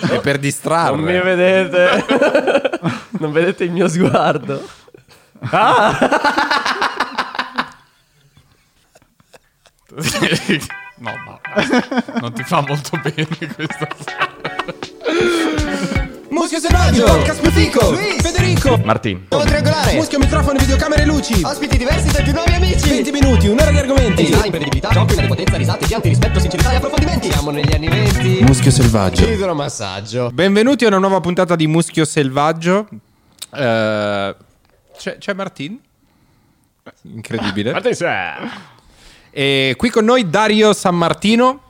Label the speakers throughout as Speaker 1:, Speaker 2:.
Speaker 1: È per distrarre.
Speaker 2: Non mi vedete. non vedete il mio sguardo.
Speaker 3: no, ma non ti fa molto bene questa
Speaker 4: Muschio selvaggio, podcast più fico, Federico,
Speaker 2: Martin.
Speaker 4: Nuovo triangolare, muschio, microfono, videocamere e
Speaker 5: Ah,
Speaker 4: luci, ospiti diversi dai più nuovi amici, 20 minuti, un'ora di argomenti, design, imprevedibilità, giochi, prepotenza, risate, pianti, rispetto, sincerità e approfondimenti. Siamo negli anni 20. Muschio selvaggio, idromassaggio.
Speaker 1: Benvenuti a una nuova puntata di Muschio Selvaggio. Eh, c'è, c'è Martin? Incredibile. E qui con noi Dario San Martino,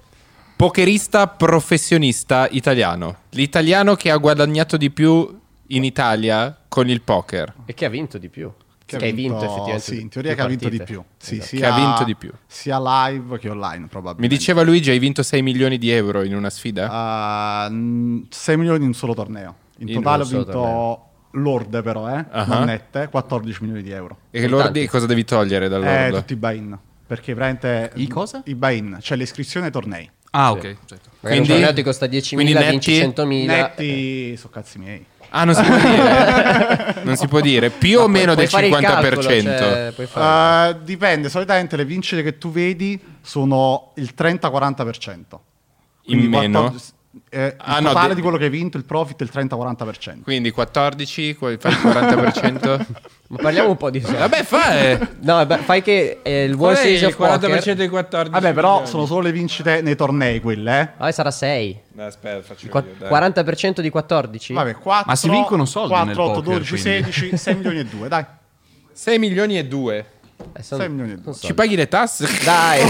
Speaker 1: pokerista professionista italiano. L'italiano che ha guadagnato di più in Italia con il poker.
Speaker 2: E che ha vinto di più? Che,
Speaker 5: ha
Speaker 2: hai vinto effettivamente.
Speaker 5: Sì, in
Speaker 2: più
Speaker 5: teoria che ha vinto di
Speaker 2: partite.
Speaker 5: più. Sì,
Speaker 1: Che
Speaker 2: Esatto.
Speaker 1: ha
Speaker 5: sia-
Speaker 1: vinto di più.
Speaker 5: Sia live che online, probabilmente.
Speaker 1: Mi diceva Luigi, hai vinto 6 milioni di euro in una sfida?
Speaker 5: Ah, mh, 6 milioni in un solo torneo. In,
Speaker 1: In
Speaker 5: totale ho
Speaker 2: un solo
Speaker 5: vinto
Speaker 2: torneo.
Speaker 5: l'orde, però, eh,
Speaker 1: Ah.
Speaker 5: non nette, 14 milioni di euro.
Speaker 1: e loro
Speaker 2: tanti.
Speaker 1: cosa devi togliere
Speaker 5: Eh,
Speaker 1: dall'orlo?
Speaker 5: tutti i buy-in. Perché veramente.
Speaker 3: I cosa?
Speaker 5: I buy-in, cioè l'iscrizione ai tornei.
Speaker 3: Ah, ok. certo.
Speaker 2: Magari
Speaker 1: Quindi-
Speaker 2: un torneo ti costa 10.000,
Speaker 1: quindi
Speaker 2: vinci
Speaker 1: netti-
Speaker 2: 100.000.
Speaker 5: Netti, so cazzi miei.
Speaker 1: Ah, non si può dire. eh? non si può dire. Più o
Speaker 2: Ma
Speaker 1: meno
Speaker 2: puoi
Speaker 1: del 50%.
Speaker 2: fare il calcolo, cioè, puoi fare-
Speaker 5: Eh, dipende, solitamente le vincite che tu vedi sono il 30-40%. Quindi
Speaker 1: In meno?
Speaker 5: 14 eh, il
Speaker 1: Ah, no,
Speaker 5: totale
Speaker 1: de-
Speaker 5: di quello che hai vinto, il profit è il 30-40%.
Speaker 1: Quindi 14, poi fai il 40%.
Speaker 2: Ma parliamo un po' di soldi.
Speaker 1: Vabbè, fa eh.
Speaker 2: No, vabbè, fai che eh, il World
Speaker 1: Qual è
Speaker 2: Series
Speaker 1: il
Speaker 2: of
Speaker 1: 40%
Speaker 2: Poker
Speaker 1: dei 14.
Speaker 5: Vabbè, però
Speaker 1: milioni?
Speaker 5: sono solo le vincite nei tornei quelle, eh.
Speaker 2: Vabbè, Ah, sarà 6.
Speaker 1: Dai, aspetta, faccio
Speaker 2: Qua-
Speaker 1: io, dai.
Speaker 2: 40% di 14?
Speaker 5: eh. Vabbè, 4,
Speaker 3: Ma si vincono soldi
Speaker 5: 4,
Speaker 3: nel
Speaker 5: 8,
Speaker 3: poker,
Speaker 5: 12,
Speaker 3: quindi.
Speaker 5: 16, 6 milioni e 2, dai.
Speaker 1: 6 milioni e 2.
Speaker 2: Eh, sono-
Speaker 5: 6 milioni Oh, e due.
Speaker 2: non so.
Speaker 1: Ci paghi le tasse?
Speaker 2: Dai.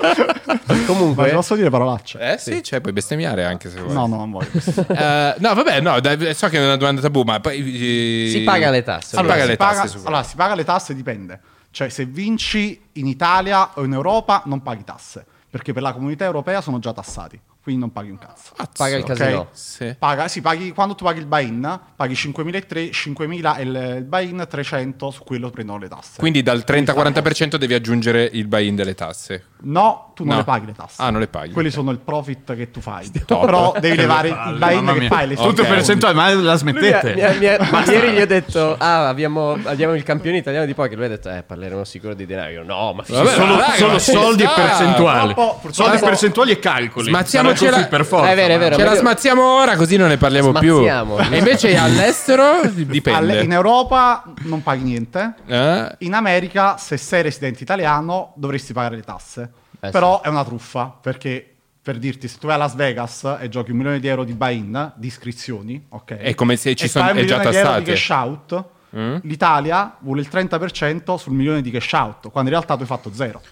Speaker 5: Ma ti
Speaker 2: Comunque,
Speaker 5: posso dire parolacce?
Speaker 1: Eh sì, cioè puoi bestemmiare anche se vuoi.
Speaker 5: No, no, non voglio.
Speaker 1: Eh, no, vabbè, no, dai, so che è una domanda tabù, ma poi... eh,
Speaker 2: Si paga le tasse,
Speaker 1: Si
Speaker 2: allora,
Speaker 1: paga
Speaker 5: si
Speaker 1: le
Speaker 5: paga-
Speaker 1: tasse. su-
Speaker 5: allora, si paga le tasse, dipende. Cioè, se vinci in Italia o in Europa, non paghi tasse. Perché per la comunità europea sono già tassati. Quindi non paghi un cazzo.
Speaker 1: Cazzo,
Speaker 2: paga il
Speaker 1: ok?
Speaker 2: casino.
Speaker 1: Sì.
Speaker 5: Paga, sì, paghi, quando tu paghi il buy-in, paghi 5.003, 5.000 e il il buy-in 300, su quello prendono le tasse.
Speaker 1: Esatto. Quindi dal 30-40% devi aggiungere il buy-in delle tasse.
Speaker 5: No, tu non
Speaker 1: No.
Speaker 5: le paghi le tasse.
Speaker 1: Ah, non le paghi.
Speaker 5: Quelli sono il profit che tu fai.
Speaker 1: Top.
Speaker 5: Però devi levare il
Speaker 3: Mamma
Speaker 5: buy-in che
Speaker 3: mia.
Speaker 5: fai. Le
Speaker 1: Tutto
Speaker 3: Tutte
Speaker 5: sue-
Speaker 1: Ok.
Speaker 3: percentuali, ma la
Speaker 2: Lui mi ha-
Speaker 3: smettete.
Speaker 2: mi ha- mi ha- ieri gli ho detto, ah, abbiamo, abbiamo il campione italiano di poker. Lui ha detto, eh, parleremo sicuro di denaro. Io, no, ma
Speaker 1: Vabbè,
Speaker 3: Solo,
Speaker 1: ma raga,
Speaker 3: solo
Speaker 1: ma ci
Speaker 3: soldi e
Speaker 1: sta.
Speaker 3: percentuali.
Speaker 5: Purtroppo- purtroppo-
Speaker 3: Soldi, percentuali e calcoli.
Speaker 1: Smazziamocela-
Speaker 3: Sarà così per forza.
Speaker 2: Eh, è vero, è
Speaker 3: ma-
Speaker 2: vero.
Speaker 1: Ce la
Speaker 2: io-
Speaker 1: smazziamo ora così non ne parliamo
Speaker 2: Smazziamo.
Speaker 1: più. E invece all'estero dipende.
Speaker 5: Alle- in Europa non paghi niente.
Speaker 1: Eh?
Speaker 5: In America, se sei residente italiano, dovresti pagare le tasse.
Speaker 2: Eh,
Speaker 5: Però è una truffa, perché per dirti, se tu vai a Las Vegas e giochi un milione di euro di buy-in, di iscrizioni, ok?
Speaker 1: È come se ci
Speaker 5: e
Speaker 1: sono-
Speaker 5: fai un
Speaker 1: è già
Speaker 5: milione di euro di
Speaker 1: tassate.
Speaker 5: cash out,
Speaker 1: Mm?
Speaker 5: l'Italia vuole il 30% sul milione di cash out, quando in realtà tu hai fatto zero.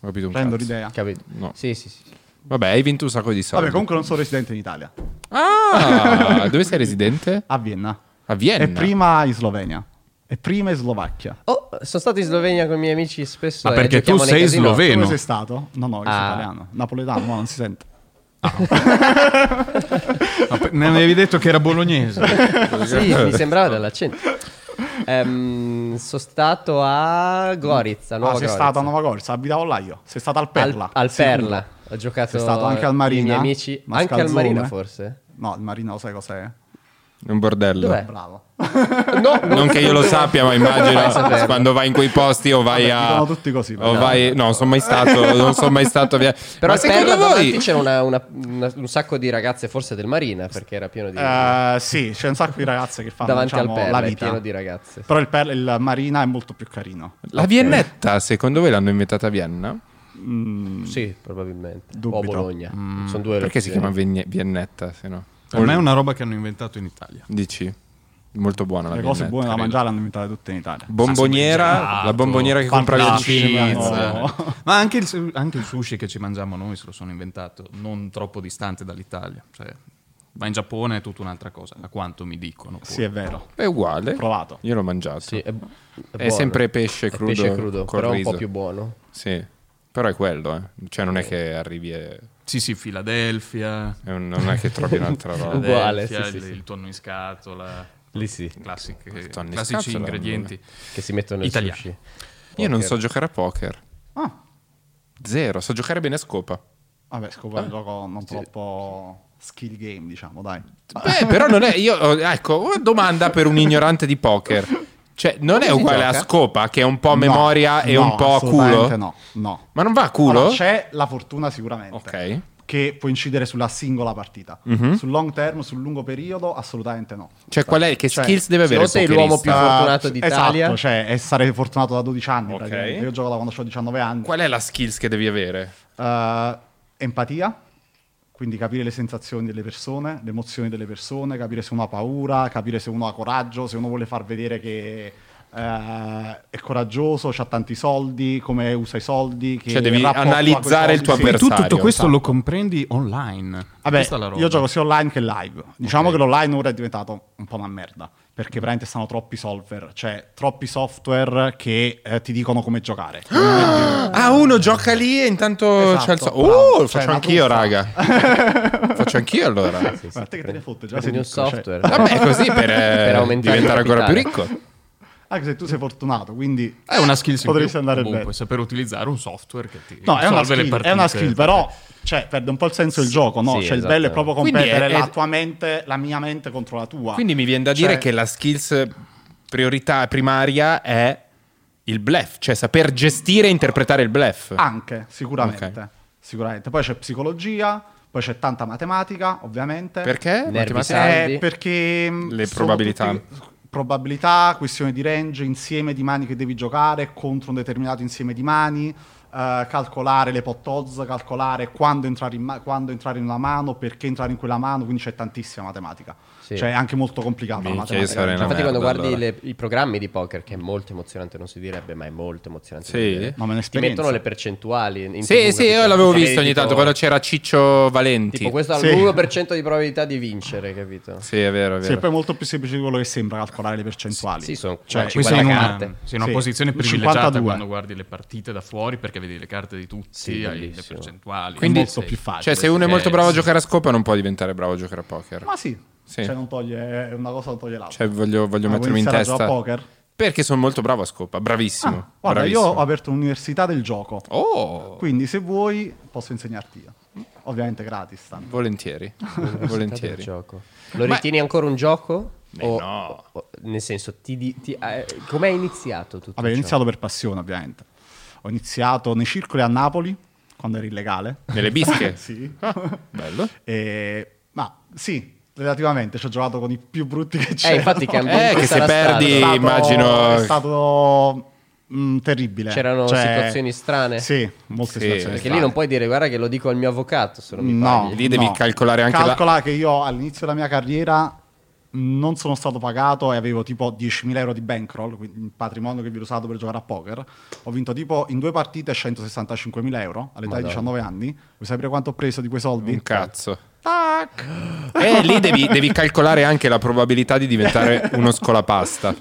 Speaker 1: Ho capito un
Speaker 5: Prendo
Speaker 1: cazzo.
Speaker 5: l'idea.
Speaker 2: Capito?
Speaker 1: No.
Speaker 2: Sì, sì, sì.
Speaker 1: Vabbè, hai vinto un sacco di soldi.
Speaker 5: Vabbè, comunque non sono residente in Italia,
Speaker 1: Ah, dove sei residente?
Speaker 5: a Vienna.
Speaker 1: A Vienna.
Speaker 5: E prima in Slovenia. E prima in Slovacchia.
Speaker 2: Oh, sono stato in Slovenia con i miei amici spesso.
Speaker 3: Ma
Speaker 2: eh,
Speaker 3: perché tu
Speaker 2: giochiamo nei
Speaker 3: sei
Speaker 2: casinò.
Speaker 5: Dove
Speaker 3: sloveno.
Speaker 5: sei stato? No, no, io sono
Speaker 2: Ah.
Speaker 5: italiano. Napoletano, no, non si sente.
Speaker 3: Ma per- Ne avevi detto che era bolognese.
Speaker 2: Sì, mi sembrava dall'accento. Ehm, sono stato a Gorizia. a Nuova
Speaker 5: Ah, sei
Speaker 2: Gorizia.
Speaker 5: stato a Nova Gorizia, abitavo là io. Sei stato al Perla.
Speaker 2: Al, al
Speaker 5: sicuro.
Speaker 2: Perla. Ho giocato
Speaker 5: Sei stato anche al
Speaker 2: con
Speaker 5: Marina.
Speaker 2: I miei amici.
Speaker 5: Mascalzone.
Speaker 2: Anche al Marina, forse.
Speaker 5: No, il Marina lo sai cos'è?
Speaker 1: Un bordello.
Speaker 2: Dov'è?
Speaker 5: Bravo.
Speaker 2: No,
Speaker 1: Non che io lo sappia, ma
Speaker 2: Vai a
Speaker 1: immagino
Speaker 2: saperlo.
Speaker 1: quando vai in quei posti o vai
Speaker 5: Vabbè,
Speaker 1: a.
Speaker 5: dicono tutti così,
Speaker 1: O
Speaker 5: no.
Speaker 1: vai... No, non sono mai stato. Non sono mai stato via.
Speaker 2: Però
Speaker 1: ma
Speaker 2: al Perla
Speaker 1: secondo
Speaker 2: davanti
Speaker 1: voi.
Speaker 2: c'era una- una- una- un sacco di ragazze, forse del Marina, perché era pieno di.
Speaker 5: Eh, sì, c'è un sacco di ragazze che fanno
Speaker 2: davanti
Speaker 5: diciamo,
Speaker 2: al Perla,
Speaker 5: la
Speaker 2: è
Speaker 5: vita.
Speaker 2: pieno di ragazze.
Speaker 5: Però il, Perla, il Marina è molto più carino.
Speaker 1: La Viennetta, secondo voi l'hanno inventata a Vienna?
Speaker 2: Sì, probabilmente.
Speaker 5: Mm. Dubito. Mm.
Speaker 2: O Bologna. Sono due
Speaker 1: Perché si
Speaker 2: opzioni.
Speaker 1: chiama Vienne- Viennetta? Se no?
Speaker 3: Per me è una roba che hanno inventato in Italia.
Speaker 1: Dici? Molto buona la
Speaker 5: Le cose
Speaker 1: Viennetta.
Speaker 5: buone Ah, esatto. da mangiare le hanno inventate tutte in Italia.
Speaker 1: Boh. Bomboniera,
Speaker 3: Assaggiato.
Speaker 1: la bomboniera che compravi al cinema.
Speaker 5: Fantastica.
Speaker 1: no.
Speaker 5: No.
Speaker 3: Ma anche il, su- anche il sushi che ci mangiamo noi se lo sono inventato, non troppo distante dall'Italia. Cioè, ma in Giappone è tutta un'altra cosa, a quanto mi dicono. pure.
Speaker 5: Sì, è vero.
Speaker 1: È uguale.
Speaker 5: Provato.
Speaker 1: Io l'ho mangiato.
Speaker 2: Sì, è, è
Speaker 1: È
Speaker 2: buono.
Speaker 1: sempre pesce
Speaker 2: È
Speaker 1: crudo
Speaker 2: pesce crudo,
Speaker 1: col
Speaker 2: però un
Speaker 1: riso.
Speaker 2: po' più buono.
Speaker 1: Sì. Però è quello, eh. Cioè non è che arrivi e...
Speaker 3: sì, sì, Philadelphia.
Speaker 1: e Non è che trovi un'altra roba.
Speaker 2: Uguale,
Speaker 3: Philadelphia,
Speaker 2: sì, sì,
Speaker 3: il,
Speaker 2: sì.
Speaker 3: il tonno in scatola.
Speaker 2: Lì sì,
Speaker 3: classiche-
Speaker 1: tonno in
Speaker 3: classici
Speaker 1: scatola,
Speaker 3: ingredienti.
Speaker 2: che si mettono nel
Speaker 3: Italiano.
Speaker 2: sushi.
Speaker 1: Io non so giocare a poker.
Speaker 5: Ah,
Speaker 1: Zero. So giocare bene a scopa.
Speaker 5: Vabbè, scopo è un gioco non troppo skill game, diciamo, dai.
Speaker 1: Beh, però non è. Io, ecco, una domanda per un ignorante di poker. Cioè, non è
Speaker 2: si
Speaker 1: uguale a
Speaker 2: gioca?
Speaker 1: Scopa, che è un po' a
Speaker 5: No,
Speaker 1: memoria e
Speaker 5: no,
Speaker 1: un po' a
Speaker 5: assolutamente
Speaker 1: culo?
Speaker 5: No, no.
Speaker 1: Ma non va a culo?
Speaker 5: Allora, c'è la fortuna sicuramente.
Speaker 1: Ok.
Speaker 5: Che può incidere sulla singola partita. Sul long term, sul lungo periodo, assolutamente no.
Speaker 1: Cioè, qual è? Che
Speaker 5: Cioè,
Speaker 1: skills deve avere il
Speaker 2: secondo te è l'uomo più
Speaker 1: pokerista?
Speaker 2: fortunato d'Italia?
Speaker 5: Esatto, cioè e sarei fortunato da 12 anni.
Speaker 1: Ok.
Speaker 5: praticamente. Io gioco da quando ho 19 anni.
Speaker 1: Qual è la skills che devi avere?
Speaker 5: Eh, empatia, quindi capire le sensazioni delle persone, le emozioni delle persone, capire se uno ha paura, capire se uno ha coraggio, se uno vuole far vedere che eh, è coraggioso, ha tanti soldi, come usa i soldi. Che
Speaker 1: Cioè, devi
Speaker 5: rapporto ha coi
Speaker 1: analizzare il
Speaker 5: soldi,
Speaker 1: tuo
Speaker 5: sì.
Speaker 3: Quindi tu tutto
Speaker 1: Avversario,
Speaker 3: questo
Speaker 1: esatto.
Speaker 3: lo comprendi online.
Speaker 5: Vabbè,
Speaker 3: Questa è la roba.
Speaker 5: io gioco sia online che live. Diciamo che l'online ora è diventato un po' una merda. Perché veramente stanno troppi solver, cioè troppi software che eh, ti dicono come giocare.
Speaker 1: Ah, uno gioca lì e intanto
Speaker 5: Esatto,
Speaker 1: c'ha il so-
Speaker 5: bravo.
Speaker 1: Oh,
Speaker 5: Cioè,
Speaker 1: faccio
Speaker 5: una
Speaker 1: anch'io,
Speaker 5: truffa.
Speaker 1: raga. faccio anch'io allora.
Speaker 5: Guarda te che te ne fotte, già
Speaker 2: Prendi
Speaker 5: sei
Speaker 2: un
Speaker 5: ricco,
Speaker 2: software.
Speaker 5: cioè.
Speaker 1: Vabbè, così per, eh,
Speaker 2: Per aumentare
Speaker 1: diventare
Speaker 2: il
Speaker 1: ancora più
Speaker 2: capitale.
Speaker 1: ricco.
Speaker 5: Anche se tu sei fortunato, quindi
Speaker 3: È una skill in più,
Speaker 5: Potresti andare
Speaker 3: comunque,
Speaker 5: bene.
Speaker 3: saper utilizzare un software che ti
Speaker 5: No, è una,
Speaker 3: risolve le
Speaker 5: skill,
Speaker 3: partite.
Speaker 5: è una skill, però cioè, perde un po' il senso il gioco, no?
Speaker 2: sì,
Speaker 5: cioè, il bello è
Speaker 2: esatto.
Speaker 5: proprio
Speaker 1: Quindi
Speaker 5: competere
Speaker 1: è-
Speaker 5: la
Speaker 1: è-
Speaker 5: tua mente, la mia mente contro la tua.
Speaker 1: Quindi mi viene da
Speaker 5: Cioè-
Speaker 1: dire che la skills priorità primaria è il bluff, cioè saper gestire e interpretare il bluff.
Speaker 5: Anche, sicuramente.
Speaker 1: Ok.
Speaker 5: Sicuramente. Poi c'è psicologia, poi c'è tanta matematica, ovviamente.
Speaker 1: Perché?
Speaker 2: Nervi
Speaker 1: Matematica-
Speaker 2: sani. Saldi.
Speaker 5: Eh, perché mh,
Speaker 1: Le
Speaker 5: sono
Speaker 1: probabilità.
Speaker 5: tutte- probabilità, questione di range, insieme di mani che devi giocare contro un determinato insieme di mani, eh, calcolare le pot odds, calcolare quando entrare, in ma- quando entrare in una mano, perché entrare in quella mano, quindi c'è tantissima matematica.
Speaker 2: Sì.
Speaker 5: Cioè è anche molto complicata la
Speaker 1: Minchia, io
Speaker 5: matematica.
Speaker 1: sarei una
Speaker 2: Infatti, quando
Speaker 1: merda,
Speaker 2: guardi le- i programmi di poker, che è molto emozionante, non si direbbe, ma è molto emozionante.
Speaker 1: Sì?
Speaker 2: da vedere,
Speaker 5: Ma me ne
Speaker 2: ti
Speaker 5: esperienza.
Speaker 2: mettono le percentuali. in
Speaker 1: Sì,
Speaker 2: TV,
Speaker 1: sì, io
Speaker 2: capito?
Speaker 1: l'avevo
Speaker 2: Ti
Speaker 1: visto
Speaker 2: vedi
Speaker 1: ogni
Speaker 2: tipo-
Speaker 1: tanto quando c'era Ciccio Valenti.
Speaker 2: Tipo, questo ha
Speaker 5: Sì.
Speaker 2: l'1% di probabilità di vincere, capito?
Speaker 1: Sì, è vero, è
Speaker 5: Sì,
Speaker 1: vero.
Speaker 5: è poi è molto più semplice di quello che sembra calcolare le percentuali.
Speaker 2: Sì, sono
Speaker 5: Cioè,
Speaker 3: Poi
Speaker 2: 50
Speaker 3: sei in una,
Speaker 2: carte.
Speaker 3: sei in una
Speaker 5: Sì.
Speaker 3: posizione privilegiata
Speaker 5: 52.
Speaker 3: quando guardi le partite da fuori perché vedi le carte di tutti,
Speaker 2: Sì,
Speaker 3: hai le
Speaker 2: bellissimo.
Speaker 3: percentuali.
Speaker 5: Quindi-
Speaker 3: È
Speaker 5: Molto più facile.
Speaker 1: Cioè, se uno è
Speaker 3: Eh,
Speaker 1: molto bravo a
Speaker 3: sì.
Speaker 1: giocare a scopa, non può diventare bravo a giocare a poker.
Speaker 5: Ma sì,
Speaker 1: Sì.
Speaker 5: Cioè, non toglie, una cosa non toglie l'altra.
Speaker 1: Cioè, voglio, voglio
Speaker 5: Ah,
Speaker 1: mettermi in
Speaker 5: quindi sarà già
Speaker 1: testa.
Speaker 5: poker?
Speaker 1: Perché sono molto bravo a scopa,
Speaker 5: Ah,
Speaker 1: bravissimo.
Speaker 5: guarda, io
Speaker 1: bravissimo.
Speaker 5: ho aperto un'università del gioco.
Speaker 1: Oh,
Speaker 5: Quindi se vuoi posso insegnarti io. Ovviamente gratis. tanto.
Speaker 1: volentieri.
Speaker 2: Del
Speaker 1: volentieri.
Speaker 2: gioco. Lo
Speaker 1: Ma-
Speaker 2: ritieni ancora un gioco?
Speaker 1: Beh, no.
Speaker 2: o- nel senso, ti, di- ti, eh, com'è iniziato tutto?
Speaker 5: Vabbè, ho
Speaker 2: ciò?
Speaker 5: iniziato per passione ovviamente. Ho iniziato nei circoli a Napoli, quando era illegale.
Speaker 1: Nelle bische?
Speaker 5: sì.
Speaker 1: Bello.
Speaker 5: E- ma sì, relativamente ci ho giocato con i più brutti che c'erano.
Speaker 2: Eh, infatti, che
Speaker 1: Eh, che se
Speaker 2: sarà
Speaker 1: perdi-
Speaker 5: È
Speaker 2: stato?
Speaker 5: stato-
Speaker 1: immagino-
Speaker 5: È stato mm, terribile.
Speaker 2: C'erano
Speaker 5: Cioè,
Speaker 2: situazioni strane?
Speaker 5: Sì, molte
Speaker 1: Sì,
Speaker 5: situazioni
Speaker 1: perché
Speaker 2: Perché
Speaker 5: strane.
Speaker 2: lì non puoi dire, guarda che lo dico al mio avvocato, se non mi
Speaker 5: No,
Speaker 2: paghi.
Speaker 1: Lì devi
Speaker 5: no.
Speaker 1: calcolare anche la-
Speaker 5: Calcola che io all'inizio della mia carriera mm, non sono stato pagato e avevo tipo 10.000 euro di bankroll, quindi il patrimonio che vi ho usato per giocare a poker. Ho vinto tipo in due partite 165.000 euro all'età di 19 anni. Vuoi sapere quanto ho preso di quei soldi?
Speaker 1: Un cazzo.
Speaker 5: Tac!
Speaker 1: E Eh, lì devi, devi calcolare anche la probabilità di diventare uno scolapasta.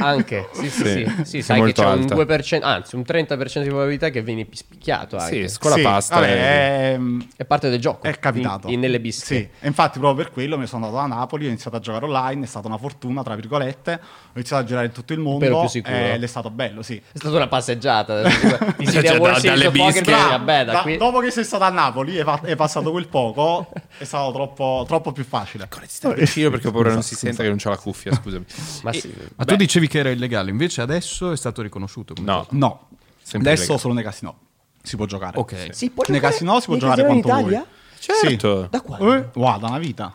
Speaker 2: Anche, sì, sì,
Speaker 1: Sì,
Speaker 2: sì.
Speaker 1: sì,
Speaker 2: Sì, sai che
Speaker 1: molto
Speaker 2: c'è
Speaker 1: alta.
Speaker 2: un 2%, anzi un 30% di probabilità che vieni spicchiato
Speaker 1: Sì,
Speaker 2: anche.
Speaker 1: scolapasta.
Speaker 5: Sì,
Speaker 1: eh.
Speaker 5: vabbè, ehm,
Speaker 2: è parte del gioco.
Speaker 5: È capitato.
Speaker 2: In- in- nelle bische.
Speaker 5: Sì, e infatti proprio per quello mi sono andato a Napoli, ho iniziato a giocare online, è stata una fortuna, tra virgolette, ho iniziato a girare in tutto il mondo
Speaker 2: pelo più sicuro.
Speaker 5: ed è stato bello, sì.
Speaker 2: È stata una passeggiata. adesso. Ti siedi
Speaker 1: Cioè,
Speaker 2: a Wall
Speaker 1: da-
Speaker 2: Street
Speaker 1: dalle
Speaker 2: su
Speaker 1: bische.
Speaker 2: poker, dici, vabbè, da
Speaker 5: Da-
Speaker 2: qui...
Speaker 5: Dopo che sei stato a Napoli e fa- è passato quel poco, è stato troppo, troppo più facile.
Speaker 1: Stai
Speaker 5: Eh,
Speaker 1: vicino perché ho paura non
Speaker 5: esatto.
Speaker 1: si senta che non c'ho la cuffia, scusami.
Speaker 2: Ma
Speaker 1: E-
Speaker 2: sì,
Speaker 3: Ma tu dicevi che era illegale, invece adesso è stato riconosciuto. come
Speaker 1: No,
Speaker 3: cosa.
Speaker 5: No,
Speaker 1: Sempre
Speaker 5: adesso
Speaker 1: legale.
Speaker 5: solo nei casinò si può giocare.
Speaker 3: Ok.
Speaker 2: Sì, può
Speaker 5: Nei
Speaker 2: giocare-
Speaker 5: casinò si può
Speaker 2: nei
Speaker 5: giocare
Speaker 2: casinò in
Speaker 5: quanto
Speaker 2: Italia?
Speaker 5: vuoi.
Speaker 1: Certo.
Speaker 2: Da
Speaker 5: Sì.
Speaker 2: qua?
Speaker 5: Eh, wow, da una vita.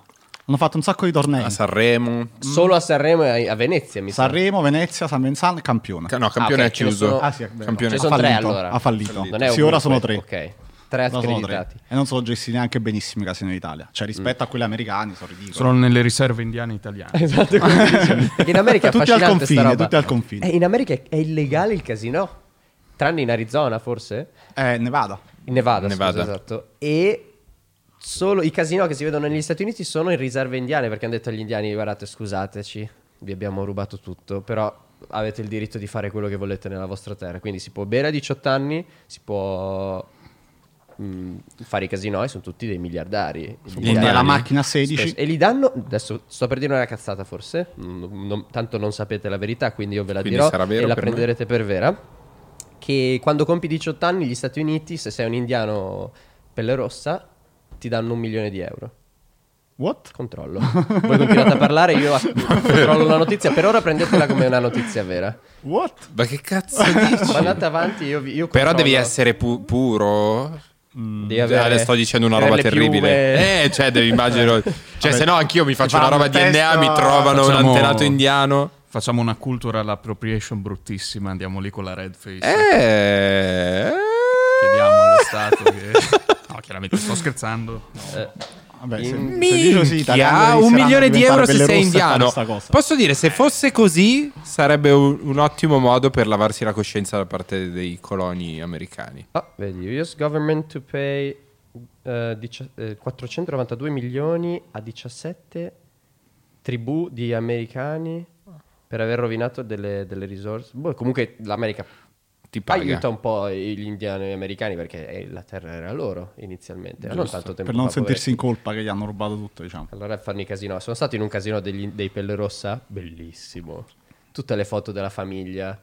Speaker 5: Hanno fatto un sacco di tornei.
Speaker 1: A Sanremo.
Speaker 2: Solo a Sanremo e a- a Venezia, mi sa.
Speaker 5: Sanremo, Venezia, San Benzano e Campione.
Speaker 1: Ca- No, campione
Speaker 2: Ah,
Speaker 1: è
Speaker 2: ok, ce ne
Speaker 1: chiuso. Cioè,
Speaker 2: sono-
Speaker 5: Ah, sì, è vero.
Speaker 1: Campione.
Speaker 2: Ce
Speaker 5: Ha
Speaker 2: ne sono tre
Speaker 5: fallito,
Speaker 2: allora.
Speaker 5: ha fallito.
Speaker 2: Non è
Speaker 5: Sì, ora
Speaker 2: ovunque.
Speaker 5: sono tre.
Speaker 2: Ok. Tre
Speaker 5: Ora sono tre.
Speaker 2: accreditati.
Speaker 5: E non sono gestiti neanche benissimo i casini d'Italia. Cioè, rispetto a quelli americani, sono ridicoli.
Speaker 3: Sono nelle riserve indiane italiane.
Speaker 2: Esatto, come dicevi. Perché in America è
Speaker 5: Tutti al
Speaker 2: affascinante
Speaker 5: confine,
Speaker 2: sta roba.
Speaker 5: tutti al confine.
Speaker 2: Eh, in America è- è illegale il casino. Tranne in Arizona, forse?
Speaker 5: Eh, Nevada.
Speaker 2: In Nevada, scusa,
Speaker 1: Nevada.
Speaker 2: esatto. E solo i casino che si vedono negli Stati Uniti sono in riserve indiane perché hanno detto agli indiani guardate scusateci, vi abbiamo rubato tutto, però avete il diritto di fare quello che volete nella vostra terra, quindi si può bere a 18 anni, si può mm, fare i casino e sono tutti dei miliardari.
Speaker 5: Quindi
Speaker 1: indiani.
Speaker 5: è
Speaker 2: Miliardari.
Speaker 5: la macchina 16.
Speaker 2: Spesso- E li danno, adesso sto per dire una cazzata forse, mm, non- tanto non sapete la verità, quindi io ve la
Speaker 1: Quindi
Speaker 2: dirò
Speaker 1: sarà vero
Speaker 2: e la
Speaker 1: per
Speaker 2: prenderete per vera, che quando compi 18 anni gli Stati Uniti, se sei un indiano pelle rossa, ti danno un milione di euro.
Speaker 5: What?
Speaker 2: Controllo. Voi continuate a parlare, io a- controllo la notizia. Per ora prendetela come una notizia vera.
Speaker 5: What?
Speaker 1: Ma che cazzo dici?
Speaker 2: Ma andate avanti, io, vi- io
Speaker 1: Però
Speaker 2: controllo.
Speaker 1: devi essere pu- puro.
Speaker 2: Devi avere-
Speaker 1: Adesso sto dicendo una
Speaker 2: avere
Speaker 1: roba
Speaker 2: le
Speaker 1: terribile.
Speaker 2: piume.
Speaker 1: Eh, cioè, devi immagino. Cioè, se no, anch'io mi faccio una
Speaker 5: Fanno
Speaker 1: roba
Speaker 5: testa-
Speaker 1: DNA, mi trovano un
Speaker 3: Facciamo-
Speaker 1: antenato indiano.
Speaker 3: Facciamo una cultural appropriation bruttissima, andiamo lì con la red face.
Speaker 1: Eh.
Speaker 3: Chiediamo allo Stato che... No, chiaramente sto scherzando.
Speaker 2: Eh.
Speaker 5: Vabbè, se- se dici così,
Speaker 1: Minchia,
Speaker 5: italiano
Speaker 1: un
Speaker 5: inizieranno a
Speaker 1: milione di
Speaker 5: diventare
Speaker 1: euro se sei
Speaker 5: pelle rossa e fare
Speaker 1: indiano.
Speaker 5: sta cosa.
Speaker 1: Posso dire, se fosse così, sarebbe un, un ottimo modo per lavarsi la coscienza da parte dei coloni americani.
Speaker 2: Ah, vedi, US government to pay eh, dici- eh, 492 milioni a 17 tribù di americani per aver rovinato delle, delle risorse. Boh, comunque l'America
Speaker 1: Ti paga.
Speaker 2: aiuta un po' gli indiani americani perché eh, la terra era loro inizialmente, non tanto tempo
Speaker 5: per non
Speaker 2: fa,
Speaker 5: sentirsi in colpa che gli hanno rubato tutto, diciamo.
Speaker 2: poveretti. Allora fanno i casino. Sono stato in un casino degli- dei Pelle Rossa, bellissimo. Tutte le foto della famiglia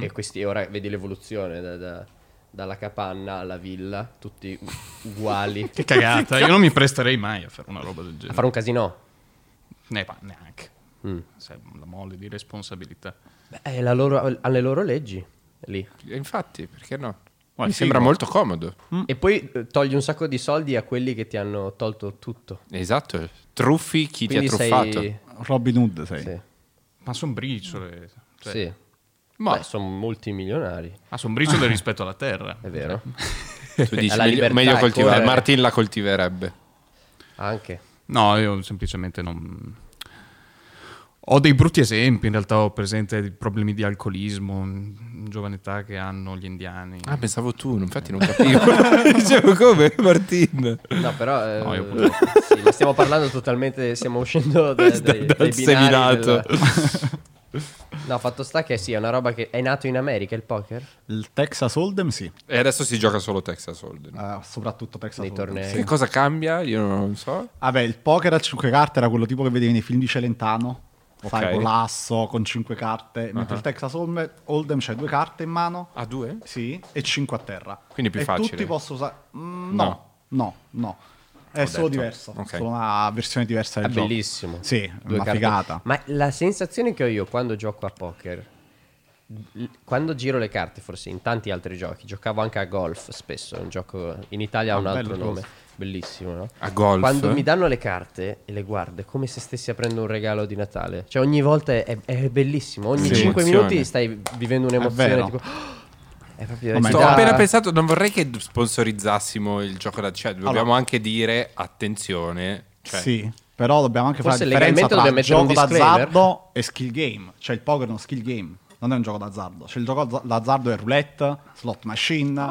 Speaker 2: e questi ora vedi l'evoluzione da- da- dalla capanna alla villa, tutti uguali.
Speaker 3: Che cagata, io non mi presterei mai a fare una roba del
Speaker 2: A
Speaker 3: genere.
Speaker 2: fare un casino. Mm.
Speaker 3: Ne- ma neanche. Sai, la mole di responsabilità.
Speaker 2: Beh, è la loro- hanno le loro leggi lì.
Speaker 1: E Eh, Infatti, perché no?
Speaker 5: Ma
Speaker 1: mi
Speaker 5: figo.
Speaker 1: sembra molto comodo.
Speaker 2: E poi eh, togli un sacco di soldi a quelli che ti hanno tolto tutto.
Speaker 1: Esatto. Truffi chi
Speaker 2: Quindi
Speaker 1: ti ha truffato.
Speaker 2: sei...
Speaker 5: Robin Hood sei.
Speaker 2: Sì.
Speaker 3: Ma sono briciole. Cioè,
Speaker 2: Sì.
Speaker 1: Ma-
Speaker 2: Beh, sono multimilionari,
Speaker 3: Ah, sono briciole rispetto alla terra.
Speaker 2: è vero.
Speaker 1: Tu dici
Speaker 2: Cioè, Alla
Speaker 1: meglio-
Speaker 2: libertà
Speaker 1: meglio
Speaker 2: e
Speaker 1: coltivare.
Speaker 2: correre.
Speaker 1: Martin la coltiverebbe.
Speaker 2: Anche.
Speaker 3: No, io semplicemente non... Ho dei brutti esempi, in realtà ho presente di problemi di alcolismo in giovane età che hanno gli indiani.
Speaker 1: Ah, pensavo tu, infatti non capivo. Dicevo come Martin.
Speaker 2: No, però... eh,
Speaker 3: No, io purtroppo.
Speaker 2: sì, ma stiamo parlando totalmente... Stiamo uscendo da- dai,
Speaker 1: Dal-
Speaker 2: dai
Speaker 1: dal
Speaker 2: binari
Speaker 1: seminato.
Speaker 2: No, fatto sta che sì, è una roba che... È nato in America il poker?
Speaker 5: Il Texas Hold'em sì,
Speaker 1: E adesso si gioca solo Texas Hold'em.
Speaker 5: Eh, soprattutto Texas
Speaker 2: Nei
Speaker 5: Hold'em.
Speaker 2: tornei.
Speaker 1: Che cosa cambia? Io non so.
Speaker 5: Vabbè, il poker a 5 carte era quello tipo che vedevi nei film di Celentano,
Speaker 1: Ok.
Speaker 5: sai, con l'asso, con 5 carte, mentre il Texas Hold'em, Hold'em c'è due carte in mano,
Speaker 1: A due?
Speaker 5: sì, e 5 a terra.
Speaker 1: Ah. Quindi è più
Speaker 5: e
Speaker 1: facile.
Speaker 5: tutti possono usare... mm,
Speaker 1: No.
Speaker 5: no, no, no. È solo diverso,
Speaker 1: Ok.
Speaker 5: solo una versione diversa
Speaker 2: È
Speaker 5: del gioco.
Speaker 2: bellissimo.
Speaker 5: Sì, è
Speaker 2: Due
Speaker 5: una
Speaker 2: carte.
Speaker 5: figata.
Speaker 2: Ma la sensazione che ho io quando gioco a poker, l- quando giro le carte, forse in tanti altri giochi, giocavo anche a golf spesso, è un gioco in Italia ha un
Speaker 5: Ah,
Speaker 2: altro
Speaker 5: bello
Speaker 2: nome, bellissimo, no?
Speaker 1: A golf.
Speaker 2: Quando mi danno le carte e le guardo, è come se stessi aprendo un regalo di Natale. Cioè, ogni volta è, è bellissimo. Ogni
Speaker 1: Sì.
Speaker 2: 5
Speaker 1: Emozione.
Speaker 2: minuti stai vivendo
Speaker 5: È
Speaker 2: un'emozione.
Speaker 5: vero.
Speaker 2: Tipo, è proprio.
Speaker 5: Vabbè,
Speaker 2: ti
Speaker 1: Sto
Speaker 2: dà-
Speaker 1: appena pensato, non vorrei che sponsorizzassimo il gioco da cioè, dobbiamo
Speaker 5: Allora.
Speaker 1: anche dire attenzione. Cioè,
Speaker 5: Sì, però dobbiamo anche
Speaker 2: Forse
Speaker 5: fare la differenza
Speaker 2: legalmente
Speaker 5: tra
Speaker 2: dobbiamo mettere
Speaker 5: gioco
Speaker 2: un disclaimer.
Speaker 5: d'azzardo e skill game. Cioè il poker è uno skill game, non è un gioco d'azzardo. Cioè il gioco azza- d'azzardo è roulette, slot machine,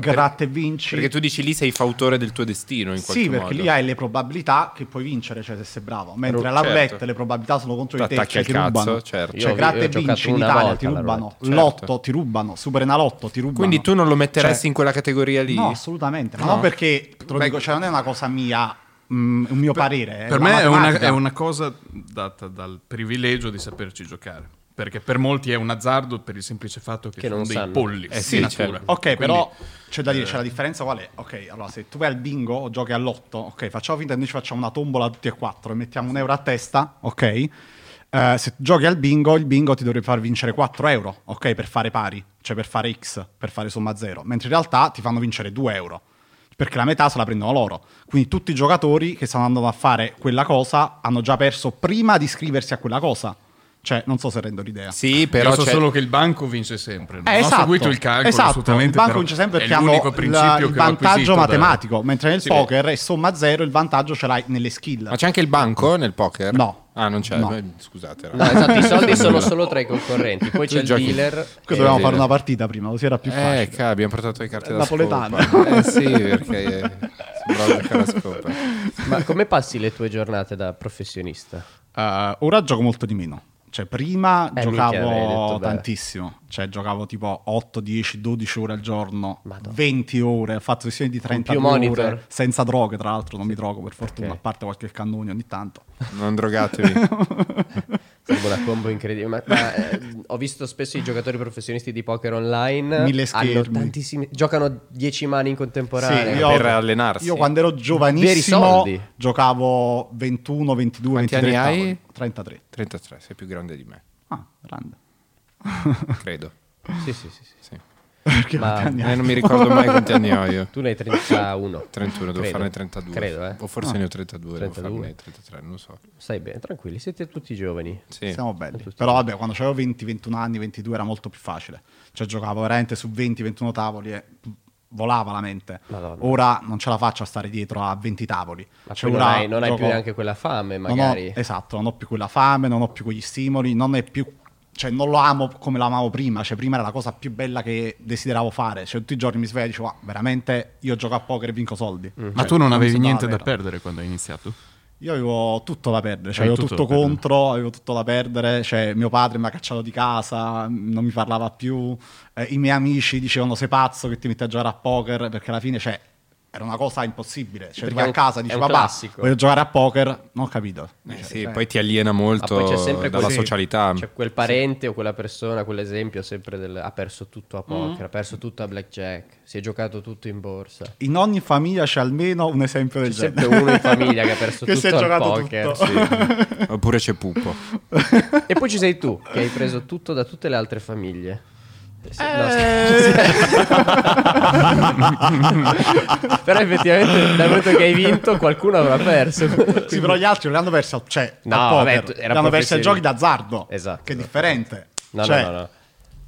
Speaker 5: gratte e vinci.
Speaker 1: Ah, Perché tu dici lì sei fautore del tuo destino in qualche
Speaker 5: sì,
Speaker 1: modo.
Speaker 5: perché lì hai le probabilità che puoi vincere, cioè se sei bravo. Mentre
Speaker 1: Ru-
Speaker 5: alla roulette
Speaker 1: certo.
Speaker 5: le probabilità sono contro di te,
Speaker 1: T'attacchi
Speaker 5: cioè
Speaker 1: al
Speaker 5: ti
Speaker 1: cazzo,
Speaker 5: rubano.
Speaker 1: certo.
Speaker 2: Io ho
Speaker 5: Cioè gratte e
Speaker 2: giocato
Speaker 5: vinci in
Speaker 2: una
Speaker 5: Italia
Speaker 2: volta
Speaker 5: ti
Speaker 2: alla
Speaker 5: rubano,
Speaker 1: roulette, certo.
Speaker 5: lotto ti rubano, superenalotto ti rubano.
Speaker 1: Quindi tu non lo metteresti
Speaker 5: Cioè-
Speaker 1: in quella categoria lì?
Speaker 5: No, assolutamente, ma
Speaker 1: No.
Speaker 5: non perché te lo
Speaker 1: Beh-
Speaker 5: dico, cioè non è una cosa mia, mm, un mio parere.
Speaker 3: per
Speaker 5: la
Speaker 3: me è una,
Speaker 5: matematica.
Speaker 3: è una cosa data dal privilegio di saperci giocare. Perché per molti è un azzardo per il semplice fatto che,
Speaker 2: Che
Speaker 3: sono
Speaker 2: non
Speaker 3: dei
Speaker 2: sanno.
Speaker 3: polli.
Speaker 1: Eh
Speaker 3: di
Speaker 1: sì,
Speaker 3: natura.
Speaker 1: certo.
Speaker 5: Ok,
Speaker 3: Quindi-
Speaker 5: però c'è da dire, c'è la differenza qual è? Ok, allora se tu vai al bingo o giochi all'otto, ok, facciamo finta che noi ci facciamo una tombola tutti e quattro e mettiamo un euro a testa, ok? Eh, se tu giochi al bingo, il bingo ti dovrebbe far vincere 4 euro, ok? Per fare pari, cioè per fare x, per fare somma 0, mentre in realtà ti fanno vincere 2 euro, perché la metà se la prendono loro. Quindi tutti i giocatori che stanno andando a fare quella cosa hanno già perso prima di iscriversi a quella cosa. Cioè, non so se rendo l'idea.
Speaker 1: Sì,
Speaker 3: Però
Speaker 1: però
Speaker 3: so
Speaker 1: c'è-
Speaker 3: solo che il banco vince sempre. Non
Speaker 5: Eh,
Speaker 3: ho
Speaker 5: esatto,
Speaker 3: seguito il calcolo
Speaker 5: esatto.
Speaker 3: assolutamente.
Speaker 5: Il banco
Speaker 3: però
Speaker 5: vince sempre
Speaker 3: è
Speaker 5: perché hanno
Speaker 3: l'unico
Speaker 5: la-
Speaker 3: principio che ho
Speaker 5: il vantaggio
Speaker 3: acquisito da-
Speaker 5: matematico, mentre nel
Speaker 3: Sì, beh.
Speaker 5: poker è somma zero, il vantaggio ce l'hai nelle skill.
Speaker 1: Ma c'è anche il banco nel poker?
Speaker 5: No.
Speaker 1: Ah, non c'è.
Speaker 5: No.
Speaker 1: Beh, Scusate.
Speaker 2: No,
Speaker 1: raga.
Speaker 2: esatto, i soldi sono solo tra i concorrenti. Poi
Speaker 1: Tu
Speaker 2: c'è il
Speaker 1: giochi-
Speaker 2: dealer.
Speaker 5: Che
Speaker 2: e-
Speaker 5: dovevamo
Speaker 1: sì.
Speaker 5: fare una partita prima, così era più
Speaker 1: Eh,
Speaker 5: facile.
Speaker 1: ca, abbiamo portato le carte da
Speaker 5: Napoletano.
Speaker 1: scopa. Eh sì, perché eh, sembrava giocare a scopa.
Speaker 2: Ma come passi le tue giornate da professionista?
Speaker 5: Eh, ora gioco molto di meno. Cioè, prima
Speaker 2: Eh, minchia,
Speaker 5: giocavo
Speaker 2: avevi detto, beh.
Speaker 5: tantissimo, cioè giocavo tipo 8, 10, 12 ore al giorno,
Speaker 2: Madonna.
Speaker 5: 20 ore, ho fatto sessioni di 30
Speaker 2: più monitor?
Speaker 5: ore, senza droghe tra l'altro, non mi drogo per fortuna, a parte qualche cannone ogni tanto.
Speaker 1: Non drogatevi.
Speaker 2: Sarebbe una combo incredibile. Ma, ma, eh, ho visto spesso i giocatori professionisti di poker online.
Speaker 5: Mille
Speaker 2: hanno
Speaker 5: schermi.
Speaker 2: tantissimi. Giocano 10 mani in contemporanea.
Speaker 5: Sì,
Speaker 1: per allenarsi.
Speaker 5: Io quando ero
Speaker 2: Veri
Speaker 5: giovanissimo
Speaker 2: soldi.
Speaker 5: giocavo 21, 22,
Speaker 1: Quanti
Speaker 5: 23
Speaker 1: anni hai?
Speaker 5: tavoli. 33.
Speaker 1: 33, sei più grande di me,
Speaker 5: Ah, grande.
Speaker 1: credo.
Speaker 2: sì, sì, sì, sì.
Speaker 1: Sì.
Speaker 5: Perché
Speaker 2: Ma-
Speaker 5: quanti anni
Speaker 1: Eh,
Speaker 5: hai?
Speaker 1: non mi ricordo mai quanti anni ho io.
Speaker 2: Tu ne hai 31.
Speaker 1: 31, devo
Speaker 2: Credo.
Speaker 1: farne 32.
Speaker 2: Credo, eh.
Speaker 1: O forse ne ho 32, devo
Speaker 2: 32.
Speaker 1: farne 33, non lo so.
Speaker 2: Stai bene, tranquilli, siete tutti giovani.
Speaker 1: Sì.
Speaker 5: Siamo belli. Però vabbè, quando avevo 20, 21 anni, 22 era molto più facile. Cioè giocavo veramente su 20, 21 tavoli e volava la mente.
Speaker 2: Madonna.
Speaker 5: Ora non ce la faccio a stare dietro a 20 tavoli.
Speaker 2: Ma
Speaker 5: Cioè,
Speaker 2: poi non
Speaker 5: ora
Speaker 2: hai, non hai più
Speaker 5: gioco-
Speaker 2: neanche quella fame,
Speaker 5: Non ho-
Speaker 2: magari.
Speaker 5: esatto, non ho più quella fame, non ho più quegli stimoli, non è più. Cioè, non lo amo come lo amavo prima. Cioè, prima era la cosa più bella che desideravo fare. Cioè, tutti i giorni mi sveglio e dicevo, "Ah, veramente io gioco a poker e vinco soldi.
Speaker 2: Mm.
Speaker 3: Ma
Speaker 5: Cioè,
Speaker 3: tu non avevi
Speaker 5: sembrava
Speaker 3: niente
Speaker 5: vero.
Speaker 3: da perdere quando hai iniziato?
Speaker 5: Io avevo tutto da perdere, cioè
Speaker 3: Hai
Speaker 5: avevo
Speaker 3: tutto
Speaker 5: tutto,
Speaker 3: da perdere.
Speaker 5: contro, avevo tutto da perdere, cioè mio padre mi ha cacciato di casa, mh, non mi parlava più, eh, i miei amici dicevano sei pazzo che ti metti a giocare a poker, perché alla fine cioè, era una cosa impossibile, cioè
Speaker 2: Perché
Speaker 5: perché
Speaker 2: è
Speaker 5: a
Speaker 2: un-
Speaker 5: casa
Speaker 2: è
Speaker 5: dici
Speaker 2: un
Speaker 5: papà
Speaker 2: classico."
Speaker 5: voglio giocare a poker, non ho capito.
Speaker 1: Eh
Speaker 5: Cioè,
Speaker 1: sì,
Speaker 5: cioè,
Speaker 1: poi ti aliena
Speaker 2: Ma
Speaker 1: molto
Speaker 2: Ah, poi c'è sempre
Speaker 1: dalla
Speaker 2: quel-
Speaker 1: socialità.
Speaker 2: C'è quel parente o quella persona, quell'esempio sempre del ha perso tutto a poker, ha perso tutto a blackjack, si è giocato tutto in borsa.
Speaker 5: In ogni famiglia c'è almeno un esempio del
Speaker 2: C'è
Speaker 5: genere.
Speaker 2: sempre uno in famiglia che ha perso
Speaker 5: Che si è
Speaker 2: tutto al
Speaker 5: giocato
Speaker 2: poker.
Speaker 5: tutto.
Speaker 1: Sì. Oppure c'è Pupo.
Speaker 2: E poi ci sei tu che hai preso tutto da tutte le altre famiglie. Eh, sì, no, scherzo. Però effettivamente dal momento che hai vinto qualcuno avrà perso.
Speaker 5: Sì, però gli altri non li hanno persi al, cioè,
Speaker 2: No,
Speaker 5: al
Speaker 2: vabbè,
Speaker 5: poker,
Speaker 2: tu- era
Speaker 5: li hanno persi ai
Speaker 2: professionisti.
Speaker 5: giochi d'azzardo,
Speaker 2: Esatto.
Speaker 5: che è differente.
Speaker 2: No,
Speaker 5: Cioè,
Speaker 2: no, no, no.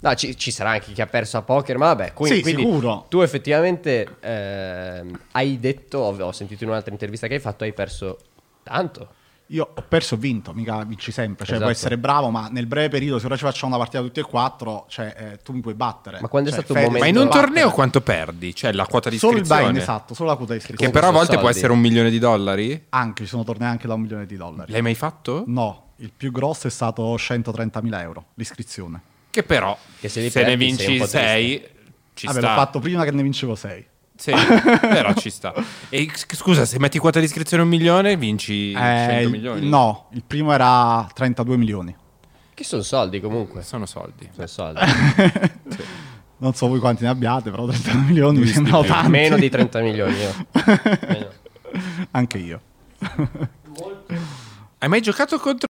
Speaker 2: No, ci, ci sarà anche chi ha perso a poker, ma vabbè, quindi,
Speaker 5: Sì,
Speaker 2: quindi
Speaker 5: sicuro.
Speaker 2: tu effettivamente ehm, hai detto, ho, ho sentito in un'altra intervista che hai fatto, hai perso tanto.
Speaker 5: Io ho perso, ho vinto, mica vinci sempre. Cioè,
Speaker 2: Esatto.
Speaker 5: puoi essere bravo, ma nel breve periodo, se ora ci facciamo una partita tutti e quattro, cioè, eh, tu mi puoi battere.
Speaker 2: Ma quando è
Speaker 5: Cioè,
Speaker 2: stato un
Speaker 5: Federer-
Speaker 1: Ma in
Speaker 2: Momento-
Speaker 1: un
Speaker 5: battere.
Speaker 1: torneo quanto perdi? Cioè la quota di
Speaker 5: Solo il buy-in,
Speaker 1: iscrizione.
Speaker 5: esatto, solo la quota di iscrizione.
Speaker 1: Che però a volte
Speaker 2: Soldi.
Speaker 1: può essere un milione di dollari.
Speaker 5: Anche, ci sono tornei anche da un milione di dollari.
Speaker 1: L'hai mai
Speaker 2: Mm.
Speaker 1: fatto?
Speaker 5: No, il più grosso è stato 130.000 euro, l'iscrizione.
Speaker 1: Che però
Speaker 2: Che se
Speaker 1: se,
Speaker 2: li perdi
Speaker 1: ne
Speaker 2: sei un po'
Speaker 1: vinci
Speaker 2: triste.
Speaker 1: 6 ci
Speaker 5: Vabbè,
Speaker 1: sta.
Speaker 5: Ah, l'ho fatto prima che ne vincevo 6.
Speaker 1: Sì, però ci sta. E sc- scusa, se metti quota di iscrizione un milione, vinci 100 milioni.
Speaker 5: Eh, No, il primo era 32 milioni.
Speaker 2: Che sono soldi comunque.
Speaker 1: Sono soldi.
Speaker 2: Sono soldi.
Speaker 5: Non so voi quanti ne abbiate, però 32 milioni mi
Speaker 1: Visti
Speaker 5: sembrano
Speaker 1: più.
Speaker 5: tanti.
Speaker 2: Meno di 30 milioni. Io. Meno.
Speaker 5: Anche io.
Speaker 1: Hai mai giocato contro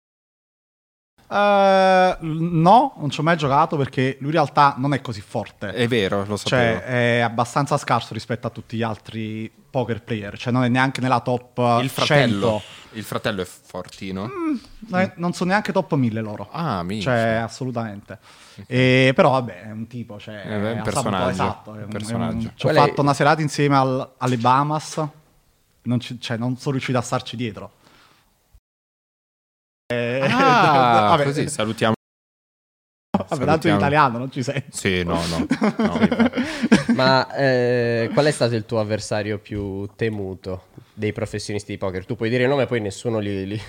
Speaker 5: Eh, no, non ci ho mai giocato perché lui in realtà non è così forte.
Speaker 1: È vero, Eh, lo sapevo.
Speaker 5: Cioè, è abbastanza scarso rispetto a tutti gli altri poker player. Cioè, non è neanche nella top eh,
Speaker 1: il fratello.
Speaker 5: 100.
Speaker 1: Il fratello è fortino.
Speaker 5: Non, è- non sono neanche top 1000 loro.
Speaker 1: Ah, minchia.
Speaker 5: Cioè, assolutamente. E, però, vabbè, è un tipo. Cioè,
Speaker 1: Mhm. Eh, beh, è un
Speaker 5: ha saputo-
Speaker 1: personaggio,
Speaker 5: esatto, è un- è un-
Speaker 1: personaggio.
Speaker 5: Ci ho
Speaker 2: Qual è-
Speaker 5: fatto una serata insieme al- alle Bahamas. Non, ci- cioè, non sono riuscito a starci dietro. Eh,
Speaker 1: Ah,
Speaker 5: vabbè,
Speaker 1: così salutiamo.
Speaker 5: vabbè, tanto
Speaker 1: salutiamo.
Speaker 5: in italiano non ci sei.
Speaker 1: Sì, no, no. no.
Speaker 2: Ma eh, qual è stato il tuo avversario più temuto dei professionisti di poker? Tu puoi dire il nome, poi nessuno li, li-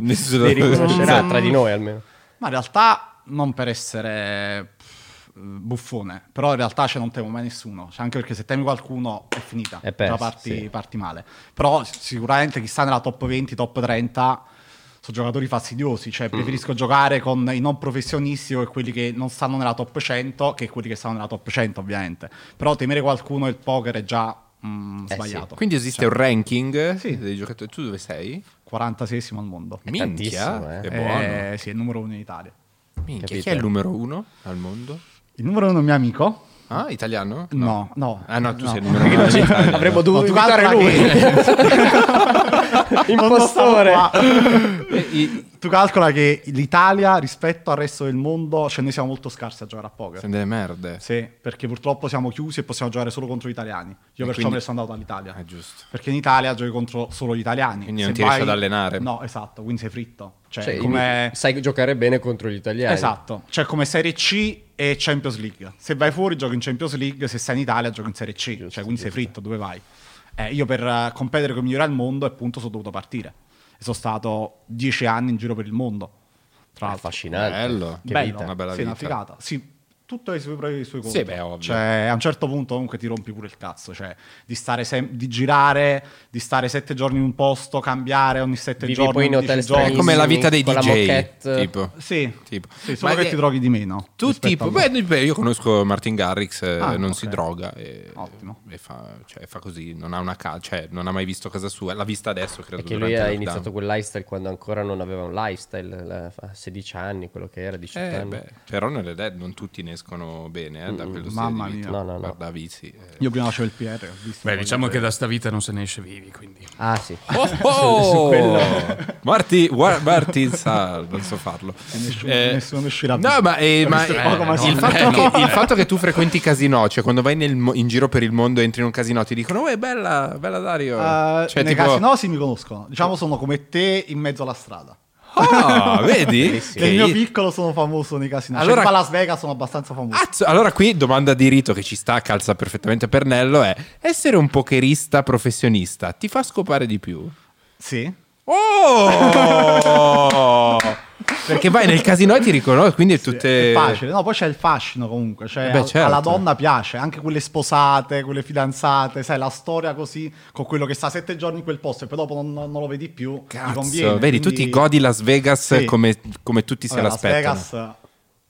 Speaker 1: Nessuno-
Speaker 2: li riconoscerà,
Speaker 5: Mm.
Speaker 2: tra di noi almeno.
Speaker 5: Ma in realtà non per essere pff, buffone, però in realtà cioè, non temo mai nessuno, Cioè, anche perché se temi qualcuno è finita,
Speaker 2: È perso,
Speaker 5: già parti,
Speaker 2: sì.
Speaker 5: parti male. Però sic- sicuramente chi sta nella top 20, top 30 sono giocatori fastidiosi, cioè
Speaker 2: Mm.
Speaker 5: preferisco giocare con i non professionisti o quelli che non stanno nella top 100 che quelli che stanno nella top 100 ovviamente. Però temere qualcuno nel poker è già mm,
Speaker 2: Eh sì.
Speaker 5: sbagliato.
Speaker 1: Quindi esiste un ranking
Speaker 5: Sì.
Speaker 1: dei giocatori. Tu dove sei?
Speaker 5: 46esimo al mondo.
Speaker 2: tantissimo,
Speaker 1: Minchia,
Speaker 2: eh.
Speaker 1: è buono.
Speaker 5: Eh, sì, è il numero uno in Italia.
Speaker 1: Minchia,
Speaker 2: capito.
Speaker 1: chi è il numero uno al mondo?
Speaker 5: Il numero uno è un mio amico.
Speaker 1: Ah, italiano?
Speaker 5: No, no.
Speaker 1: Ah, no, tu
Speaker 5: No.
Speaker 1: sei il numero uno. dell'Italia.
Speaker 2: Avremmo dovuto
Speaker 5: No, tu calcola
Speaker 2: invitare lui. Impostore.
Speaker 5: che- Eh, i- tu calcola che l'Italia rispetto al resto del mondo, cioè noi siamo molto scarsi a giocare a poker.
Speaker 1: Sono delle merde.
Speaker 5: Sì, perché purtroppo siamo chiusi e possiamo giocare solo contro gli italiani. Io perciò
Speaker 1: quindi-
Speaker 5: me ne sono andato all'Italia.
Speaker 1: Ah, giusto.
Speaker 5: Perché in Italia giochi contro solo gli italiani.
Speaker 1: Quindi
Speaker 5: Se
Speaker 1: non ti
Speaker 5: vai-
Speaker 1: riesci ad allenare.
Speaker 5: No, esatto, quindi sei fritto. Cioè,
Speaker 2: Cioè,
Speaker 5: come...
Speaker 2: Sai giocare bene contro gli italiani.
Speaker 5: Esatto, cioè come Serie C e Champions League. Se vai fuori giochi in Champions League, se sei in Italia giochi in Serie C, cioè quindi sei fritto, dove vai? Eh, io per eh, competere con migliore al mondo appunto sono dovuto partire. E sono stato dieci anni in giro per il mondo. Tra l'altro.
Speaker 2: Affascinante.
Speaker 1: Bello.
Speaker 2: Che
Speaker 5: Bello.
Speaker 2: vita.
Speaker 1: Una bella
Speaker 5: sì, una
Speaker 1: vita.
Speaker 5: figata. Sì, tutto ha i suoi pro e i suoi contro.
Speaker 1: Sì, beh, ovvio.
Speaker 5: Cioè, a un certo punto comunque ti rompi pure il cazzo, cioè, di, stare sem- di girare, di stare sette giorni in un posto, cambiare ogni sette
Speaker 2: Vivi
Speaker 5: giorni,
Speaker 2: poi in
Speaker 5: 11
Speaker 2: hotel
Speaker 5: giorni.
Speaker 1: È come la vita dei
Speaker 2: Con la
Speaker 1: DJ.
Speaker 2: moquette.
Speaker 1: tipo.
Speaker 5: Sì,
Speaker 1: Tipo.
Speaker 5: sì, solo
Speaker 1: Ma
Speaker 5: che
Speaker 1: è-
Speaker 5: ti droghi di meno.
Speaker 1: Tu
Speaker 5: rispetto
Speaker 1: tipo,
Speaker 5: a-
Speaker 1: beh, beh, io conosco Martin Garrix, eh,
Speaker 5: Ah,
Speaker 1: non
Speaker 5: ok.
Speaker 1: si droga e,
Speaker 5: Ottimo.
Speaker 1: e fa, cioè, fa così, non ha una casa, cioè, non ha mai visto casa sua, l'ha vista adesso credo.
Speaker 2: Perché lui
Speaker 1: durante il
Speaker 2: ha
Speaker 1: lockdown.
Speaker 2: iniziato quel lifestyle quando ancora non aveva un lifestyle, la- a 16 anni, quello che era, 18
Speaker 1: Eh,
Speaker 2: anni.
Speaker 1: beh, però nelle LED non tutti ne escono bene eh, da quello stile
Speaker 5: Mm, Mamma
Speaker 1: di vita.
Speaker 5: mia.
Speaker 2: No, no, no.
Speaker 1: Guarda, vizi. eh.
Speaker 5: Io prima facevo il PR, ho visto.
Speaker 3: Beh, diciamo che da sta vita non se ne esce vivi, quindi...
Speaker 2: Ah sì.
Speaker 1: Oh, oh! Marti, gua- Marti sa, non so farlo. Eh,
Speaker 5: nessuno- nessuno ne uscirà
Speaker 1: No,
Speaker 5: vivo.
Speaker 1: ma, eh, ma-
Speaker 5: Questo è
Speaker 1: eh,
Speaker 5: poco, ma
Speaker 1: il,
Speaker 5: sì.
Speaker 1: fatto che, il fatto che tu frequenti casinò, cioè quando vai nel mo- in giro per il mondo e entri in un casinò, ti dicono, è bella, bella Dario.
Speaker 5: Eh,
Speaker 1: cioè,
Speaker 5: nei
Speaker 1: tipo,
Speaker 5: casinosi mi conoscono. Diciamo sono come te in mezzo alla strada.
Speaker 1: "Ah, vedi? Che
Speaker 5: Nel mio
Speaker 1: io-
Speaker 5: piccolo sono famoso nei casinosi.
Speaker 1: Allora- Ah!
Speaker 5: Allora, a Las Vegas sono abbastanza famoso.
Speaker 1: Azzo, allora qui domanda di rito che ci sta, calza perfettamente per Nello, è essere un pokerista professionista ti fa scopare di più?
Speaker 5: Sì.
Speaker 1: Oh! Perché vai nel casino e ti riconosci, quindi è tutte...
Speaker 5: È facile, no? Poi c'è il fascino comunque. Cioè,
Speaker 1: Beh,
Speaker 5: a-
Speaker 1: certo.
Speaker 5: alla donna piace, anche quelle sposate, quelle fidanzate, sai, la storia così con quello che sta sette giorni in quel posto e poi dopo non, non lo vedi più. gli
Speaker 1: Cazzo,
Speaker 5: conviene,
Speaker 1: vedi, tu
Speaker 5: quindi-
Speaker 1: ti godi Las Vegas
Speaker 5: Sì.
Speaker 1: come, come tutti se
Speaker 5: Vabbè,
Speaker 1: l'aspettano.
Speaker 5: Las Vegas,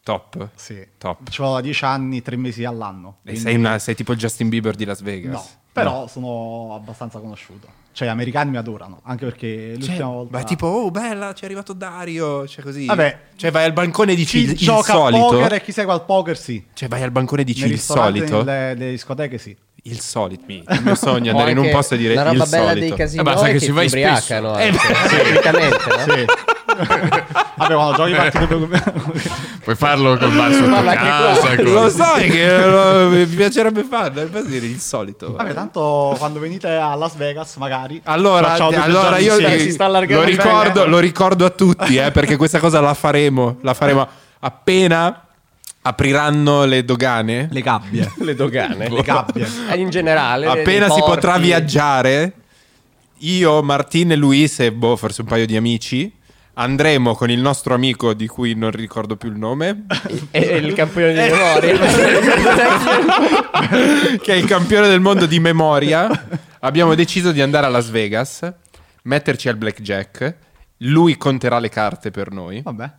Speaker 1: Top.
Speaker 5: sì.
Speaker 1: Top.
Speaker 5: Ci vado da dieci anni, tre mesi all'anno.
Speaker 1: E
Speaker 5: quindi-
Speaker 1: sei, una- sei tipo il Justin Bieber di Las Vegas.
Speaker 5: No, però sono abbastanza conosciuto. Cioè, gli americani mi adorano, anche perché l'ultima
Speaker 1: Cioè,
Speaker 5: volta...
Speaker 1: Ma tipo, oh bella, c'è arrivato Dario, cioè così.
Speaker 5: Vabbè.
Speaker 1: Cioè vai al bancone e dici
Speaker 5: chi
Speaker 1: il, il
Speaker 5: gioca a
Speaker 1: solito.
Speaker 5: poker e chi segue al poker sì.
Speaker 1: Cioè vai al bancone e dici
Speaker 5: Nei
Speaker 1: il
Speaker 5: ristoranti,
Speaker 1: solito.
Speaker 5: nelle, nelle discoteche sì.
Speaker 1: Il solito. Mi- Il mio sogno è
Speaker 2: O
Speaker 1: andare in un
Speaker 2: anche
Speaker 1: posto e dire
Speaker 2: Boh, La roba
Speaker 1: il
Speaker 2: bella
Speaker 1: solito.
Speaker 2: dei
Speaker 3: Eh,
Speaker 2: casini
Speaker 3: basta
Speaker 2: è
Speaker 3: che
Speaker 2: che
Speaker 3: ci
Speaker 2: ci
Speaker 3: vai
Speaker 2: ubriacano,
Speaker 1: spesso. Eh,
Speaker 2: anche, solitamente, no?
Speaker 5: Sì. Vabbè, quando giochi partite come...
Speaker 3: Puoi farlo col bar sotto
Speaker 2: Parla anche
Speaker 3: casa, con-
Speaker 1: Lo sai che lo- mi piacerebbe farlo, mi piace dire il solito.
Speaker 5: Vabbè, tanto quando venite a Las Vegas, magari.
Speaker 1: Allora,
Speaker 5: facciamo due
Speaker 1: allora
Speaker 5: giorni
Speaker 1: io
Speaker 5: insieme.
Speaker 1: li-
Speaker 5: Si sta
Speaker 1: lo,
Speaker 5: allargando il eh.
Speaker 1: ricordo,
Speaker 5: bene.
Speaker 1: lo ricordo a tutti, eh, perché questa cosa la faremo. La faremo appena apriranno le dogane.
Speaker 5: Le gabbie.
Speaker 2: Le dogane.
Speaker 5: le gabbie.
Speaker 2: Eh, in generale.
Speaker 1: appena
Speaker 2: nei
Speaker 1: si
Speaker 2: porti.
Speaker 1: potrà viaggiare, io, Martin e Luis e boh, forse un paio di amici. Andremo con il nostro amico di cui non ricordo più il nome,
Speaker 2: È è il campione di
Speaker 1: Eh,
Speaker 2: memoria.
Speaker 1: che è il campione del mondo di memoria. Abbiamo deciso di andare a Las Vegas, metterci al blackjack. Lui conterà le carte per noi.
Speaker 5: Vabbè.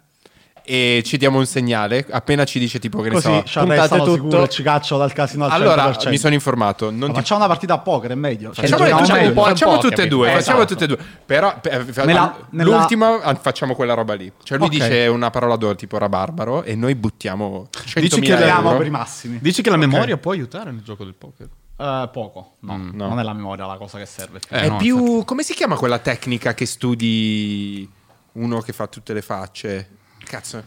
Speaker 1: e ci diamo un segnale appena ci dice tipo che ne
Speaker 5: Così
Speaker 1: so
Speaker 5: ci
Speaker 2: puntate
Speaker 5: arrestano
Speaker 2: tutto.
Speaker 5: sicuro, ci cacciano dal casino al
Speaker 1: allora
Speaker 5: 100%.
Speaker 1: mi sono informato non ti...
Speaker 5: Ma Facciamo una partita a poker, è meglio. Cioè,
Speaker 1: facciamo,
Speaker 2: Facciamo-
Speaker 5: giochiamo
Speaker 2: facciamo
Speaker 5: meglio.
Speaker 2: un po'
Speaker 1: facciamo
Speaker 2: al poker,
Speaker 1: tutte e due
Speaker 2: capito?
Speaker 1: facciamo tutte
Speaker 2: Esatto.
Speaker 1: e due però eh, fa-
Speaker 5: Nella- nella-
Speaker 1: l'ultima ah, facciamo quella roba lì cioè lui
Speaker 5: Ok.
Speaker 1: dice una parola d'oro tipo rabarbaro e noi buttiamo 100.000 euro.
Speaker 3: Dici che
Speaker 5: Chiediamo per i massimi.
Speaker 3: Dici che la memoria può aiutare nel gioco del poker?
Speaker 5: Eh, poco. No,
Speaker 1: no.
Speaker 5: non è la memoria la cosa che serve.
Speaker 3: Eh,
Speaker 1: è
Speaker 3: no,
Speaker 1: più come si chiama quella tecnica che studi uno che fa tutte le facce cazzo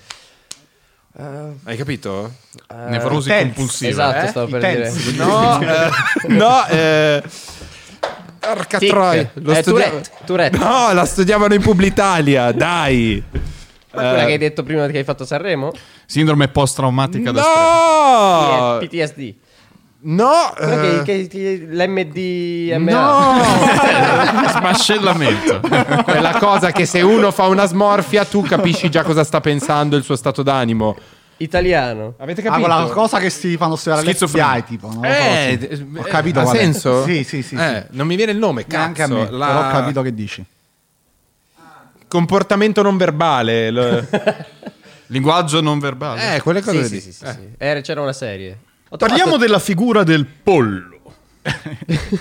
Speaker 1: hai capito?
Speaker 3: Nevrosi
Speaker 5: tense.
Speaker 3: compulsiva.
Speaker 2: esatto,
Speaker 1: eh?
Speaker 2: stavo
Speaker 5: I
Speaker 2: per
Speaker 5: tensi.
Speaker 2: dire.
Speaker 1: no eh, no eh, porca
Speaker 2: Tic.
Speaker 1: troia lo
Speaker 2: Eh,
Speaker 1: studia-
Speaker 2: Tourette, Tourette.
Speaker 1: No, la studiavano in Publitalia, dai.
Speaker 2: Ma
Speaker 1: Eh.
Speaker 2: quella che hai detto prima che hai fatto Sanremo?
Speaker 3: Sindrome post-traumatica da stress.
Speaker 1: No!
Speaker 2: PTSD.
Speaker 1: No!
Speaker 2: Quella
Speaker 1: Oh. eh,
Speaker 2: che, che, che- l'MDMA.
Speaker 1: No!
Speaker 3: Smascellamento.
Speaker 1: Quella cosa che se uno fa una smorfia tu capisci già cosa sta pensando il suo stato d'animo.
Speaker 2: Italiano.
Speaker 1: Avete
Speaker 5: Ah, quella cosa che si fanno studiare
Speaker 3: Schizofrenia.
Speaker 5: all'FBI, tipo. non lo so,
Speaker 1: Eh,
Speaker 5: sì.
Speaker 1: eh,
Speaker 5: ho capito
Speaker 1: ha
Speaker 5: qual è.
Speaker 1: senso?
Speaker 5: Sì, sì, sì.
Speaker 1: Eh,
Speaker 5: sì.
Speaker 1: Non mi viene il nome,
Speaker 5: Neanche
Speaker 1: cazzo.
Speaker 5: a me,
Speaker 1: la-
Speaker 5: però ho capito che dici.
Speaker 1: Comportamento non verbale. lo-
Speaker 3: Linguaggio non verbale.
Speaker 1: eh, quelle cose
Speaker 2: Sì,
Speaker 1: lì.
Speaker 2: sì, sì, sì, sì. Eh, c'era una serie. Ho
Speaker 3: Parliamo della figura del pollo.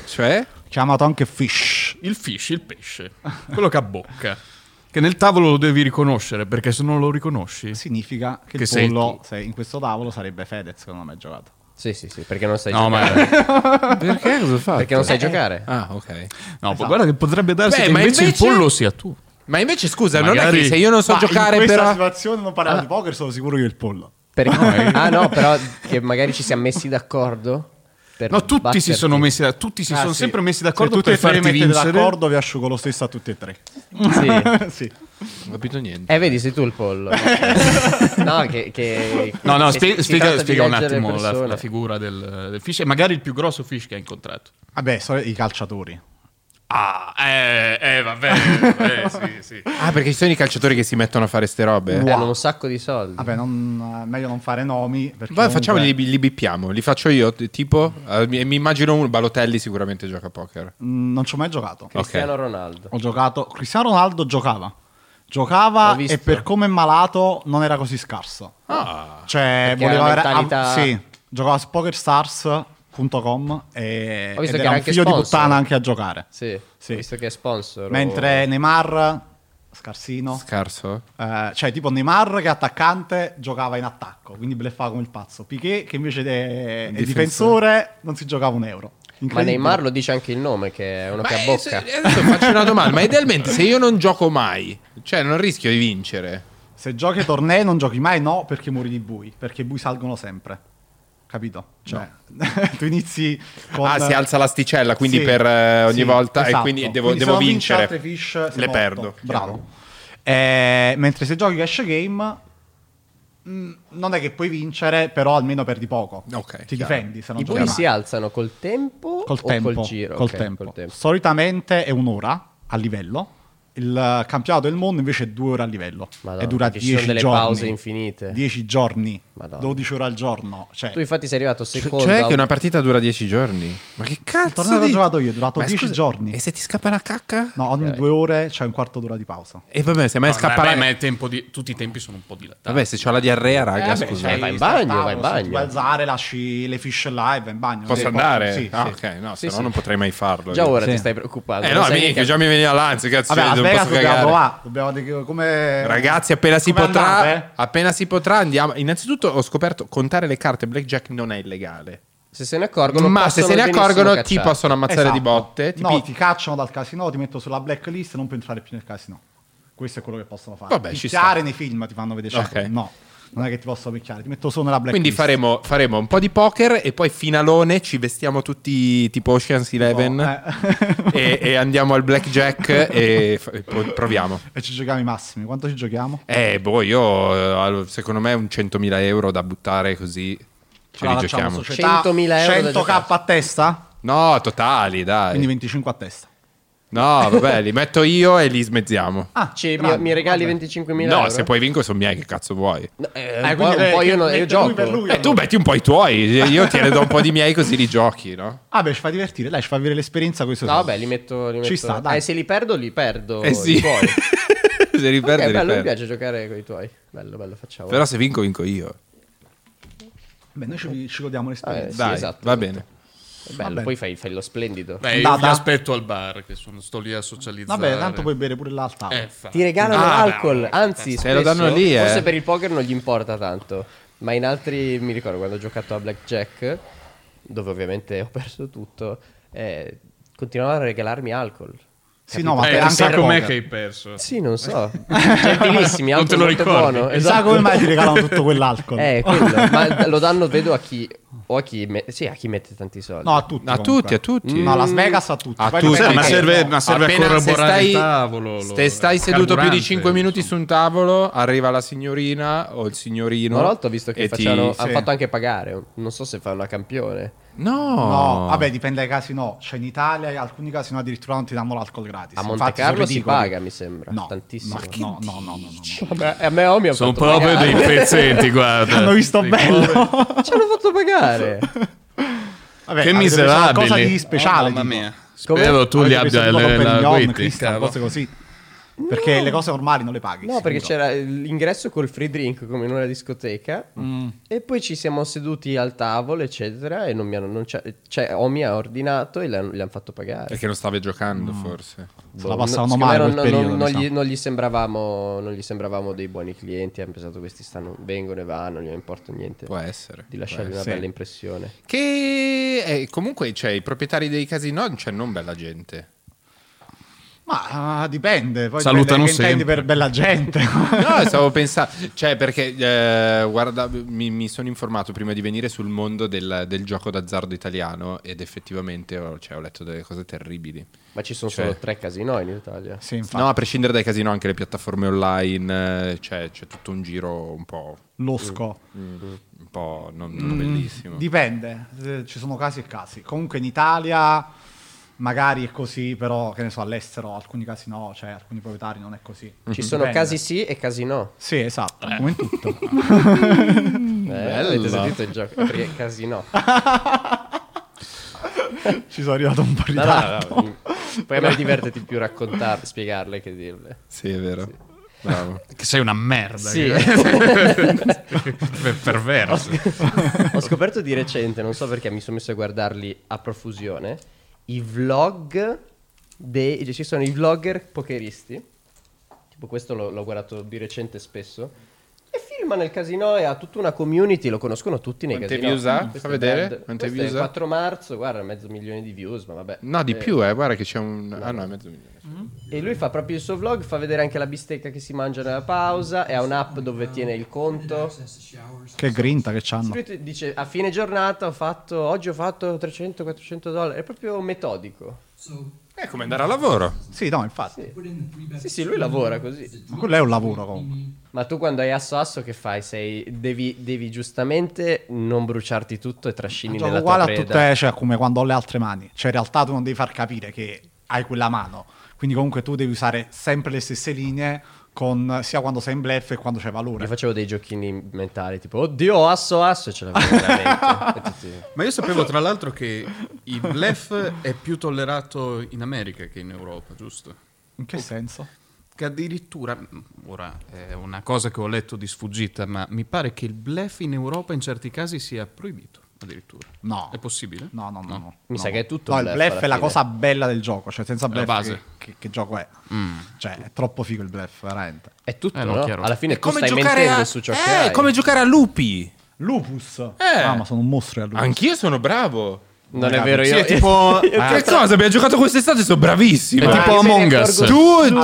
Speaker 1: Cioè?
Speaker 5: Chiamato anche Fish.
Speaker 3: Il fish, il pesce. Quello che ha bocca. Che nel tavolo lo devi riconoscere, perché se non lo riconosci...
Speaker 5: Significa che,
Speaker 3: Che
Speaker 5: il
Speaker 3: sei
Speaker 5: pollo,
Speaker 3: tu.
Speaker 5: se in questo tavolo, sarebbe Fedez, secondo me, giocato.
Speaker 2: Sì, sì, sì, perché non sai
Speaker 3: No, ma,
Speaker 2: giocare.
Speaker 3: no
Speaker 1: Perché cosa fa?
Speaker 2: Perché non sai giocare.
Speaker 1: Ah, ok.
Speaker 3: ma guarda che potrebbe darsi
Speaker 1: Beh,
Speaker 3: che
Speaker 1: ma
Speaker 3: invece,
Speaker 1: invece-
Speaker 3: il pollo sia tu.
Speaker 1: Ma invece scusa, non è
Speaker 3: Magari-
Speaker 1: che se io non so
Speaker 5: Ma
Speaker 1: giocare
Speaker 5: in questa
Speaker 1: però
Speaker 5: situazione non
Speaker 3: Ah.
Speaker 5: parliamo di poker, sono sicuro che è il pollo.
Speaker 2: Perché- ah no, però che magari ci siamo messi d'accordo. per
Speaker 3: No, tutti si sono
Speaker 2: batterti.
Speaker 3: messi, da- tutti si
Speaker 5: Ah,
Speaker 3: sono
Speaker 5: sì.
Speaker 3: sempre messi d'accordo
Speaker 5: Se tutti
Speaker 3: per
Speaker 5: e tre
Speaker 3: farti
Speaker 5: vi mettete
Speaker 3: vincere.
Speaker 5: d'accordo, vi asciugo lo stesso a tutti e tre.
Speaker 2: Sì.
Speaker 5: sì.
Speaker 1: non ho capito niente.
Speaker 2: Eh, vedi, sei tu il pollo. no, che, che-
Speaker 3: No, no,
Speaker 2: che
Speaker 3: spie-
Speaker 2: si
Speaker 3: spiega,
Speaker 2: tratta di
Speaker 3: spiega un
Speaker 2: leggere
Speaker 3: attimo
Speaker 2: le
Speaker 3: la,
Speaker 2: persone.
Speaker 3: la figura del, del fish e magari il più grosso fish che hai incontrato.
Speaker 5: Vabbè, so- i calciatori.
Speaker 3: Ah, eh, eh vabbè, vabbè, sì, sì.
Speaker 1: Ah, perché ci sono i calciatori che si mettono a fare ste robe.
Speaker 5: Wow.
Speaker 2: Hanno un sacco di soldi.
Speaker 5: Vabbè, non- eh, meglio non fare nomi. Perché
Speaker 1: Vai,
Speaker 5: comunque-
Speaker 1: facciamoli, li, li bippiamo. Li faccio io, t- tipo. eh, mi, mi immagino uno. Balotelli sicuramente gioca a poker.
Speaker 5: Mm, Non ci ho mai giocato.
Speaker 2: Cristiano Ronaldo.
Speaker 5: Ho giocato. Cristiano Ronaldo giocava. Giocava
Speaker 2: Ho visto.
Speaker 5: e per come è malato non era così scarso.
Speaker 1: Ah.
Speaker 5: Cioè,
Speaker 2: Perché
Speaker 5: voleva
Speaker 2: era
Speaker 5: avere-
Speaker 2: mentalità-
Speaker 5: av- sì, giocava su pokerstars.com e
Speaker 2: Ho visto
Speaker 5: ed
Speaker 2: che era
Speaker 5: era un
Speaker 2: anche
Speaker 5: figlio di
Speaker 2: sponsor.
Speaker 5: puttana anche a giocare.
Speaker 2: Sì,
Speaker 5: Sì.
Speaker 2: Ho visto che è sponsor. o-
Speaker 5: Mentre Neymar scarsino,
Speaker 1: Scarso.
Speaker 5: Eh, cioè tipo Neymar che è attaccante giocava in attacco, quindi bleffava come il pazzo. Piquet che invece de- è
Speaker 1: Difensore.
Speaker 5: difensore. non si giocava un euro.
Speaker 2: Ma
Speaker 5: Incredibile.
Speaker 2: Neymar lo dice anche il nome, che è uno
Speaker 1: Ma
Speaker 2: che
Speaker 1: è-
Speaker 2: abbocca.
Speaker 1: se- eh, adesso faccio una domanda, ma idealmente se io non gioco mai, cioè non rischio di vincere.
Speaker 5: Se giochi ai tornei non giochi mai, no, perché muori di bui, perché i bui salgono sempre. Capito? Cioè, tu inizi con...
Speaker 1: Ah, si alza l'asticella, quindi
Speaker 5: Sì,
Speaker 1: per eh, ogni
Speaker 5: sì,
Speaker 1: volta e
Speaker 5: esatto.
Speaker 1: quindi devo,
Speaker 5: Quindi se
Speaker 1: devo
Speaker 5: non vinci
Speaker 1: vincere.
Speaker 5: altre fish, sei
Speaker 1: Le
Speaker 5: morto.
Speaker 1: perdo.
Speaker 5: Bravo. Eh, mentre se giochi cash game mh, non è che puoi vincere, però almeno perdi poco.
Speaker 1: Ok,
Speaker 5: Ti
Speaker 1: chiaro.
Speaker 5: difendi se non
Speaker 2: I
Speaker 5: giochi
Speaker 2: bui
Speaker 5: mai.
Speaker 2: si alzano col tempo
Speaker 5: col
Speaker 2: o
Speaker 5: tempo,
Speaker 2: col giro?
Speaker 5: col
Speaker 2: Ok,
Speaker 5: tempo.
Speaker 2: col tempo.
Speaker 5: Solitamente è un'ora a livello. Il campionato del mondo invece è due ore a livello.
Speaker 2: Madonna,
Speaker 5: e dura
Speaker 2: perché ci sono
Speaker 5: 10 giorni.
Speaker 2: delle pause infinite.
Speaker 5: 10 giorni,
Speaker 2: Madonna.
Speaker 5: 12 ore al giorno. Cioè,
Speaker 2: Tu infatti sei arrivato secondo.
Speaker 1: Cioè che una partita dura 10 giorni. Ma che cazzo?
Speaker 5: torneo che ho
Speaker 1: dici?
Speaker 5: giocato io è durato
Speaker 1: Ma
Speaker 5: 10
Speaker 1: scusa,
Speaker 5: giorni.
Speaker 1: E se ti scappa la cacca?
Speaker 5: no, ogni
Speaker 2: Ok.
Speaker 5: due ore c'è un quarto d'ora di pausa.
Speaker 1: E vabbè, se mai
Speaker 3: No,
Speaker 1: scappa
Speaker 3: vabbè,
Speaker 1: la
Speaker 3: ma il tempo di- tutti i tempi sono un po' dilatati.
Speaker 1: Vabbè, se c'ho la diarrea, raga,
Speaker 5: Eh,
Speaker 1: scusa.
Speaker 5: beh, sai,
Speaker 2: Cioè, vai in
Speaker 5: stai al
Speaker 2: bagno,
Speaker 5: tavolo,
Speaker 2: vai in
Speaker 5: se ti
Speaker 2: bagno.
Speaker 5: vuoi alzare, lasci le fish là e vai in bagno.
Speaker 1: Posso
Speaker 5: Sì,
Speaker 1: andare?
Speaker 5: Sì,
Speaker 1: ah,
Speaker 5: sì.
Speaker 1: ok, no,
Speaker 2: Sì,
Speaker 1: se no
Speaker 2: sì.
Speaker 1: non potrei mai farlo.
Speaker 2: Già ora
Speaker 5: Sì.
Speaker 2: ti stai preoccupando.
Speaker 1: Eh
Speaker 2: non
Speaker 1: no,
Speaker 2: sai
Speaker 1: minchia,
Speaker 2: neanche-
Speaker 1: già mi veniva l'anzi, cazzo,
Speaker 5: Vabbè, a
Speaker 1: non
Speaker 5: Vegas
Speaker 1: posso
Speaker 5: dobbiamo
Speaker 1: cagare.
Speaker 5: provare. Dobbiamo dire come...
Speaker 1: Ragazzi, appena si
Speaker 5: come
Speaker 1: potrà,
Speaker 5: andate?
Speaker 1: appena si potrà andiamo. Innanzitutto ho scoperto contare le carte blackjack non è illegale.
Speaker 2: Se se ne accorgono,
Speaker 1: ma se
Speaker 2: possono
Speaker 1: se ne
Speaker 2: benissimo
Speaker 1: accorgono ti
Speaker 2: cacciare.
Speaker 1: possono ammazzare
Speaker 5: Esatto.
Speaker 1: di botte, ti
Speaker 5: No,
Speaker 1: pi-
Speaker 5: ti cacciano dal casino, ti metto sulla blacklist e non puoi entrare più nel casino. Questo è quello che possono fare.
Speaker 1: Vabbè, ci
Speaker 5: picchiare
Speaker 1: sta.
Speaker 5: nei film ti fanno vedere
Speaker 1: Ok.
Speaker 5: certo, No, non è che ti posso picchiare, ti metto solo nella
Speaker 1: Quindi
Speaker 5: blacklist.
Speaker 1: faremo, faremo un po' di poker e poi finalone ci vestiamo tutti tipo Ocean's
Speaker 5: eh.
Speaker 1: Eleven
Speaker 5: Oh, eh.
Speaker 1: e, e andiamo al blackjack e, f- e poi proviamo.
Speaker 5: e ci giochiamo i massimi. Quanto ci giochiamo?
Speaker 1: Eh, boh, io eh, secondo me un 100.000 euro da buttare così ce
Speaker 5: Allora,
Speaker 1: li
Speaker 5: Ah, facciamo
Speaker 1: giochiamo.
Speaker 5: società,
Speaker 2: 100.000 euro da
Speaker 5: 100k
Speaker 2: giocare.
Speaker 5: a testa?
Speaker 1: No, totali, dai.
Speaker 5: Quindi 25 a testa.
Speaker 1: No, vabbè, li metto io e li smezziamo.
Speaker 5: Ah,
Speaker 2: Ci- mi,
Speaker 5: grande,
Speaker 2: mi regali
Speaker 5: vabbè.
Speaker 2: 25.000
Speaker 1: No,
Speaker 2: euro?
Speaker 1: se poi vinco sono miei, che cazzo vuoi?
Speaker 2: No, eh, un po',
Speaker 5: Eh, quindi
Speaker 2: un po'
Speaker 5: eh,
Speaker 2: io, non-
Speaker 5: mette
Speaker 2: io
Speaker 5: lui per
Speaker 2: gioco.
Speaker 5: lui,
Speaker 1: Eh, tu
Speaker 5: allora.
Speaker 1: metti un po' i tuoi, io ti ne do un po' di miei così li giochi, no?
Speaker 5: Ah, beh, ci fa divertire. Dai, ci fa avere l'esperienza. Questo
Speaker 2: No, vabbè, li metto. Li
Speaker 5: Ci
Speaker 2: metto.
Speaker 5: sta, dai.
Speaker 2: Eh, se li perdo, li perdo.
Speaker 1: Eh sì.
Speaker 2: i tuoi.
Speaker 1: se li
Speaker 2: Ok,
Speaker 1: perdi, li
Speaker 2: bello, mi
Speaker 1: perdi.
Speaker 2: piace giocare con i tuoi. Bello, bello, facciamo.
Speaker 1: Però se vinco, vinco io.
Speaker 5: Beh, noi ci, ci godiamo
Speaker 2: Eh,
Speaker 5: l'esperienza.
Speaker 2: sì,
Speaker 1: Dai,
Speaker 2: esatto,
Speaker 1: va
Speaker 2: esatto.
Speaker 1: bene.
Speaker 2: È bello,
Speaker 5: Vabbè.
Speaker 2: poi fai, fai lo splendido.
Speaker 3: Beh, io
Speaker 5: Andata.
Speaker 3: vi aspetto al bar, che sono, sto lì a socializzare.
Speaker 5: Vabbè, tanto puoi bere pure l'alta.
Speaker 3: Eh, fa- Eh,
Speaker 2: Ti regalano
Speaker 1: Ah,
Speaker 2: alcol,
Speaker 3: bravo.
Speaker 2: anzi,
Speaker 1: Se lo
Speaker 2: spesso,
Speaker 1: danno lì, eh.
Speaker 2: Forse per il poker non gli importa tanto, ma in altri mi ricordo quando ho giocato a blackjack, dove ovviamente ho perso tutto, eh, continuavano a regalarmi alcol.
Speaker 5: Sì, no, ma
Speaker 3: Eh,
Speaker 5: per- anche
Speaker 3: chissà
Speaker 5: per
Speaker 3: com'è
Speaker 5: poker.
Speaker 3: che hai perso.
Speaker 2: Sì, non so. Gentilissimi,
Speaker 3: Non te
Speaker 2: alcol
Speaker 3: lo
Speaker 2: molto
Speaker 3: ricordi.
Speaker 2: buono. esatto.
Speaker 5: Chissà come mai ti regalano tutto quell'alcol.
Speaker 2: Eh, quello, ma lo danno vedo a chi o a chi, me- sì, a chi mette tanti soldi.
Speaker 5: No, a tutti.
Speaker 1: A
Speaker 5: comunque. Mm,
Speaker 1: tutti, a tutti.
Speaker 5: No, Las Vegas a tutti.
Speaker 1: A
Speaker 5: Poi
Speaker 1: tutti,
Speaker 5: dipende
Speaker 1: ma
Speaker 5: che-
Speaker 3: serve-
Speaker 5: no.
Speaker 3: ma serve a
Speaker 1: Appena- se
Speaker 3: corroborare
Speaker 1: stai,
Speaker 3: il tavolo, lo-
Speaker 1: se stai
Speaker 3: il
Speaker 1: seduto più di
Speaker 3: carburante,
Speaker 1: 5 minuti
Speaker 3: insomma.
Speaker 1: su un tavolo, arriva la signorina o il signorino.
Speaker 2: Una volta ho visto che
Speaker 1: e ti-
Speaker 2: facevano-
Speaker 1: sì.
Speaker 2: hanno fatto anche pagare, non so se fanno a campione.
Speaker 1: No,
Speaker 5: No, vabbè, dipende dai casi no. Cioè in Italia in alcuni casi no, addirittura non ti danno l'alcol gratis.
Speaker 2: A Monte
Speaker 5: Infatti, sono
Speaker 2: Carlo si
Speaker 5: ridicoli.
Speaker 2: paga, mi sembra,
Speaker 5: No,
Speaker 2: tantissimo.
Speaker 5: no, No, no, no, no, no, no.
Speaker 2: Vabbè, a me Omi ha
Speaker 3: Sono
Speaker 2: fatto
Speaker 3: proprio
Speaker 2: pagare.
Speaker 3: dei pezzetti, guarda.
Speaker 5: Hanno visto
Speaker 3: Dei
Speaker 5: bello.
Speaker 3: poveri.
Speaker 2: Ci hanno fatto pagare.
Speaker 5: Vabbè,
Speaker 3: che
Speaker 5: avete preso
Speaker 3: miserabili.
Speaker 5: Qualcosa di speciale.
Speaker 3: Oh, mamma
Speaker 5: tipo.
Speaker 3: mia. Spero tu
Speaker 5: Avete
Speaker 3: li
Speaker 5: preso
Speaker 3: abbia
Speaker 5: il Dolo
Speaker 3: le la
Speaker 5: Perignon,
Speaker 3: guitti,
Speaker 5: Cristo,
Speaker 3: cavolo.
Speaker 5: cose così. Perché le cose normali non le paghi.
Speaker 2: No, perché
Speaker 5: sicuro.
Speaker 2: c'era l'ingresso col free drink come in una discoteca.
Speaker 5: Mm.
Speaker 2: E poi ci siamo seduti al tavolo, eccetera. E non mi hanno. Non c'è, cioè, Omi ha ordinato e le hanno, gli hanno fatto pagare.
Speaker 1: perché non stavi giocando forse.
Speaker 2: Boh,
Speaker 5: Se la
Speaker 2: No,
Speaker 5: passavano
Speaker 2: secondo
Speaker 5: male
Speaker 2: me
Speaker 5: quel
Speaker 2: non, non-
Speaker 5: periodo.
Speaker 2: non
Speaker 5: mi
Speaker 2: gli,
Speaker 5: sa.
Speaker 2: non gli sembravamo, non gli sembravamo dei buoni clienti. Hanno pensato questi stanno, vengono e vanno, non gli importa niente.
Speaker 1: Può essere.
Speaker 2: Di lasciargli una
Speaker 5: Sì.
Speaker 2: bella impressione.
Speaker 1: Che eh, comunque cioè, i proprietari dei casino, c'è non bella gente.
Speaker 5: Ma ah, dipende. Poi
Speaker 3: Salutano
Speaker 5: dipende che intendi
Speaker 3: sempre.
Speaker 5: per bella gente.
Speaker 1: No, stavo pensando, cioè perché eh, guarda, mi, mi sono informato prima di venire sul mondo del, del gioco d'azzardo italiano ed effettivamente ho, cioè, ho letto delle cose terribili.
Speaker 2: Ma ci sono
Speaker 1: Cioè-
Speaker 2: solo tre casino in Italia.
Speaker 5: Sì, infatti.
Speaker 1: No, a prescindere dai casino, anche le piattaforme online, eh, cioè, c'è tutto un giro un po',
Speaker 5: Losco.
Speaker 1: un
Speaker 2: Mm-hmm. Mm,
Speaker 5: Mm,
Speaker 1: Mm. po' non, non bellissimo.
Speaker 5: Dipende, eh, ci sono casi e casi. Comunque in Italia magari è così, però che ne so, all'estero alcuni casi no, cioè alcuni proprietari non è così.
Speaker 2: Ci sono
Speaker 5: Dipende.
Speaker 2: casi sì e casi no.
Speaker 5: Sì, esatto, come in tutto.
Speaker 2: Eh, avete sentito il gioco? Perché casi no.
Speaker 5: Ci sono arrivato un po' in
Speaker 2: No,
Speaker 5: ritardo.
Speaker 2: no, no, mi- Poi a me diverte di più raccontarle, spiegarle che dirle.
Speaker 1: Sì, è vero. Bravo.
Speaker 3: Che sei una merda.
Speaker 2: Sì.
Speaker 3: che- Perverso.
Speaker 2: Ho scoperto di recente, non so perché mi sono messo a guardarli a profusione, i vlog dei... cioè, Ci sono i vlogger pokeristi, tipo questo l'ho, l'ho guardato di recente spesso, e filma nel casino e ha tutta una community, lo conoscono tutti nei
Speaker 1: Quante
Speaker 2: casino.
Speaker 1: views ha?
Speaker 2: Questo
Speaker 1: Fa
Speaker 2: è
Speaker 1: vedere?
Speaker 2: Bad.
Speaker 1: Quante
Speaker 2: Questo è
Speaker 1: views
Speaker 2: il
Speaker 1: ha?
Speaker 2: 4 marzo, guarda, mezzo milione di views, ma vabbè.
Speaker 1: No, di
Speaker 2: Eh,
Speaker 1: più, eh. Guarda che c'è un... Ah no, è mezzo milione.
Speaker 2: E lui fa proprio il suo vlog, fa vedere anche la bistecca che si mangia nella pausa, e ha un'app dove tiene il conto.
Speaker 5: Che grinta che
Speaker 2: Sì,
Speaker 5: c'hanno.
Speaker 2: Lui ti dice a fine giornata ho fatto, oggi ho fatto 300-400 dollari, è proprio metodico.
Speaker 1: È Eh, come andare a lavoro.
Speaker 5: Sì, no, infatti.
Speaker 2: Sì, sì, lui lavora così.
Speaker 5: Ma quello è un lavoro comunque.
Speaker 2: Ma tu quando hai asso asso che fai? Sei, devi, devi giustamente non bruciarti tutto e trascini
Speaker 5: Gioco
Speaker 2: nella tua
Speaker 5: uguale a
Speaker 2: preda.
Speaker 5: tutte, cioè come quando ho le altre mani. Cioè in realtà tu non devi far capire che hai quella mano. Quindi comunque tu devi usare sempre le stesse linee con, sia quando sei in bluff che quando c'è valore.
Speaker 2: Io facevo dei giochini mentali tipo oddio ho asso asso e ce l'avevo veramente. E tutti-
Speaker 3: Ma io sapevo tra l'altro che il blef è più tollerato in America che in Europa, giusto?
Speaker 5: In che senso?
Speaker 3: Che addirittura, mm, ora è una cosa che ho letto di sfuggita, ma mi pare che il blef in Europa in certi casi sia proibito, addirittura.
Speaker 5: No.
Speaker 3: È possibile?
Speaker 5: No, no, no. no.
Speaker 2: Mm. Mi
Speaker 5: No.
Speaker 2: sa che è tutto
Speaker 5: No,
Speaker 2: bluff
Speaker 5: il bluff
Speaker 2: alla
Speaker 5: è la
Speaker 2: fine.
Speaker 5: cosa bella del gioco. Cioè senza bluff
Speaker 3: base.
Speaker 5: Che, che- che gioco è?
Speaker 2: Mm.
Speaker 5: Cioè è troppo figo il bluff, veramente.
Speaker 2: È tutto,
Speaker 3: Eh, no,
Speaker 2: no?
Speaker 3: chiaro.
Speaker 2: Alla fine
Speaker 1: È
Speaker 2: tu stai mentendo su ciò che
Speaker 1: Eh,
Speaker 2: hai.
Speaker 1: è come giocare a lupi.
Speaker 5: Lupus. Ah, ma sono un mostro a lupus.
Speaker 1: Anch'io sono bravo.
Speaker 2: Non è vero,
Speaker 3: Sì,
Speaker 2: io...
Speaker 3: è tipo...
Speaker 1: Ah, che cosa? Abbiamo giocato quest'estate, sono bravissimo.
Speaker 3: È
Speaker 1: Ma-
Speaker 3: tipo
Speaker 2: se ne
Speaker 3: Among
Speaker 2: è
Speaker 3: Us.
Speaker 2: accorgo-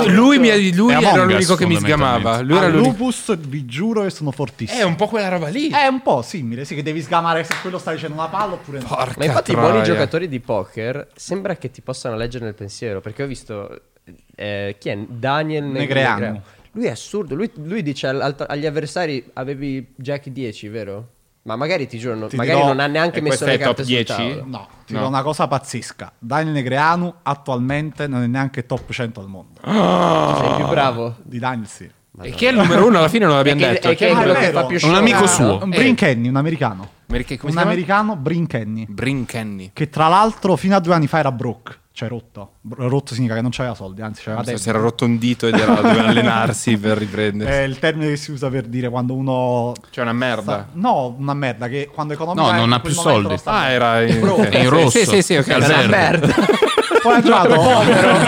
Speaker 1: Tu, lui, mi- lui
Speaker 3: È
Speaker 1: era
Speaker 3: Among Us,
Speaker 1: l'unico che mi sgamava. Lui
Speaker 5: A
Speaker 1: era l'unico.
Speaker 5: lupus vi giuro che sono fortissimo.
Speaker 1: È Eh, un po' quella roba lì.
Speaker 5: È un po' simile, sì, che devi sgamare se quello sta dicendo una palla oppure no.
Speaker 1: Porca
Speaker 2: Ma infatti i
Speaker 1: troia.
Speaker 2: buoni giocatori di poker sembra che ti possano leggere nel pensiero, perché ho visto eh, chi è Daniel Neg-
Speaker 5: Negreanu.
Speaker 2: Lui è assurdo, lui, lui dice al- al- agli avversari avevi jack 10, vero? Ma magari ti giuro, non-
Speaker 5: Ti
Speaker 2: magari
Speaker 5: dirò-
Speaker 2: non ha neanche
Speaker 1: E questo
Speaker 2: messo le
Speaker 1: è top
Speaker 2: carte sul
Speaker 1: 10?
Speaker 2: tavolo.
Speaker 5: No, ti dico una cosa pazzesca. Daniel Negreanu attualmente non è neanche top 100 al mondo.
Speaker 2: Sei più bravo.
Speaker 5: Di Daniel sì.
Speaker 1: E chi è il numero uno alla fine non l'abbiamo
Speaker 2: È che-
Speaker 1: detto.
Speaker 2: è che
Speaker 1: Chi è il
Speaker 2: è quello
Speaker 1: numero-
Speaker 2: che
Speaker 5: vero.
Speaker 2: fa più
Speaker 5: Un
Speaker 2: show.
Speaker 3: amico
Speaker 2: no?
Speaker 3: suo.
Speaker 5: Un Brinkenny, un americano.
Speaker 1: Perché- come
Speaker 5: un
Speaker 1: si chiama?
Speaker 5: americano Brinkenny,
Speaker 1: Brinkenny.
Speaker 5: che tra l'altro fino a due anni fa era broke, cioè rotto. Bro- Rotto significa che non c'aveva soldi, anzi c'aveva
Speaker 1: Non so,
Speaker 5: debiti.
Speaker 1: si era rotto un dito ed era doveva allenarsi per riprendersi.
Speaker 5: È il termine che si usa per dire quando uno...
Speaker 1: Cioè Eh, una merda.
Speaker 5: sta- No, una merda, che quando economica...
Speaker 3: No,
Speaker 5: è-
Speaker 3: non ha
Speaker 5: in quel
Speaker 3: più
Speaker 5: momento
Speaker 3: soldi.
Speaker 5: non sta
Speaker 1: Ah, era in,
Speaker 3: Bro, è in rosso.
Speaker 1: Sì, sì, sì, ok.
Speaker 3: Al
Speaker 2: Una
Speaker 3: verde.
Speaker 2: merda.
Speaker 5: Poi ha giocato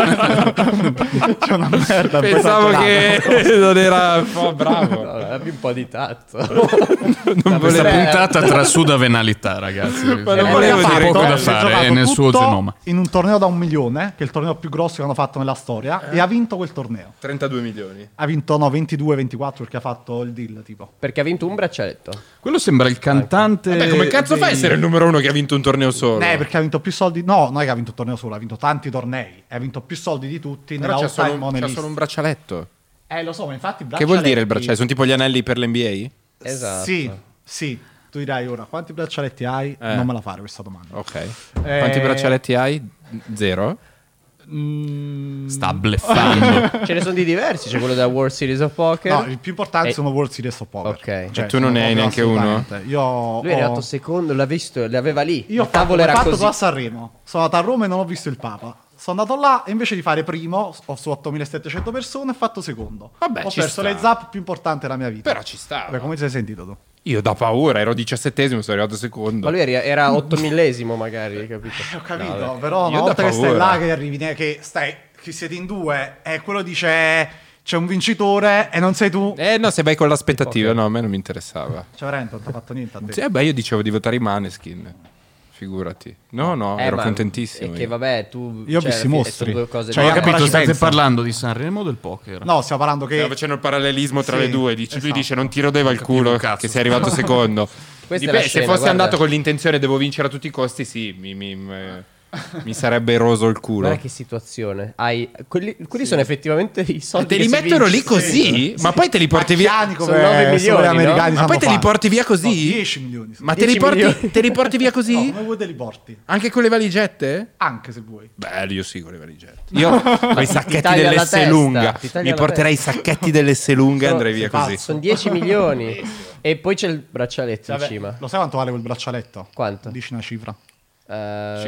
Speaker 5: C'è una merda.
Speaker 1: Pensavo
Speaker 5: poi
Speaker 1: che non era un po' bravo.
Speaker 2: No, abbi un po' di tatto.
Speaker 1: Non
Speaker 3: Questa
Speaker 1: volevo-
Speaker 3: puntata trasuda venalità, ragazzi.
Speaker 1: Ma non
Speaker 3: Eh,
Speaker 1: volevo
Speaker 3: c'è
Speaker 1: dire
Speaker 3: poco
Speaker 1: quello.
Speaker 3: da
Speaker 5: Si è
Speaker 3: fare è
Speaker 5: giocato
Speaker 3: nel suo
Speaker 5: tutto
Speaker 3: genoma.
Speaker 5: In un torneo da un milione, che è il torneo più grosso che hanno fatto nella storia,
Speaker 1: Eh.
Speaker 5: e ha vinto quel torneo.
Speaker 1: 32 milioni.
Speaker 5: Ha vinto no, 22-24 perché ha fatto il deal, tipo.
Speaker 2: Perché ha vinto un braccialetto.
Speaker 3: Quello sembra il cantante.
Speaker 1: Beh, come cazzo fai a essere il numero uno che ha vinto un torneo solo?
Speaker 5: Eh, perché ha vinto più soldi. No, non è che ha vinto un torneo solo, ha vinto tanti tornei. E ha vinto più soldi di tutti
Speaker 1: Però
Speaker 5: nella
Speaker 1: c'è
Speaker 5: all time
Speaker 1: solo, un,
Speaker 5: money
Speaker 1: c'ha
Speaker 5: list.
Speaker 1: solo un braccialetto.
Speaker 5: Eh, lo so, ma infatti i
Speaker 1: Che vuol dire il
Speaker 5: braccialetti-
Speaker 1: braccialetto? Sono tipo gli anelli per l'NBA?
Speaker 2: Esatto.
Speaker 5: Sì, sì. Tu dirai ora, quanti braccialetti hai?
Speaker 1: Eh.
Speaker 5: Non me la fare questa domanda.
Speaker 1: Ok.
Speaker 5: Eh.
Speaker 1: Quanti braccialetti hai? Zero.
Speaker 5: Mm,
Speaker 3: Sta bleffando.
Speaker 2: Ce ne sono di diversi, c'è quello della World Series of Poker.
Speaker 5: No, il più importante
Speaker 2: E-
Speaker 5: sono World Series of Poker.
Speaker 2: Eh.
Speaker 5: Cioè,
Speaker 2: Ok. E
Speaker 1: tu non ne hai
Speaker 5: proprio
Speaker 1: neanche uno?
Speaker 5: assolutamente. Io
Speaker 2: Lui è
Speaker 5: ho-
Speaker 2: arrivato secondo, l'ha visto, l'aveva lì.
Speaker 5: Io ho
Speaker 2: il
Speaker 5: fatto,
Speaker 2: tavolo
Speaker 5: come
Speaker 2: era
Speaker 5: fatto
Speaker 2: così.
Speaker 5: tu a Sanremo. Sono andato a Roma e non ho visto il Papa. Sono andato là e invece di fare primo, ho su 8700 persone, ho fatto secondo.
Speaker 1: Vabbè,
Speaker 5: ho
Speaker 1: ci
Speaker 5: perso
Speaker 1: sta.
Speaker 5: le zap più importanti della mia vita.
Speaker 1: Però ci stava.
Speaker 5: Vabbè, come ti sei sentito tu?
Speaker 1: Io da paura, ero diciassettesimo, sono arrivato secondo.
Speaker 2: Ma lui era, era ottomillesimo magari, hai capito?
Speaker 5: Ho capito,
Speaker 2: No, vabbè.
Speaker 5: però
Speaker 1: Io
Speaker 5: una
Speaker 1: da
Speaker 5: volta che stai
Speaker 1: paura.
Speaker 5: là, che arrivi, ne- che stai, che siete in due, e quello dice "Eh, c'è un vincitore e non sei tu.
Speaker 1: Eh no, se vai con l'aspettativa, no, a me non mi interessava.
Speaker 5: Cioè, veramente, non ti ha fatto niente a te.
Speaker 1: Cioè, beh, io dicevo di votare i Maneskin. Figurati. No, no,
Speaker 2: Eh,
Speaker 1: ero
Speaker 2: ma-
Speaker 1: contentissimo.
Speaker 2: E che
Speaker 1: io.
Speaker 2: vabbè, tu...
Speaker 5: Io ho
Speaker 2: cioè,
Speaker 5: visto i
Speaker 2: alla fine
Speaker 5: mostri.
Speaker 2: sono Due cose
Speaker 5: Cioè,
Speaker 3: Ho
Speaker 5: io
Speaker 2: diverse.
Speaker 5: ancora
Speaker 3: capito,
Speaker 5: ci
Speaker 3: state
Speaker 5: penso.
Speaker 3: parlando di Sanremo o del poker?
Speaker 5: No, stiamo parlando che...
Speaker 1: Stavo facendo il parallelismo tra
Speaker 5: Sì,
Speaker 1: le due. Dici, Lui
Speaker 5: esatto.
Speaker 1: dice non ti rodeva il culo
Speaker 3: cazzo.
Speaker 1: che sei arrivato secondo.
Speaker 2: Questa è
Speaker 1: Dipende,
Speaker 2: la scena,
Speaker 1: se fossi
Speaker 2: guarda.
Speaker 1: andato con l'intenzione devo vincere a tutti i costi, sì. Mi, mi- mi- Mi sarebbe eroso il culo.
Speaker 2: Guarda che situazione. Hai... Quelli, quelli sono effettivamente i
Speaker 1: Ma
Speaker 2: soldi.
Speaker 1: te
Speaker 2: che
Speaker 1: li
Speaker 2: si
Speaker 1: mettono lì
Speaker 2: vince.
Speaker 1: così? Ma poi te li porti via?
Speaker 5: Pacchiani
Speaker 2: sono nove
Speaker 5: come
Speaker 2: milioni,
Speaker 5: solo gli americani
Speaker 2: no?
Speaker 1: Ma poi
Speaker 5: sanno
Speaker 1: te li
Speaker 5: fare.
Speaker 1: porti via così?
Speaker 5: No, 10 milioni.
Speaker 1: Ma te li,
Speaker 2: 10
Speaker 1: porti,
Speaker 2: milioni.
Speaker 1: te li porti via così?
Speaker 5: No, come vuoi te li porti?
Speaker 1: Anche con le valigette?
Speaker 5: Anche se vuoi.
Speaker 1: Beh, io sì con le valigette. Io con i sacchetti
Speaker 2: taglia la
Speaker 1: dell'S
Speaker 2: testa,
Speaker 1: lunga.
Speaker 2: ti taglia
Speaker 1: Mi
Speaker 2: la
Speaker 1: porterei i sacchetti dell'S lunga e
Speaker 2: Sono-
Speaker 1: andrei via
Speaker 5: sei
Speaker 1: così.
Speaker 5: pazzo.
Speaker 2: Sono 10 milioni. e poi c'è il braccialetto
Speaker 5: Vabbè,
Speaker 2: in cima.
Speaker 5: Lo sai quanto vale quel braccialetto?
Speaker 2: Quanto?
Speaker 5: Dici una cifra.
Speaker 2: Eh,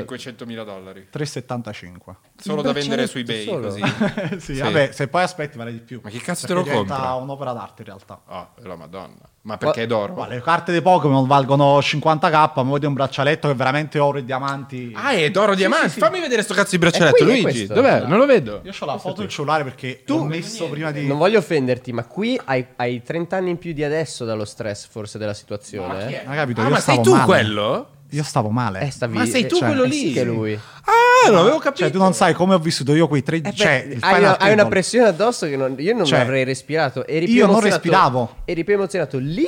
Speaker 1: 500.000 dollari.
Speaker 5: 3,75.
Speaker 1: Solo
Speaker 2: da vendere su eBay, solo. così.
Speaker 5: Eh, sì,
Speaker 1: Sì.
Speaker 5: vabbè, se poi aspetti vale di più.
Speaker 1: Ma che cazzo te
Speaker 5: Perché
Speaker 1: lo
Speaker 5: diventa
Speaker 1: compra?
Speaker 5: un'opera d'arte in realtà.
Speaker 1: Oh, la madonna. Ma perché è d'oro?
Speaker 5: Ma le carte dei Pokémon valgono 50k, ma vuoi di un braccialetto che è veramente oro e diamanti.
Speaker 1: Ah, è d'oro diamanti. Fammi vedere sto cazzo di braccialetto,
Speaker 2: È qui, è
Speaker 1: Luigi.
Speaker 2: questo.
Speaker 1: Dov'è? Non lo vedo.
Speaker 5: Io ho la foto del cellulare perché tu ho messo prima di...
Speaker 2: non voglio offenderti, ma qui hai, hai 30 anni in più di adesso dallo stress, forse, della situazione. eh.
Speaker 5: Non hai capito?
Speaker 1: Ah,
Speaker 5: Io
Speaker 1: ma sei
Speaker 5: stavo
Speaker 1: tu
Speaker 5: male.
Speaker 1: quello?
Speaker 5: Io stavo male.
Speaker 2: Eh, stavi-
Speaker 1: Ma sei tu
Speaker 2: cioè,
Speaker 1: quello
Speaker 2: eh sì
Speaker 1: lì?
Speaker 2: che è lui.
Speaker 1: Ah, non avevo capito.
Speaker 5: Cioè, tu non sai come ho vissuto io quei tre...
Speaker 2: Eh beh,
Speaker 5: cioè, il
Speaker 2: hai,
Speaker 5: final
Speaker 2: una, hai una
Speaker 5: table.
Speaker 2: pressione addosso che non- io non
Speaker 5: Cioè,
Speaker 2: avrei respirato. Eri più
Speaker 5: io non
Speaker 2: emozionato-
Speaker 5: respiravo.
Speaker 2: Eri più emozionato lì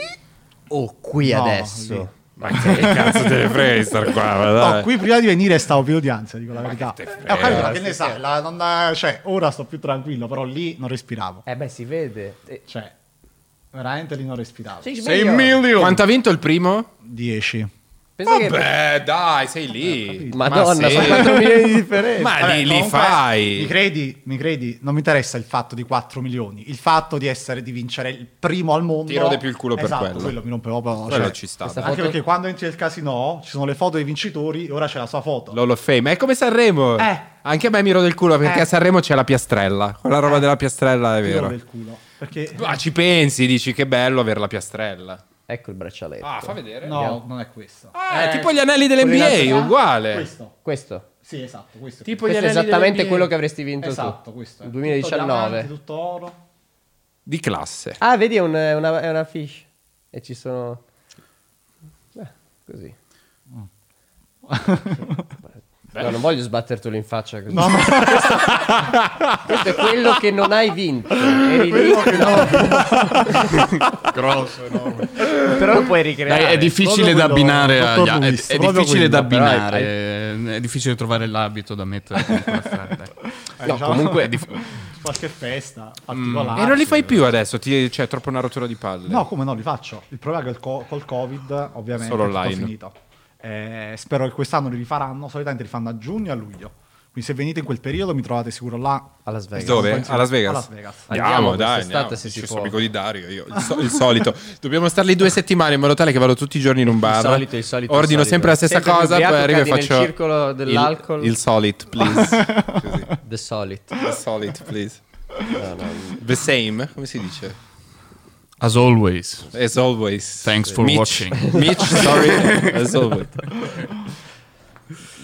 Speaker 2: o qui
Speaker 5: No,
Speaker 2: adesso?
Speaker 5: lì.
Speaker 1: Ma che cazzo te ne frega di star qua? Ma
Speaker 5: No,
Speaker 1: dai.
Speaker 5: qui prima di venire stavo pieno di ansia, dico la verità.
Speaker 1: te frega.
Speaker 5: Eh, ho capito, ma che ne sai? la- non- cioè, ora sto più tranquillo, però lì non respiravo.
Speaker 2: Eh beh, si vede. Eh,
Speaker 5: Cioè, veramente lì non respiravo.
Speaker 2: sei
Speaker 3: Sei
Speaker 2: sveglio.
Speaker 3: milioni.
Speaker 1: Quanto ha vinto il primo?
Speaker 5: 10.
Speaker 2: Pensa che-
Speaker 1: Vabbè, dai, sei
Speaker 5: Eh,
Speaker 1: lì.
Speaker 2: Madonna,
Speaker 1: Ma sì.
Speaker 2: sono 4 milioni di differenza.
Speaker 1: Ma
Speaker 5: Vabbè,
Speaker 1: lì li
Speaker 5: comunque, Mi
Speaker 1: fai.
Speaker 5: credi, mi credi, non mi interessa il fatto di 4 milioni, il fatto di essere di vincere il primo al mondo.
Speaker 1: Ti rode più il culo per
Speaker 5: Esatto,
Speaker 1: quello.
Speaker 5: quello mi rompe proprio
Speaker 1: Quello
Speaker 5: cioè,
Speaker 1: ci sta.
Speaker 2: questa
Speaker 1: dai.
Speaker 5: Anche
Speaker 2: Foto-
Speaker 5: perché quando entri nel casino ci sono le foto dei vincitori e ora c'è la sua foto.
Speaker 1: L'Hall of Fame. È come Sanremo.
Speaker 5: Eh.
Speaker 1: Anche a me mi rode il culo perché
Speaker 5: Eh.
Speaker 1: a Sanremo c'è la piastrella. Quella roba
Speaker 5: Eh.
Speaker 1: della piastrella è
Speaker 5: Ti rode
Speaker 1: vero.
Speaker 5: il culo. Perché
Speaker 1: Ma ci pensi, dici che bello avere la piastrella.
Speaker 2: Ecco il braccialetto.
Speaker 1: Ah, fa vedere.
Speaker 5: no, non è questo.
Speaker 1: Ah, è tipo gli anelli dell'NBA,
Speaker 2: Quello
Speaker 1: uguale.
Speaker 5: Questo.
Speaker 2: Questo.
Speaker 5: Sì, esatto, questo.
Speaker 1: Tipo gli
Speaker 2: Questo è
Speaker 1: anelli
Speaker 2: esattamente
Speaker 1: dell'NBA.
Speaker 2: quello che avresti vinto
Speaker 5: esatto,
Speaker 2: tu.
Speaker 5: questo. è.
Speaker 2: 2019.
Speaker 5: Tutto diamanti, tutto oro.
Speaker 1: Di classe.
Speaker 2: Ah, vedi, è, un- è una, è una fish. E ci sono... Eh, così.
Speaker 1: Mm.
Speaker 2: No, non voglio sbattertelo in faccia così. Questo è quello che non hai vinto. Eri lì,
Speaker 3: Grosso, enorme.
Speaker 2: però lo puoi ricreare.
Speaker 3: Dai, è difficile
Speaker 5: Proprio
Speaker 3: da
Speaker 5: quello,
Speaker 3: abbinare
Speaker 5: dottor
Speaker 3: agli-
Speaker 5: Luis,
Speaker 3: è, è
Speaker 5: proprio
Speaker 3: difficile da
Speaker 5: quello.
Speaker 3: abbinare eh, è difficile trovare l'abito da mettere comunque a fare, dai.
Speaker 5: Eh,
Speaker 3: no
Speaker 5: diciamo-
Speaker 3: comunque è dif-
Speaker 5: Qualche festa particolare.
Speaker 1: Mm. E non li fai più adesso, ti- c'è troppo una rottura di palle.
Speaker 5: Ah, No, come no, li faccio. Il problema è che il co- col Covid, ovviamente,
Speaker 1: Solo
Speaker 5: è tutto
Speaker 1: online.
Speaker 5: finito. Eh, spero che quest'anno li rifaranno. Solitamente li fanno a giugno e a luglio. Quindi se venite in quel periodo mi trovate sicuro là.
Speaker 2: Alla Svegliata.
Speaker 1: Dove?
Speaker 5: Penso-
Speaker 1: A Las Vegas.
Speaker 5: a Las Vegas.
Speaker 1: Andiamo,
Speaker 2: Andiamo
Speaker 1: dai,
Speaker 2: quest'estate
Speaker 1: andiamo.
Speaker 2: se
Speaker 1: Ci
Speaker 2: si può.
Speaker 1: sono amico di Dario, io, il, so- il solito. Dobbiamo star lì due settimane in modo tale che vado tutti i giorni in un bar.
Speaker 2: Il solito, il solito, il
Speaker 1: Ordino
Speaker 2: solito.
Speaker 1: sempre la stessa
Speaker 2: Sempre più
Speaker 1: cosa, poi
Speaker 2: ubriaco,
Speaker 1: arrivo e
Speaker 2: cadi nel
Speaker 1: faccio
Speaker 2: circolo dell'alcol.
Speaker 1: Il, il solid, please. Così.
Speaker 2: The Solid.
Speaker 1: The solid, please. The same, come si dice?
Speaker 3: as always
Speaker 1: As always.
Speaker 3: Thanks for
Speaker 1: Mitch.
Speaker 3: watching.
Speaker 1: Mitch, sorry. As always.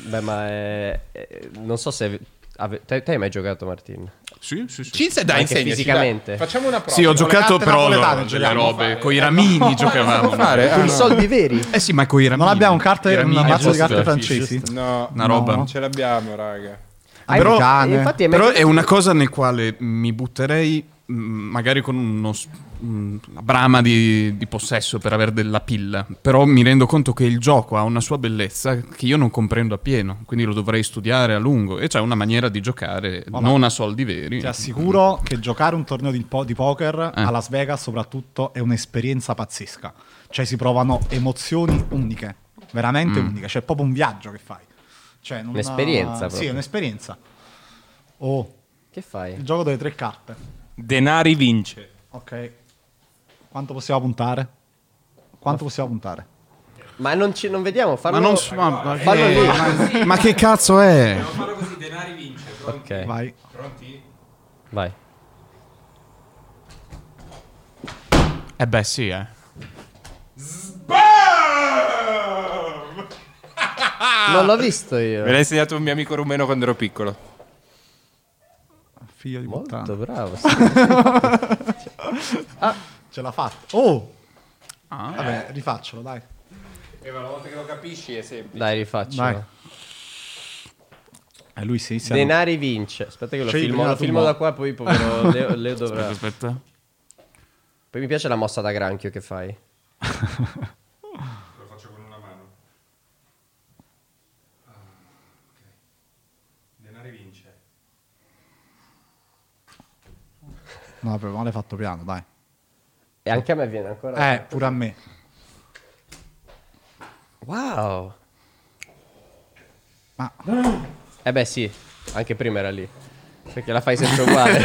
Speaker 2: Beh, ma è- è- non so se... ave- Te, te hai mai giocato, Martin?
Speaker 3: sì sì sì
Speaker 1: Ci sei- dai,
Speaker 2: Anche
Speaker 1: insegnaci,
Speaker 2: fisicamente.
Speaker 1: dai. Facciamo una prova.
Speaker 3: Sì, ho
Speaker 5: le
Speaker 3: giocato
Speaker 5: carte
Speaker 3: però
Speaker 5: napoletane
Speaker 3: le,
Speaker 5: ce
Speaker 3: le
Speaker 5: le abbiamo
Speaker 3: robe con i ramini giocavamo
Speaker 1: fare. Ah,
Speaker 2: Con i
Speaker 1: no.
Speaker 2: soldi veri.
Speaker 3: eh sì ma con i ramini
Speaker 5: Non abbiamo un, carte,
Speaker 3: I
Speaker 5: un
Speaker 3: ramini,
Speaker 5: mazzo di
Speaker 3: giusto.
Speaker 5: carte francesi.
Speaker 3: Giusto.
Speaker 1: No,
Speaker 3: una roba
Speaker 1: non ce l'abbiamo, raga.
Speaker 2: Hai- eh,
Speaker 5: Però-
Speaker 2: infatti hai mai
Speaker 3: Però
Speaker 2: giocato-
Speaker 3: è una cosa nel quale mi butterei mh, magari con uno s- mh, una brama di, di possesso per avere della pilla. Però mi rendo conto che il gioco ha una sua bellezza che io non comprendo appieno, quindi lo dovrei studiare a lungo e c'è una maniera di giocare non a soldi veri.
Speaker 5: Ti assicuro che giocare un torneo di, po- di poker
Speaker 3: Eh.
Speaker 5: a Las Vegas soprattutto è un'esperienza pazzesca. Cioè si provano emozioni uniche, veramente uniche. C'è proprio un viaggio che fai. Cioè, non-
Speaker 2: Mm. Un'esperienza
Speaker 5: Sì,
Speaker 2: proprio.
Speaker 5: è un'esperienza. Oh,
Speaker 2: Che fai?
Speaker 5: il gioco delle tre carte.
Speaker 1: Denari vince.
Speaker 5: Ok. Quanto possiamo puntare? Quanto possiamo puntare?
Speaker 2: Ma non, ci, non vediamo,
Speaker 3: Ma
Speaker 2: farlo...
Speaker 3: non so- ma, ma-
Speaker 2: Fallo
Speaker 3: eh,
Speaker 2: lì.
Speaker 3: ma- ma che cazzo è?
Speaker 1: Farlo così, denari vince.
Speaker 2: Ok, vai.
Speaker 5: Vai.
Speaker 1: Pronti?
Speaker 3: Eh beh, sì, eh.
Speaker 2: Non l'ho visto io.
Speaker 1: Me l'ha insegnato un mio amico rumeno quando ero piccolo.
Speaker 5: Figlio di
Speaker 2: Molto
Speaker 5: puttana.
Speaker 2: bravo.
Speaker 5: Ce l'ha fatta. Oh!
Speaker 2: Ah.
Speaker 5: Vabbè, rifaccelo, dai.
Speaker 1: E una volta che lo capisci è semplice.
Speaker 2: Dai, rifaccio.
Speaker 5: Dai. Eh, lui si inizia.
Speaker 2: Denari vince. Aspetta che lo
Speaker 5: Scegli
Speaker 2: filmo,
Speaker 5: prima
Speaker 2: lo
Speaker 5: tu,
Speaker 2: filmo
Speaker 5: mo.
Speaker 2: da qua, poi povero Leo, Leo dovrà...
Speaker 3: Aspetta, aspetta.
Speaker 2: Poi mi piace la mossa da granchio che fai.
Speaker 1: Lo faccio con una mano.
Speaker 5: No, per male fatto piano, dai.
Speaker 2: E anche a me viene ancora.
Speaker 5: Eh, pure a me.
Speaker 2: Wow.
Speaker 5: Ma-
Speaker 2: Eh beh sì, anche prima era lì. Perché la fai sempre uguale.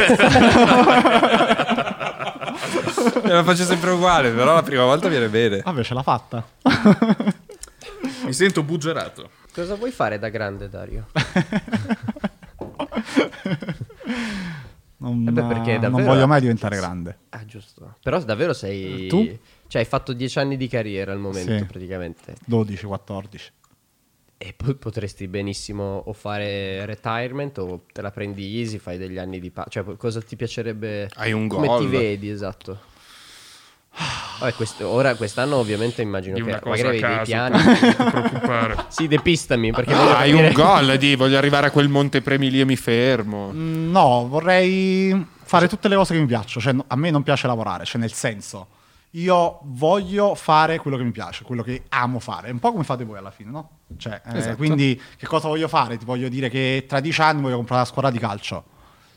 Speaker 1: la faccio sempre uguale, però la prima volta viene bene.
Speaker 5: Vabbè, ce l'ha fatta.
Speaker 3: Mi sento buggerato.
Speaker 2: Cosa vuoi fare da grande, Dario?
Speaker 5: Non,
Speaker 2: Eh beh, perché
Speaker 5: eh, non
Speaker 2: davvero-
Speaker 5: voglio mai diventare grande.
Speaker 2: Ah, giusto. Però davvero sei.
Speaker 5: Tu?
Speaker 2: Cioè, hai fatto dieci anni di carriera al momento,
Speaker 5: Sì.
Speaker 2: praticamente.
Speaker 5: 12, 14.
Speaker 2: E poi potresti benissimo o fare retirement o te la prendi easy, fai degli anni di pace. Cioè, po- cosa ti piacerebbe?
Speaker 1: Hai un
Speaker 2: Come ti
Speaker 1: goal.
Speaker 2: vedi, esatto. Vabbè, quest- ora, quest'anno ovviamente immagino
Speaker 6: Di
Speaker 2: che
Speaker 6: una cosa
Speaker 2: magari avevi
Speaker 6: a
Speaker 2: dei
Speaker 6: caso.
Speaker 2: piani.
Speaker 6: Non preoccupare.
Speaker 2: sì, depistami perché voglio
Speaker 1: Ah, hai
Speaker 2: capire-
Speaker 1: un gol, di voglio arrivare a quel montepremi lì e mi fermo.
Speaker 5: Mm, No, vorrei fare tutte le cose che mi piacciono. Cioè, no- a me non piace lavorare, cioè, nel senso, io voglio fare quello che mi piace, quello che amo fare. È un po' come fate voi alla fine, no? Cioè, eh,
Speaker 3: Esatto.
Speaker 5: quindi, che cosa voglio fare? Ti voglio dire che tra dieci anni voglio comprare la squadra di calcio.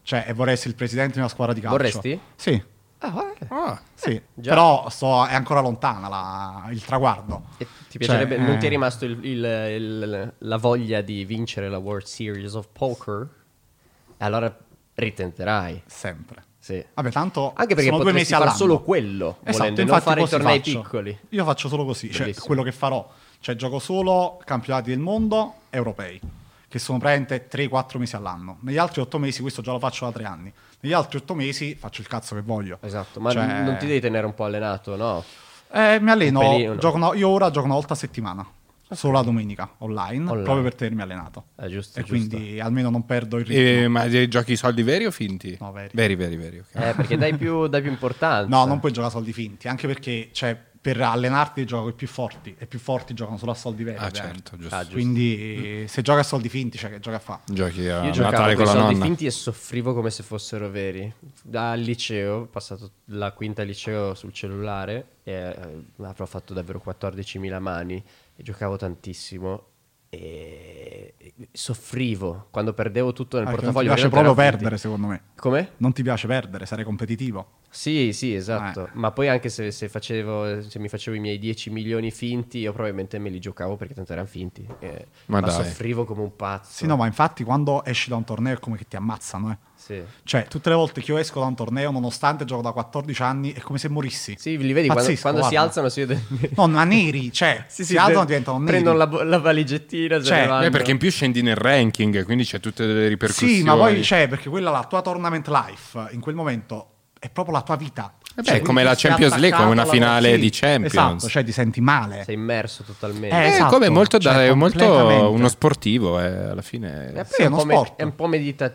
Speaker 5: Cioè, e vorrei essere il presidente di una squadra di calcio.
Speaker 2: Vorresti?
Speaker 5: Sì.
Speaker 2: Ah, guarda.
Speaker 5: Sì,
Speaker 2: già.
Speaker 5: però sto- è ancora lontana la- il traguardo.
Speaker 2: E ti piacerebbe,
Speaker 5: Cioè,
Speaker 2: non
Speaker 5: eh,
Speaker 2: ti è rimasto il- il- il- la voglia di vincere la World Series of Poker? Allora ritenterai,
Speaker 5: Sempre.
Speaker 2: sì.
Speaker 5: Vabbè, tanto
Speaker 2: Anche perché
Speaker 5: sono due
Speaker 2: potresti
Speaker 5: mesi
Speaker 2: fare
Speaker 5: all'anno.
Speaker 2: solo quello,
Speaker 5: Esatto,
Speaker 2: volendo, e non
Speaker 5: infatti
Speaker 2: fare i
Speaker 5: così
Speaker 2: tornei
Speaker 5: faccio.
Speaker 2: piccoli.
Speaker 5: Io faccio solo così, cioè
Speaker 2: Bellissimo.
Speaker 5: quello che farò, cioè gioco solo campionati del mondo europei, che sono praticamente 3-4 mesi all'anno. Negli altri 8 mesi, questo già lo faccio da 3 anni, negli altri 8 mesi faccio il cazzo che voglio.
Speaker 2: Esatto, ma
Speaker 5: Cioè,
Speaker 2: non ti devi tenere un po' allenato, no?
Speaker 5: eh, mi
Speaker 2: Un
Speaker 5: alleno,
Speaker 2: pelino.
Speaker 5: gioco una- io ora gioco una volta a settimana, solo la domenica, online,
Speaker 2: Online.
Speaker 5: proprio per tenermi allenato.
Speaker 2: Eh, giusto,
Speaker 5: e
Speaker 2: giusto.
Speaker 5: quindi almeno non perdo il ritmo.
Speaker 1: Eh, ma eh, giochi soldi veri o finti?
Speaker 5: No, veri.
Speaker 1: Veri, veri, veri, ok.
Speaker 2: Eh, perché dai più, dai più importanza.
Speaker 5: No, non puoi giocare a soldi finti, anche perché cioè, per allenarti gioco con i più forti, e i più forti giocano solo a soldi veri.
Speaker 1: Ah,
Speaker 5: ovviamente.
Speaker 1: certo, giusto.
Speaker 2: Ah, giusto.
Speaker 5: Quindi se gioca a soldi finti, cioè che gioca a fa?
Speaker 1: Giochi a
Speaker 2: Io
Speaker 1: Natale
Speaker 2: giocavo
Speaker 1: con
Speaker 2: con i
Speaker 1: la
Speaker 2: soldi
Speaker 1: nonna.
Speaker 2: finti e soffrivo come se fossero veri. Dal liceo, ho passato la quinta liceo sul cellulare e eh, avrò fatto davvero 14.000 mani e giocavo tantissimo e e soffrivo quando perdevo tutto nel
Speaker 5: Ah, che non
Speaker 2: portafoglio.
Speaker 5: ti piace
Speaker 2: perché non
Speaker 5: proprio
Speaker 2: era finti.
Speaker 5: perdere, secondo me.
Speaker 2: Come?
Speaker 5: Non ti piace perdere, sarei competitivo.
Speaker 2: Sì, sì, esatto.
Speaker 5: Eh.
Speaker 2: Ma poi anche se, se facevo, se mi facevo i miei 10 milioni finti, io probabilmente me li giocavo perché tanto erano finti. eh,
Speaker 1: Ma
Speaker 2: ma
Speaker 1: dai.
Speaker 2: soffrivo come un pazzo.
Speaker 5: Sì, no, ma infatti quando esci da un torneo è come che ti ammazzano, eh.
Speaker 2: Sì.
Speaker 5: Cioè, tutte le volte che io esco da un torneo, nonostante gioco da 14 anni, è come se morissi.
Speaker 2: Sì, li vedi quando,
Speaker 5: Pazzesco,
Speaker 2: quando si
Speaker 5: guarda.
Speaker 2: alzano si vede...
Speaker 5: No, ma neri, cioè,
Speaker 2: Sì, sì,
Speaker 5: si alzano
Speaker 2: de-
Speaker 5: e diventano neri.
Speaker 2: Prendono la, bo- la valigettina, se
Speaker 5: Cioè,
Speaker 2: ne vanno.
Speaker 1: Eh, perché in più scendi nel ranking, quindi c'è tutte delle ripercussioni.
Speaker 5: Sì, ma poi c'è, perché quella la tua tournament life, in quel momento, è proprio la tua vita.
Speaker 1: Eh beh,
Speaker 5: Cioè,
Speaker 1: è come
Speaker 5: quindi
Speaker 1: la
Speaker 5: sei
Speaker 1: Champions League, come una
Speaker 5: attaccato alla-
Speaker 1: finale
Speaker 5: sì,
Speaker 1: di Champions.
Speaker 5: Esatto, cioè ti senti male.
Speaker 2: Sei immerso totalmente.
Speaker 5: Eh,
Speaker 1: Eh,
Speaker 5: esatto,
Speaker 1: come molto, da-
Speaker 5: cioè,
Speaker 1: è molto
Speaker 5: completamente.
Speaker 1: uno sportivo, eh, alla fine.
Speaker 2: E poi
Speaker 5: sì, è
Speaker 2: un
Speaker 5: uno
Speaker 2: po' me-
Speaker 5: sport.
Speaker 2: è un po'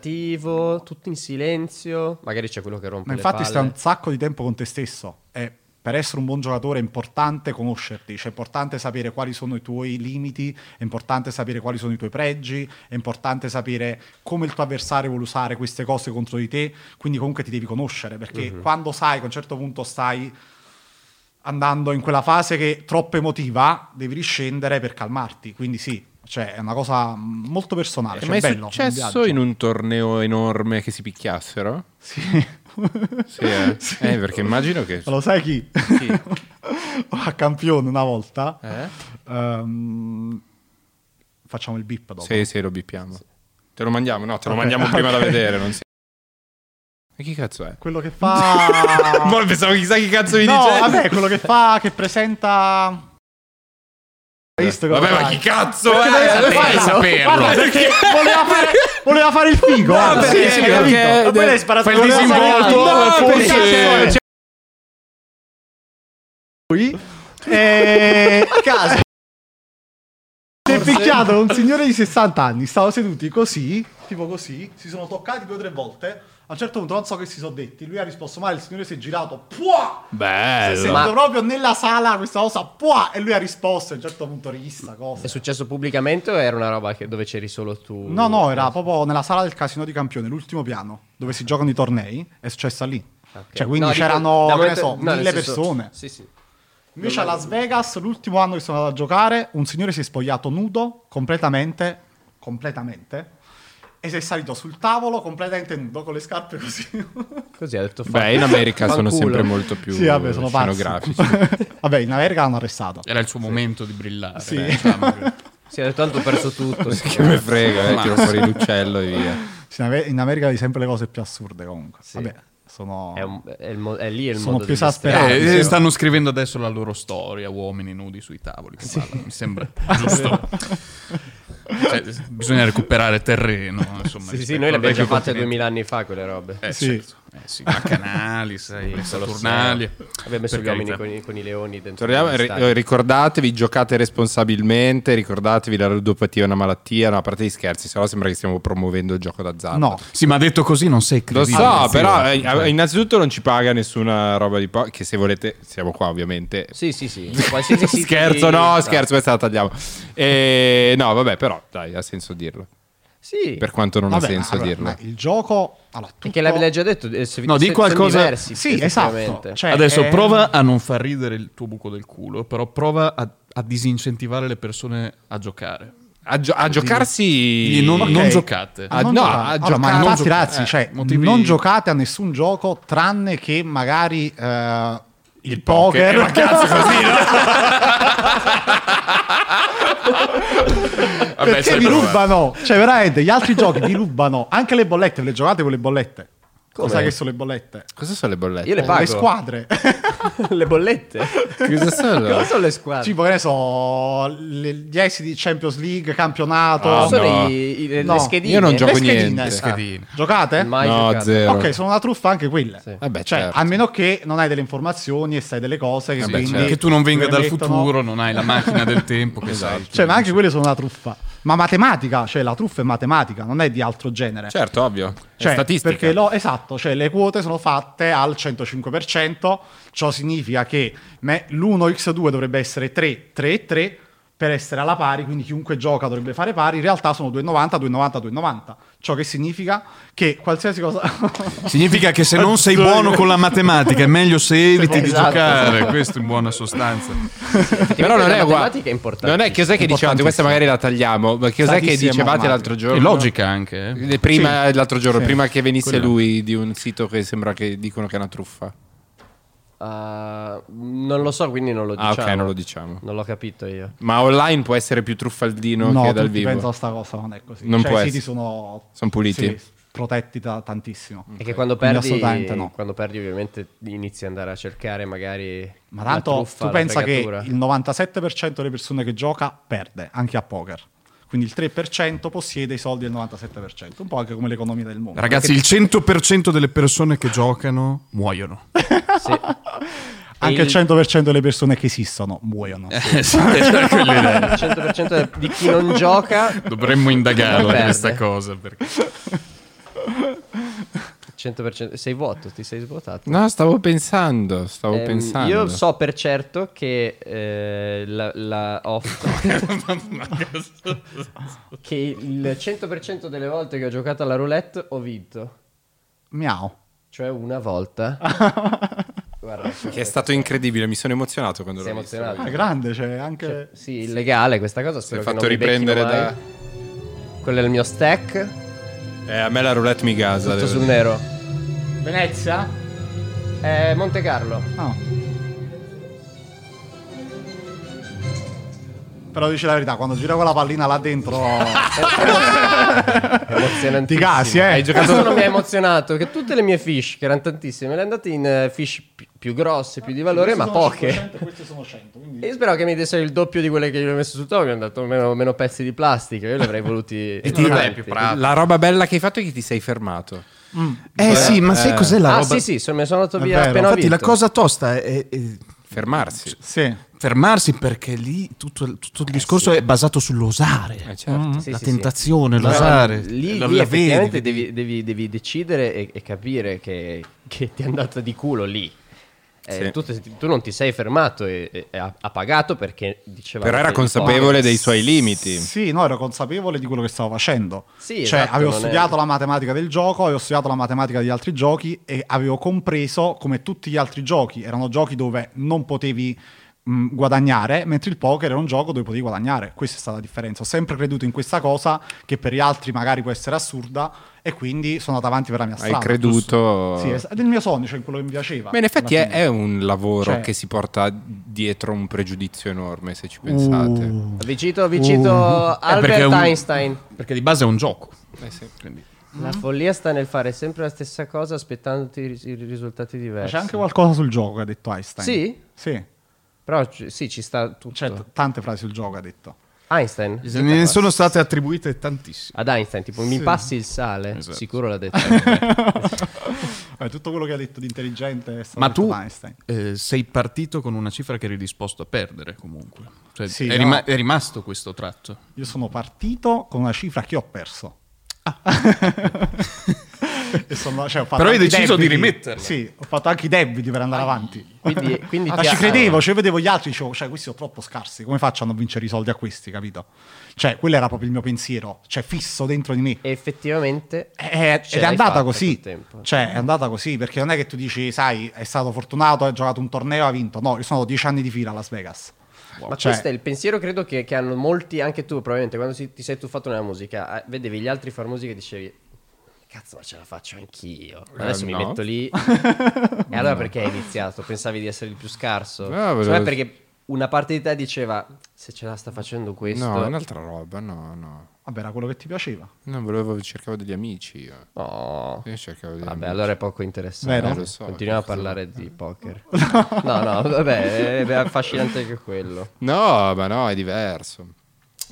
Speaker 2: meditativo, tutto in silenzio. Magari c'è quello che rompe
Speaker 5: Ma
Speaker 2: le
Speaker 5: infatti stai
Speaker 2: palle.
Speaker 5: un sacco di tempo con te stesso e per essere un buon giocatore è importante conoscerti, cioè è importante sapere quali sono i tuoi limiti, è importante sapere quali sono i tuoi pregi, è importante sapere come il tuo avversario vuole usare queste cose contro di te, quindi comunque ti devi conoscere perché quando sai che a un certo punto stai andando in quella fase che è troppo emotiva, devi riscendere per calmarti, quindi sì, cioè è una cosa mm, molto personale,
Speaker 1: È
Speaker 5: cioè,
Speaker 1: mai
Speaker 5: bello, un
Speaker 1: successo
Speaker 5: viaggio.
Speaker 1: in un torneo enorme che si picchiassero?
Speaker 5: Sì.
Speaker 1: Sì, eh. Eh, perché immagino che...
Speaker 5: Lo sai chi?
Speaker 1: Chi?
Speaker 5: a campione una volta.
Speaker 1: Eh?
Speaker 5: Ehm, facciamo il bip dopo.
Speaker 1: Sì, sì, lo bippiamo. Te lo mandiamo? No, te lo
Speaker 5: Ok,
Speaker 1: mandiamo prima da
Speaker 5: ok.
Speaker 1: vedere. Non si... E chi cazzo è?
Speaker 5: Quello che fa.
Speaker 1: Mo pensavo chissà chi cazzo mi
Speaker 5: Ah. no,
Speaker 1: dice.
Speaker 5: vabbè, quello che fa, che presenta. Hai visto cosa
Speaker 1: Eh, Vabbè, ma
Speaker 5: fa?
Speaker 1: chi cazzo
Speaker 5: Perché
Speaker 1: è?
Speaker 5: deve
Speaker 1: Devi
Speaker 5: saperlo.
Speaker 1: saperlo.
Speaker 5: Eh, Guarda, perché voleva fare, voleva fare il figo. guarda.
Speaker 1: perché-
Speaker 5: sì, sì,
Speaker 1: perché-
Speaker 5: capito. Ma poi
Speaker 1: de-
Speaker 5: l'hai sparato
Speaker 1: fai il
Speaker 5: voleva
Speaker 1: disinvolto,
Speaker 5: sapere-
Speaker 1: no,
Speaker 5: che
Speaker 1: perché-
Speaker 5: cazzo è? E... A caso. Si è picchiato un signore di 60 anni, stavo seduti così, tipo così, si sono toccati due o tre volte, a un certo punto non so che si sono detti, lui ha risposto male, il signore si è girato, puah! Si è
Speaker 1: Bello.
Speaker 5: sentito proprio nella sala questa cosa, puah! E lui ha risposto, a un certo punto rissa, cosa.
Speaker 2: È successo pubblicamente o era una roba che- dove c'eri solo tu?
Speaker 5: No, no, era proprio nella sala del casino di Campione, l'ultimo piano, dove si giocano i tornei, è successa lì.
Speaker 2: Ok.
Speaker 5: Cioè, quindi
Speaker 2: No, dico,
Speaker 5: c'erano,
Speaker 2: da
Speaker 5: che ne
Speaker 2: momento-
Speaker 5: so,
Speaker 2: no, nel
Speaker 5: mille
Speaker 2: senso-
Speaker 5: persone.
Speaker 2: Sì, sì.
Speaker 5: Invece a Las Vegas, l'ultimo anno che sono andato a giocare, un signore si è spogliato nudo, completamente, completamente, E sei salito sul tavolo completamente nudo con le scarpe così.
Speaker 2: Così ha detto fa-
Speaker 1: Beh, in America sono
Speaker 2: fanculo.
Speaker 1: sempre molto più
Speaker 5: sì, vabbè, sono pazzi.
Speaker 1: scenografici. Eh,
Speaker 5: vabbè, in America l'hanno arrestato.
Speaker 3: Era il suo momento di brillare.
Speaker 5: Sì.
Speaker 3: eh, diciamo che-
Speaker 2: Sì, ha detto tanto ho perso tutto. sì.
Speaker 1: che me frega, eh, tiro fuori l'uccello e via.
Speaker 5: Sì, in Amer- in America vedi sempre le cose più assurde comunque.
Speaker 2: Sì.
Speaker 5: Vabbè, sono...
Speaker 2: È, un- è il mo- è lì il
Speaker 5: Sono
Speaker 2: modo
Speaker 5: più
Speaker 2: degli
Speaker 5: esasperati.
Speaker 2: stregoni.
Speaker 5: Ah,
Speaker 3: Eh,
Speaker 5: mi sembra-
Speaker 3: stanno scrivendo adesso la loro storia, uomini nudi sui tavoli. che parlano, mi sembra
Speaker 2: Ah,
Speaker 3: giusto. Cioè, bisogna recuperare terreno. Insomma,
Speaker 2: Sì, sì,
Speaker 3: rispetto
Speaker 2: noi le
Speaker 3: al
Speaker 2: abbiamo già
Speaker 3: vecchio
Speaker 2: fatte
Speaker 3: continente.
Speaker 2: 2000 anni fa quelle robe.
Speaker 3: Eh,
Speaker 5: Sì.
Speaker 3: certo. Eh, sì, ma canali, sai, le Saturnali.
Speaker 2: Abbiamo messo
Speaker 3: Per
Speaker 2: gli uomini
Speaker 3: carità.
Speaker 2: con i, con i leoni dentro.
Speaker 1: Torniamo-
Speaker 2: gli
Speaker 1: ri-
Speaker 2: stadi.
Speaker 1: ricordatevi, giocate responsabilmente, ricordatevi la ludopatia è una malattia, no, a parte gli scherzi, sennò sembra che stiamo promuovendo il gioco d'azzardo.
Speaker 5: No,
Speaker 3: Sì, ma detto così non sei
Speaker 1: Lo
Speaker 3: credibile.
Speaker 1: so,
Speaker 3: zio.
Speaker 1: però eh,
Speaker 3: Cioè,
Speaker 1: innanzitutto non ci paga nessuna roba di po- che se volete siamo qua ovviamente.
Speaker 2: Sì, sì, sì. Qualsiasi sito
Speaker 1: scherzo,
Speaker 2: di-
Speaker 1: no, scherzo, questa la tagliamo. Eh, no, vabbè, però dai, ha senso dirlo.
Speaker 2: Sì.
Speaker 1: Per quanto non
Speaker 5: Vabbè,
Speaker 1: ha senso
Speaker 5: allora,
Speaker 1: dirlo.
Speaker 5: ma il gioco... Allora, tutto...
Speaker 2: Perché l'hai l'hai già detto. eh, se-
Speaker 3: No, di
Speaker 2: se-
Speaker 3: qualcosa-
Speaker 2: Sono diversi,
Speaker 5: Sì, esatto.
Speaker 2: effettivamente.
Speaker 5: Cioè,
Speaker 3: Adesso
Speaker 6: eh,
Speaker 5: è-
Speaker 3: prova a non far ridere il tuo buco del culo, però prova a, a disincentivare le persone a giocare.
Speaker 1: A, gio- a
Speaker 3: Gli
Speaker 1: giocarsi
Speaker 3: non,
Speaker 5: Ok.
Speaker 3: non giocate.
Speaker 1: Ah,
Speaker 5: Ah, non
Speaker 1: no,
Speaker 5: giocate.
Speaker 1: a
Speaker 5: Allora,
Speaker 1: giocare-
Speaker 5: ma
Speaker 1: non
Speaker 5: infatti,
Speaker 1: giocare.
Speaker 5: ragazzi, cioè,
Speaker 3: Eh, motivi-
Speaker 5: non giocate a nessun gioco tranne che magari eh, il, poker.
Speaker 3: Vabbè,
Speaker 5: perché
Speaker 3: sai,
Speaker 5: vi
Speaker 3: però,
Speaker 5: rubano? Cioè, veramente, gli altri giochi vi rubano. Anche le bollette, ve le giocate con le bollette? Cosa che sono le bollette?
Speaker 1: Cosa sono le bollette?
Speaker 2: Io le pago.
Speaker 5: Le squadre.
Speaker 2: le bollette.
Speaker 1: Cosa
Speaker 2: Cosa
Speaker 1: sono?
Speaker 2: sono le squadre?
Speaker 5: tipo, che ne so, le- gli esiti di Champions League, campionato.
Speaker 1: Ah,
Speaker 2: Cosa sono
Speaker 1: no.
Speaker 2: i- i- le,
Speaker 5: No,
Speaker 2: le schedine.
Speaker 1: io non
Speaker 2: Le
Speaker 1: gioco
Speaker 5: schedine.
Speaker 1: niente.
Speaker 5: Le
Speaker 3: schedine.
Speaker 5: Giocate?
Speaker 2: Mai
Speaker 1: no,
Speaker 2: giocato.
Speaker 1: zero.
Speaker 5: Ok, sono una truffa anche quelle.
Speaker 2: Sì.
Speaker 1: Vabbè,
Speaker 5: cioè,
Speaker 1: certo.
Speaker 5: a meno che non hai delle informazioni e sai delle cose che,
Speaker 1: Vabbè,
Speaker 5: quindi
Speaker 1: certo.
Speaker 3: Che tu non venga
Speaker 5: ti
Speaker 3: dal
Speaker 5: permettono-
Speaker 3: futuro, non hai la macchina del tempo che
Speaker 1: Esatto.
Speaker 3: sai.
Speaker 5: Cioè, ma anche quelle sono una truffa. Ma matematica, cioè la truffa è matematica, non è di altro genere.
Speaker 1: Certo, ovvio. È
Speaker 5: Cioè,
Speaker 1: statistica.
Speaker 5: Perché lo- esatto, cioè le quote sono fatte al 105%, ciò significa che l'1x2 dovrebbe essere 3, 3 e 3 per essere alla pari, quindi chiunque gioca dovrebbe fare pari, in realtà sono 2,90, 2,90, 2,90, ciò che significa che qualsiasi cosa...
Speaker 3: Significa che se non sei buono con la matematica è meglio
Speaker 6: Cioè,
Speaker 3: se eviti di
Speaker 2: Esatto.
Speaker 3: giocare. Questo in buona sostanza.
Speaker 1: Però non
Speaker 2: la
Speaker 1: è uguale.
Speaker 2: matematica è importantissima.
Speaker 1: Non è che cos'è che dicevate, questa magari la tagliamo, ma che cos'è che
Speaker 5: Statissima
Speaker 1: dicevate
Speaker 5: matematica.
Speaker 1: l'altro giorno?
Speaker 3: E logica anche. eh.
Speaker 1: Eh, Prima, L'altro giorno,
Speaker 5: Sì.
Speaker 1: prima che venisse
Speaker 3: Quello.
Speaker 1: lui di un sito che sembra che dicono che è una truffa.
Speaker 2: Ah, non lo so, quindi non lo
Speaker 1: Ah,
Speaker 2: diciamo.
Speaker 1: ok, non lo diciamo.
Speaker 2: Non l'ho capito io.
Speaker 1: Ma online può essere più truffaldino
Speaker 5: no,
Speaker 1: che dal
Speaker 5: tutti
Speaker 1: vivo.
Speaker 5: pensano a sta cosa, non è così.
Speaker 1: Non
Speaker 5: cioè,
Speaker 1: può
Speaker 5: i siti
Speaker 1: essere.
Speaker 5: sono...
Speaker 1: Sono puliti.
Speaker 5: sì, protetti da tantissimo.
Speaker 2: E che quando
Speaker 5: Quindi
Speaker 2: perdi,
Speaker 5: assolutamente no.
Speaker 2: quando perdi, ovviamente inizi ad andare a cercare magari.
Speaker 5: Ma
Speaker 2: la
Speaker 5: tanto
Speaker 2: truffa,
Speaker 5: tu
Speaker 2: la
Speaker 5: pensa che
Speaker 2: fregatura.
Speaker 5: il 97% delle persone che gioca perde, anche a poker. Quindi il 3% possiede i soldi del 97%, un po' anche come l'economia del mondo.
Speaker 3: Ragazzi, il 100% delle persone che giocano muoiono.
Speaker 2: Sì. il-
Speaker 5: anche
Speaker 2: Eh.
Speaker 5: il 100% delle persone che esistono muoiono.
Speaker 2: il 100% di chi non gioca, il
Speaker 3: Dovremmo indagarla
Speaker 2: Perde.
Speaker 3: questa cosa. Perché...
Speaker 2: 100% sei vuoto, ti sei svuotato.
Speaker 1: No, stavo pensando, stavo
Speaker 2: Ehm,
Speaker 1: pensando.
Speaker 2: Io so per certo che eh, la, la off- che il 100% delle volte che ho giocato alla roulette ho vinto,
Speaker 5: Miau.
Speaker 2: cioè una
Speaker 5: Ah.
Speaker 2: volta. Guarda,
Speaker 1: Che è stato incredibile, mi sono emozionato quando
Speaker 2: sei
Speaker 1: l'ho visto.
Speaker 2: emozionato.
Speaker 5: Ah, grande, cioè anche...
Speaker 2: Cioè, sì, illegale questa cosa.
Speaker 1: Si è
Speaker 2: spero che
Speaker 1: fatto
Speaker 2: non mi
Speaker 1: riprendere
Speaker 2: becchino
Speaker 1: da...
Speaker 2: mai. Quello è il mio stack.
Speaker 1: Eh, a me la roulette mi gasa. devo
Speaker 2: Tutto sul
Speaker 1: dire.
Speaker 2: nero.
Speaker 5: Venezia?
Speaker 2: Eh, Monte Carlo.
Speaker 5: No. Però dici la verità, quando gira quella pallina là dentro...
Speaker 2: Emozionante.
Speaker 5: Ti casi, eh?
Speaker 1: Hai
Speaker 2: Questo non
Speaker 1: giocato...
Speaker 2: mi ha emozionato che tutte le mie fish, che erano tantissime, le andate in eh, fish pi- più grosse, più di valore, ma poche.
Speaker 5: Queste sono 100, quindi...
Speaker 2: E Io speravo che mi dessero il doppio di quelle che gli ho messo sul tavolo, mi hanno dato meno, meno pezzi di plastica, io li avrei voluti...
Speaker 1: E ti-
Speaker 2: tanti.
Speaker 1: la roba bella che hai fatto è che ti sei fermato.
Speaker 6: Eh sì, ma sai cos'è la
Speaker 2: Ah
Speaker 6: roba?
Speaker 2: sì sì, sono- mi sono andato
Speaker 5: È
Speaker 2: via
Speaker 5: vero.
Speaker 2: appena ho
Speaker 6: Infatti la
Speaker 2: vinto.
Speaker 6: cosa tosta è, è-
Speaker 1: Fermarsi.
Speaker 5: Sì.
Speaker 6: fermarsi perché lì tutto, tutto il discorso è basato sull'osare.
Speaker 1: Eh, certo.
Speaker 2: Sì,
Speaker 6: la
Speaker 2: sì, sì.
Speaker 6: tentazione,
Speaker 2: No,
Speaker 6: l'osare.
Speaker 2: Lì,
Speaker 6: La-
Speaker 2: lì
Speaker 6: la vedi,
Speaker 2: effettivamente
Speaker 6: vedi.
Speaker 2: devi, devi- devi decidere e, e capire che, che ti è andata di culo lì. Eh,
Speaker 1: Sì.
Speaker 2: tu, ti- tu non ti sei fermato e, e- e ha, ha pagato perché diceva...
Speaker 1: Però era consapevole dei suoi limiti.
Speaker 5: Sì, no, ero consapevole di quello che stavo facendo.
Speaker 2: Sì,
Speaker 5: cioè,
Speaker 2: esatto,
Speaker 5: avevo
Speaker 2: non è-
Speaker 5: studiato la matematica del gioco, avevo studiato la matematica di altri giochi e avevo compreso come tutti gli altri giochi erano giochi dove non potevi mh, guadagnare, mentre il poker è un gioco dove potevi guadagnare. Questa è stata la differenza. Ho sempre creduto in questa cosa che per gli altri magari può essere assurda e quindi sono andato avanti per la mia strada.
Speaker 1: creduto-
Speaker 5: Sì, è nel mio sogno, cioè in quello che mi piaceva.
Speaker 1: Beh, in effetti
Speaker 5: alla
Speaker 1: è,
Speaker 5: fine.
Speaker 1: è un lavoro
Speaker 5: Cioè-
Speaker 1: che si porta dietro un pregiudizio enorme, se ci pensate.
Speaker 5: Uh.
Speaker 2: Avvicito, avvicito
Speaker 3: Eh, perché è
Speaker 2: Albert
Speaker 3: un-
Speaker 2: Einstein.
Speaker 3: Perché di base è un gioco.
Speaker 1: Eh sì.
Speaker 5: Mm.
Speaker 2: La follia sta nel fare sempre la stessa cosa aspettandoti ris- i risultati
Speaker 5: Ma
Speaker 2: diversi.
Speaker 5: C'è anche qualcosa sul gioco che ha detto Einstein.
Speaker 2: Sì?
Speaker 5: Sì,
Speaker 2: Però ci- sì, ci sta tutto.
Speaker 5: c'è t- tante frasi sul gioco ha detto.
Speaker 2: Einstein?
Speaker 3: Ne sono state attribuite tantissime.
Speaker 2: Ad Einstein, tipo, mi passi il sale?
Speaker 3: Esatto.
Speaker 2: Sicuro l'ha detto.
Speaker 5: Eh, tutto quello che ha detto di intelligente è stato
Speaker 3: Ma
Speaker 5: detto
Speaker 3: tu
Speaker 5: da Einstein.
Speaker 3: eh, sei partito con una cifra che eri disposto a perdere comunque. Cioè,
Speaker 5: Sì,
Speaker 3: è,
Speaker 5: no.
Speaker 3: rima- è rimasto questo tratto.
Speaker 5: Io sono partito con una cifra che ho perso. E sono- cioè, ho fatto
Speaker 3: Ah. Però hai
Speaker 5: anche i
Speaker 3: deciso di
Speaker 5: debiti.
Speaker 3: rimetterla.
Speaker 5: Sì, ho fatto anche i debiti per andare avanti.
Speaker 2: Quindi, quindi
Speaker 5: Ma
Speaker 2: ti
Speaker 5: ci
Speaker 2: ha-
Speaker 5: credevo, cioè vedevo gli altri, dicevo, cioè questi sono troppo scarsi, come faccio a non vincere i soldi a questi, capito? Cioè, quello era proprio il mio pensiero, cioè fisso dentro di me.
Speaker 2: Effettivamente...
Speaker 5: Eh,
Speaker 2: ce
Speaker 5: ed è
Speaker 2: Cioè, l'hai
Speaker 5: andata
Speaker 2: fatta
Speaker 5: così,
Speaker 2: col tempo.
Speaker 5: cioè è andata così perché non è che tu dici, sai, è stato fortunato, ha giocato un torneo, ha vinto. No, io sono dieci anni di fila a Las Vegas.
Speaker 2: Ma
Speaker 5: Cioè-
Speaker 2: questo è il pensiero, credo che, che hanno molti, anche tu probabilmente, quando si- ti sei tuffato nella musica, eh, vedevi gli altri far musica e dicevi, cazzo ma ce la faccio anch'io. Ma adesso
Speaker 1: Eh,
Speaker 2: mi
Speaker 1: no.
Speaker 2: metto lì. e allora perché hai iniziato? Pensavi di essere il più scarso?
Speaker 1: Ah,
Speaker 2: Secondo me
Speaker 1: però-
Speaker 2: perché una parte di te diceva, se ce la sta facendo questo...
Speaker 1: No, è
Speaker 2: No,
Speaker 1: un'altra roba, no, no.
Speaker 5: Vabbè, era quello che ti piaceva.
Speaker 1: Non volevo, cercavo degli amici io. Io cercavo degli
Speaker 2: Vabbè,
Speaker 1: amici.
Speaker 2: allora è poco interessante.
Speaker 5: Vero?
Speaker 1: Eh, Lo so,
Speaker 2: Continuiamo a
Speaker 1: cazzo.
Speaker 2: parlare di poker. No, no, vabbè, è- è affascinante anche quello.
Speaker 1: No, ma no, è diverso.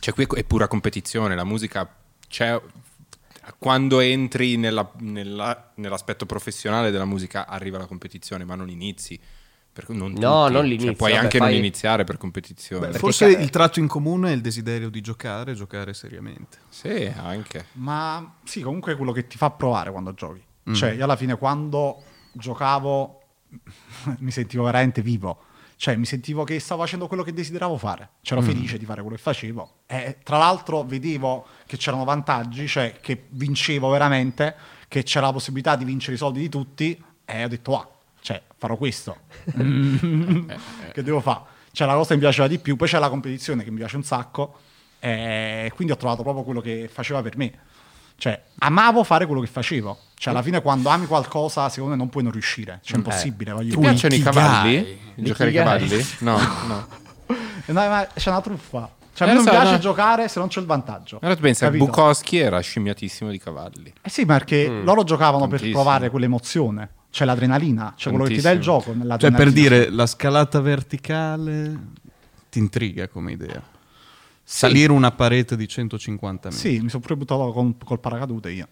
Speaker 1: Cioè, qui è pura competizione. La musica c'è. Quando entri nella- nella- nell'aspetto professionale della musica, arriva la competizione, ma non inizi. Per cui non
Speaker 2: No,
Speaker 1: tutti.
Speaker 2: non
Speaker 1: Cioè,
Speaker 2: l'inizio,
Speaker 1: puoi
Speaker 2: vabbè,
Speaker 1: anche
Speaker 2: fai-
Speaker 1: non iniziare per competizione.
Speaker 3: Forse
Speaker 2: ca-
Speaker 3: il tratto in comune è il desiderio di giocare, giocare seriamente.
Speaker 1: sì, anche.
Speaker 5: Ma sì, comunque è quello che ti fa provare quando giochi. Cioè, io alla fine quando giocavo mi sentivo veramente vivo. Cioè, mi sentivo che stavo facendo quello che desideravo fare. C'ero felice di fare quello che facevo. E tra l'altro vedevo che c'erano vantaggi, cioè che vincevo veramente, che c'era la possibilità di vincere i soldi di tutti. E ho detto, ah, cioè, farò questo.
Speaker 1: Eh,
Speaker 5: Mm. che devo fare? C'è la cosa che mi piaceva di più, poi c'è la competizione che mi piace un sacco. E quindi ho trovato proprio quello che faceva per me. Cioè, amavo fare quello che facevo. Cioè, alla fine, quando ami qualcosa, secondo me non puoi non riuscire. Cioè, è impossibile. voglio
Speaker 1: Ti
Speaker 5: dire.
Speaker 1: Mm. Eh. piacciono i cavalli? Giocare ai
Speaker 2: Ikigai.
Speaker 1: cavalli? No, no.
Speaker 5: Eh, no, ma c'è una truffa. Cioè, a
Speaker 1: Eh,
Speaker 5: me
Speaker 1: lo
Speaker 5: non
Speaker 1: so,
Speaker 5: piace
Speaker 1: no.
Speaker 5: giocare se non c'è il vantaggio.
Speaker 1: Allora tu pensi,
Speaker 5: Capito?
Speaker 1: Bukowski era scimmiatissimo di cavalli.
Speaker 5: Eh sì, perché loro giocavano per
Speaker 1: Mm. Tantissimo.
Speaker 5: provare quell'emozione. C'è l'adrenalina, c'è quello che ti dà il
Speaker 1: Tantissimo.
Speaker 5: gioco. nell'adrenalina.
Speaker 3: Cioè, per dire, la scalata verticale ti intriga come idea. Salire una parete di 150 metri.
Speaker 5: Sì, mi sono pure buttato con- col paracadute io.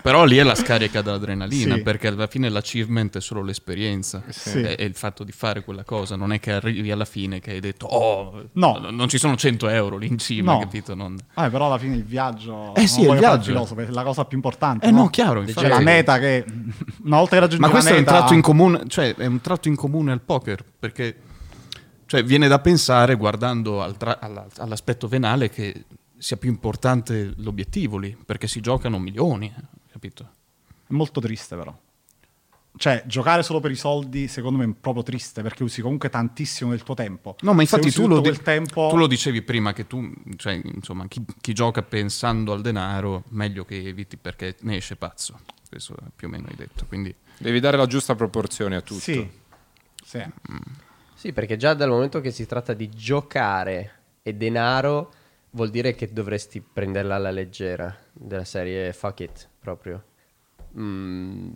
Speaker 3: Però lì è la scarica dell'adrenalina,
Speaker 5: Sì.
Speaker 3: perché alla fine l'achievement è solo l'esperienza.
Speaker 5: Sì.
Speaker 3: È, è il fatto di fare quella cosa. Non è che arrivi alla fine che hai detto, oh,
Speaker 5: No.
Speaker 3: no, non ci sono 100 euro lì in cima,
Speaker 5: No.
Speaker 3: capito? Non...
Speaker 5: Ah, però alla fine il viaggio.
Speaker 3: Eh sì,
Speaker 5: non voglio
Speaker 3: è il
Speaker 5: fare
Speaker 3: viaggio.
Speaker 5: filosofo, è la cosa più importante.
Speaker 3: Eh no, chiaro,
Speaker 5: C'è
Speaker 3: infatti.
Speaker 5: la meta che una volta che raggiungi
Speaker 3: Ma
Speaker 5: la
Speaker 3: questo è un
Speaker 5: meta-
Speaker 3: tratto in comune, cioè è un tratto in comune al poker, perché cioè, viene da pensare, guardando al tra- alla- all'aspetto venale, che sia più importante l'obiettivo lì, perché si giocano milioni, eh, capito?
Speaker 5: È molto triste, però. Cioè, giocare solo per i soldi, secondo me, è proprio triste perché usi comunque tantissimo del tuo tempo.
Speaker 3: No, ma infatti
Speaker 5: Se usi
Speaker 3: tu lo,
Speaker 5: tutto
Speaker 3: di-
Speaker 5: quel tempo.
Speaker 3: tu lo dicevi prima che tu, cioè, insomma, chi, chi gioca pensando al denaro, meglio che eviti perché ne esce pazzo. Questo più o meno hai detto. Quindi
Speaker 1: Devi dare la giusta proporzione a tutto.
Speaker 5: Sì. Sì.
Speaker 2: Sì, perché già dal momento che si tratta di giocare e denaro, vuol dire che dovresti prenderla alla leggera, della serie fuck it proprio. Mm,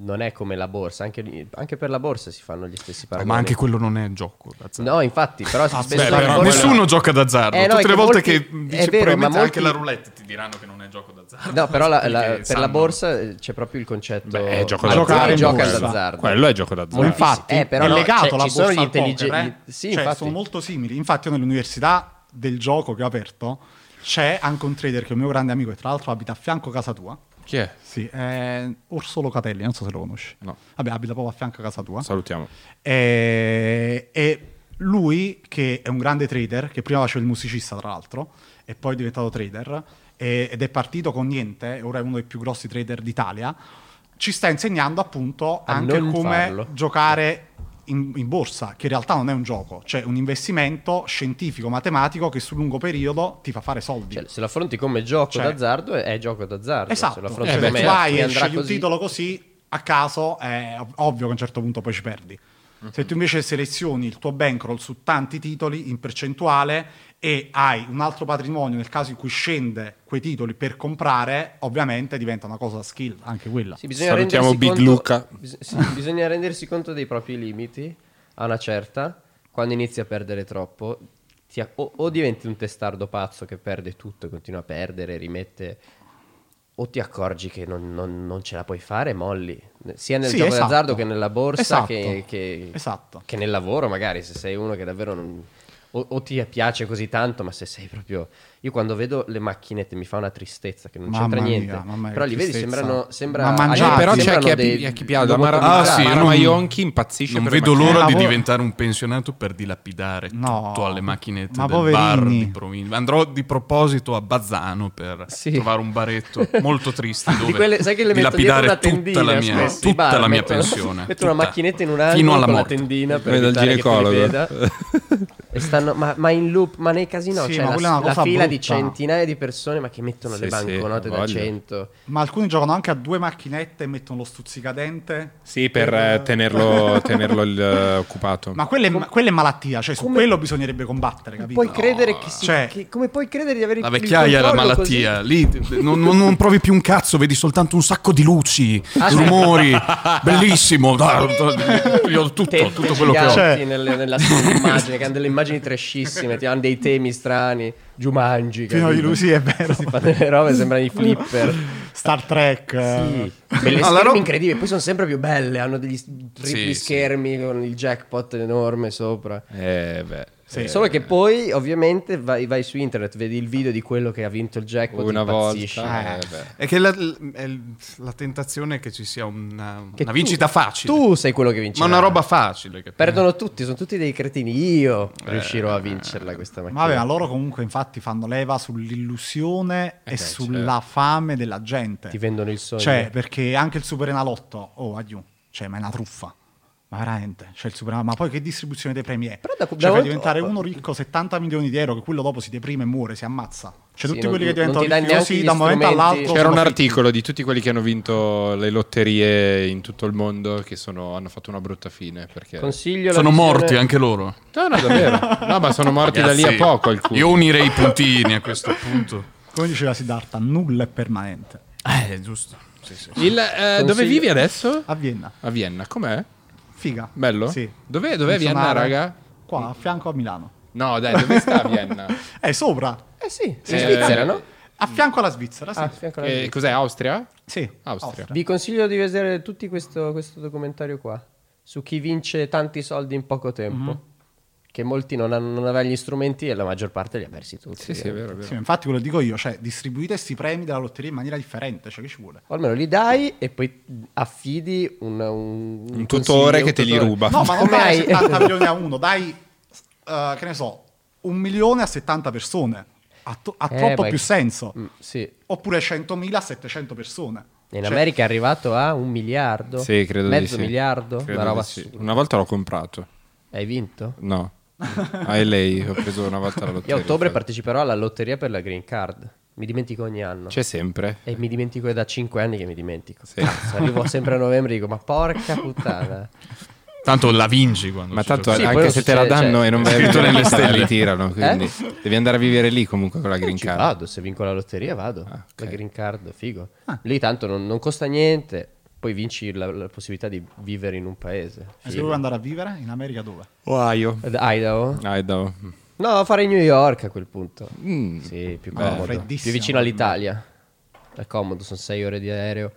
Speaker 2: non è come la borsa, anche, anche per la borsa si fanno gli stessi paragoni.
Speaker 3: ma anche quello non è gioco. d'azzardo.
Speaker 2: No, infatti, però
Speaker 1: Ah,
Speaker 2: si
Speaker 3: Beh,
Speaker 2: spesso
Speaker 3: però
Speaker 2: la borsa-
Speaker 3: Eh, nessuno gioca d'azzardo.
Speaker 2: Eh, no, è
Speaker 3: Tutte
Speaker 2: che
Speaker 3: le volte
Speaker 2: molti-
Speaker 3: che
Speaker 2: è
Speaker 3: dici
Speaker 2: vero,
Speaker 3: probabilmente
Speaker 2: ma molti-
Speaker 3: anche la roulette ti diranno che non è gioco d'azzardo.
Speaker 2: No, però la- la-
Speaker 3: Perché
Speaker 2: per
Speaker 3: sanno-
Speaker 2: la borsa eh, c'è proprio il concetto
Speaker 1: Beh, è gioco
Speaker 2: Ah,
Speaker 1: d'azzardo.
Speaker 2: giocare
Speaker 5: in
Speaker 2: gioca
Speaker 5: borsa.
Speaker 2: all'azzardo.
Speaker 1: Quello è gioco d'azzardo.
Speaker 5: Ma infatti,
Speaker 2: Eh, però
Speaker 5: è
Speaker 2: no,
Speaker 5: legato
Speaker 2: cioè,
Speaker 5: alla
Speaker 2: ci sono
Speaker 5: borsa
Speaker 2: gli
Speaker 5: al poker,
Speaker 2: intelligen-
Speaker 5: eh.
Speaker 2: gli- sì,
Speaker 5: Cioè,
Speaker 2: infatti.
Speaker 5: sono molto simili. Infatti, io nell'università del gioco che ho aperto c'è anche un trader che è un mio grande amico e tra l'altro abita a fianco a casa tua.
Speaker 1: Chi è?
Speaker 5: Sì, è Orso Locatelli, non so se lo conosci.
Speaker 1: No.
Speaker 5: Vabbè, abita proprio a fianco a casa tua.
Speaker 1: Salutiamo.
Speaker 5: E, e lui, che è un grande trader, che prima faceva il musicista tra l'altro, e poi è diventato trader, e- ed è partito con niente, e ora è uno dei più grossi trader d'Italia, ci sta insegnando appunto
Speaker 2: A
Speaker 5: anche
Speaker 2: non
Speaker 5: come
Speaker 2: farlo.
Speaker 5: giocare in, in borsa, che in realtà non è un gioco, cioè un investimento scientifico, matematico che sul lungo periodo ti fa fare soldi.
Speaker 2: Cioè, se lo affronti come gioco
Speaker 5: Cioè-
Speaker 2: d'azzardo, è, è gioco d'azzardo. Se lo
Speaker 5: esatto,
Speaker 1: Eh,
Speaker 2: affronti
Speaker 5: cioè,
Speaker 2: come
Speaker 5: tu
Speaker 1: certo.
Speaker 5: vai
Speaker 2: mi
Speaker 5: e
Speaker 2: andrà
Speaker 5: scegli un
Speaker 2: così.
Speaker 5: titolo così a caso, è ov- ovvio che a un certo punto poi ci perdi. Se tu invece selezioni il tuo bankroll su tanti titoli in percentuale e hai un altro patrimonio nel caso in cui scende quei titoli per comprare, ovviamente diventa una cosa da skill anche quella.
Speaker 2: Sì, bisogna
Speaker 1: Salutiamo
Speaker 2: rendersi
Speaker 1: Big
Speaker 2: conto-
Speaker 1: Luca.
Speaker 2: bis- sì, bisogna rendersi conto dei propri limiti a una certa. Quando inizi a perdere troppo, ti a- o, o diventi un testardo pazzo che perde tutto e continua a perdere, rimette. O ti accorgi che non, non- non ce la puoi fare, e molli. Sia nel
Speaker 5: Sì,
Speaker 2: gioco
Speaker 5: esatto.
Speaker 2: d'azzardo che nella borsa,
Speaker 5: Esatto.
Speaker 2: che, che-
Speaker 5: Esatto.
Speaker 2: che nel lavoro, magari se sei uno che davvero non. O, o ti piace così tanto, ma se sei proprio. Io quando vedo le macchinette mi fa una tristezza che non
Speaker 5: Mamma
Speaker 2: c'entra
Speaker 5: mia,
Speaker 2: niente.
Speaker 5: mamma mia,
Speaker 2: Però li vedi,
Speaker 5: tristezza.
Speaker 2: sembrano. Sembra
Speaker 5: Ma
Speaker 1: Eh,
Speaker 5: mangiati.
Speaker 1: però c'è
Speaker 2: sembrano
Speaker 1: chi, ha-
Speaker 2: dei-
Speaker 1: chi ha- chi piace la Mara,
Speaker 3: Ah, sì,
Speaker 1: Mara
Speaker 3: non-
Speaker 1: Maionchi impazzisce
Speaker 3: Non
Speaker 1: per
Speaker 3: vedo
Speaker 1: le macchine.
Speaker 3: l'ora di
Speaker 5: Eh, lavoro-
Speaker 3: diventare un pensionato per dilapidare
Speaker 5: No.
Speaker 3: tutto alle macchinette
Speaker 5: Ma
Speaker 3: del bar
Speaker 5: poverini.
Speaker 3: di provincia. Andrò di proposito a Bazzano per
Speaker 2: Sì.
Speaker 3: trovare un baretto molto triste
Speaker 2: Di
Speaker 3: dove
Speaker 2: quelle- sai che le metto
Speaker 3: dilapidare
Speaker 2: dietro una
Speaker 3: tutta
Speaker 2: tendina
Speaker 3: la mia,
Speaker 2: spesso, i
Speaker 3: tutta
Speaker 2: bar,
Speaker 3: la mia
Speaker 2: mettono-
Speaker 3: pensione.
Speaker 2: mettono una
Speaker 3: tutta.
Speaker 2: macchinetta in un
Speaker 3: Fino
Speaker 2: angolo
Speaker 3: alla
Speaker 2: con la
Speaker 3: morte.
Speaker 2: tendina per
Speaker 1: Come dal
Speaker 2: evitare che te li
Speaker 1: ginecologo.
Speaker 2: veda. e stanno, ma, ma in loop, ma nei casino
Speaker 5: Sì,
Speaker 2: c'è
Speaker 5: ma
Speaker 2: la,
Speaker 5: quella è una
Speaker 2: la
Speaker 5: cosa
Speaker 2: fila di
Speaker 5: brutta.
Speaker 2: centinaia di persone ma che mettono le
Speaker 1: Sì, sì,
Speaker 2: banconote da
Speaker 1: voglio.
Speaker 2: 100.
Speaker 5: Ma alcuni giocano anche a due macchinette e mettono lo stuzzicadente.
Speaker 1: Sì, per eh, tenerlo, tenerlo il, eh, occupato.
Speaker 5: Ma quella è, quella è malattia, cioè su
Speaker 2: Come-
Speaker 5: quello bisognerebbe combattere, capito?
Speaker 2: Puoi credere che si,
Speaker 5: Cioè-
Speaker 2: che- come puoi credere di avere
Speaker 3: La
Speaker 2: il- il
Speaker 3: vecchiaia è la
Speaker 2: controllo così?
Speaker 3: malattia, lì t- non, non- non provi più un cazzo, vedi soltanto un sacco di luci,
Speaker 2: Ah,
Speaker 3: rumori, bellissimo, Da- da- io ho tutto,
Speaker 2: Tette
Speaker 3: tutto quello che ho.
Speaker 5: Cioè-
Speaker 2: giganti nelle- nella sua immagine, che hanno delle immagini trascissime, ti hanno dei temi strani, Jumanji,
Speaker 5: Fino
Speaker 2: capito?
Speaker 5: di lui, sì, è vero.
Speaker 2: Si fanno delle robe, sembrano i flipper.
Speaker 5: Star Trek. eh,
Speaker 2: Sì, belle
Speaker 3: Allora,
Speaker 2: schermi
Speaker 3: roba-
Speaker 2: incredibili, poi sono sempre più belle, hanno degli s- tripli
Speaker 3: Sì,
Speaker 2: schermi con il jackpot enorme sopra.
Speaker 1: Eh, beh.
Speaker 5: Sì.
Speaker 2: Solo che poi, ovviamente, vai, vai su internet, vedi il video di quello che ha vinto il jackpot
Speaker 1: Una
Speaker 2: impazzisci.
Speaker 3: Ah.
Speaker 1: volta. eh, beh.
Speaker 3: È che la, è l- la tentazione è che ci sia una,
Speaker 2: Che
Speaker 3: una
Speaker 2: tu-
Speaker 3: vincita facile,
Speaker 2: Tu sei quello che vince.
Speaker 3: ma una roba facile. capito?
Speaker 2: Perdono tutti, sono tutti dei cretini. Io riuscirò
Speaker 3: Eh.
Speaker 2: a vincerla questa
Speaker 5: Ma
Speaker 2: mattina.
Speaker 5: vabbè, ma loro comunque infatti fanno leva sull'illusione e
Speaker 1: beh,
Speaker 5: sulla fame della gente.
Speaker 2: Eh certo. Ti vendono il sogno.
Speaker 5: Cioè, perché anche il superenalotto, oh, addio, cioè, ma è una truffa. Ma veramente, cioè il superenalotto, ma poi che distribuzione dei premi è?
Speaker 2: Però da- da
Speaker 5: cioè,
Speaker 2: oh,
Speaker 5: fai
Speaker 2: oltre-
Speaker 5: diventare uno ricco 70 milioni di euro, che quello dopo si deprime e muore, si ammazza. Cioè,
Speaker 2: Sì,
Speaker 5: tutti
Speaker 2: non-
Speaker 5: quelli che
Speaker 2: non ti
Speaker 5: diventano
Speaker 2: dai
Speaker 5: ricchi
Speaker 2: neanche
Speaker 5: così
Speaker 2: gli
Speaker 5: da un momento
Speaker 2: strumenti.
Speaker 5: all'altro.
Speaker 1: C'era un
Speaker 5: sono
Speaker 1: articolo di tutti quelli che hanno vinto le lotterie in tutto il mondo che sono- hanno fatto una brutta fine. Perché...
Speaker 2: Consiglio la
Speaker 3: Sono
Speaker 2: visione-
Speaker 3: morti anche loro.
Speaker 1: No, no, davvero. No, ma sono morti da lì
Speaker 3: Ragazzi,
Speaker 1: a poco alcuni.
Speaker 3: Io unirei i puntini a questo punto.
Speaker 5: fitti. Come diceva Siddhartha, nulla è permanente.
Speaker 3: Eh, giusto.
Speaker 1: Il, eh, dove
Speaker 2: Consiglio-
Speaker 1: vivi adesso?
Speaker 5: A Vienna,
Speaker 1: A Vienna, com'è?
Speaker 5: figa.
Speaker 1: Bello?
Speaker 5: Sì.
Speaker 1: Dov'è, dov'è Vienna,
Speaker 5: Funzionare.
Speaker 1: raga?
Speaker 5: Qua, a fianco a Milano.
Speaker 1: No, dai, dove sta Vienna?
Speaker 5: È sopra.
Speaker 2: Eh sì, in
Speaker 1: Sì,
Speaker 2: Svizzera,
Speaker 1: eh,
Speaker 2: no?
Speaker 5: A fianco alla Svizzera, sì.
Speaker 2: Ah, fianco alla-
Speaker 1: Eh, cos'è, Austria?
Speaker 5: Sì,
Speaker 1: Austria.
Speaker 2: Vi consiglio di vedere tutti questo, questo documentario qua su chi vince tanti soldi in poco tempo.
Speaker 5: Mhm.
Speaker 2: Che molti non, hanno, non avevano gli strumenti e la maggior parte li ha persi tutti. eh.
Speaker 1: Sì, sì, è vero, è vero.
Speaker 5: Sì, ma infatti quello dico io, cioè distribuite questi premi della lotteria in maniera differente, cioè che ci vuole?
Speaker 2: O almeno li dai e poi affidi un, un,
Speaker 1: Un tutore che te li ruba.
Speaker 5: No, ma non
Speaker 2: Come
Speaker 5: dai
Speaker 2: hai-
Speaker 5: 70 milioni a uno, dai, eh, che ne so, un milione a 70 persone, ha, to- ha
Speaker 2: Eh,
Speaker 5: troppo
Speaker 2: ma-
Speaker 5: più senso.
Speaker 2: Mm, sì. In
Speaker 5: Oppure 100.000 a 700 persone. Cioè,
Speaker 2: America è arrivato a un miliardo?
Speaker 1: Sì, credo di
Speaker 2: Mezzo
Speaker 1: sì.
Speaker 2: miliardo?
Speaker 1: Credo
Speaker 2: una roba
Speaker 1: di sì.
Speaker 2: assurda.
Speaker 1: Una volta l'ho comprato.
Speaker 2: Hai vinto?
Speaker 1: No. A lei ho preso una volta la
Speaker 2: Io
Speaker 1: lotteria.
Speaker 2: a ottobre parteciperò alla lotteria per la green card. Mi dimentico ogni anno.
Speaker 1: C'è sempre.
Speaker 2: E mi dimentico è da 5 anni che mi dimentico.
Speaker 1: Cioè Sì.
Speaker 2: Cazzo, arrivo sempre a novembre e dico, ma porca puttana.
Speaker 3: Tanto la vinci quando
Speaker 1: Ma
Speaker 3: ci
Speaker 1: tanto
Speaker 3: giochi.
Speaker 2: Sì,
Speaker 1: anche
Speaker 2: quello
Speaker 1: se te la
Speaker 2: succede,
Speaker 1: danno
Speaker 2: cioè-
Speaker 1: e non vai a
Speaker 3: Scritto
Speaker 1: vivere
Speaker 3: nelle
Speaker 1: lì, te la
Speaker 3: stelle.
Speaker 1: ritirano, quindi devi andare a vivere lì comunque con la green
Speaker 2: Eh? Ci
Speaker 1: card. Ah,
Speaker 2: vado, se vinco la lotteria vado. La green card, figo. Lì tanto non, non costa niente, poi vinci la, la possibilità di vivere in un paese.
Speaker 5: E se
Speaker 2: Figo.
Speaker 5: vuoi andare a vivere in America dove?
Speaker 1: Ohio.
Speaker 2: Ad Idaho?
Speaker 1: Idaho.
Speaker 2: No, farei New York a quel punto.
Speaker 1: Mm.
Speaker 2: Sì, più
Speaker 5: Ah,
Speaker 2: comodo. più
Speaker 5: freddissimo.
Speaker 2: vicino all'Italia. È comodo, sono 6 ore di aereo.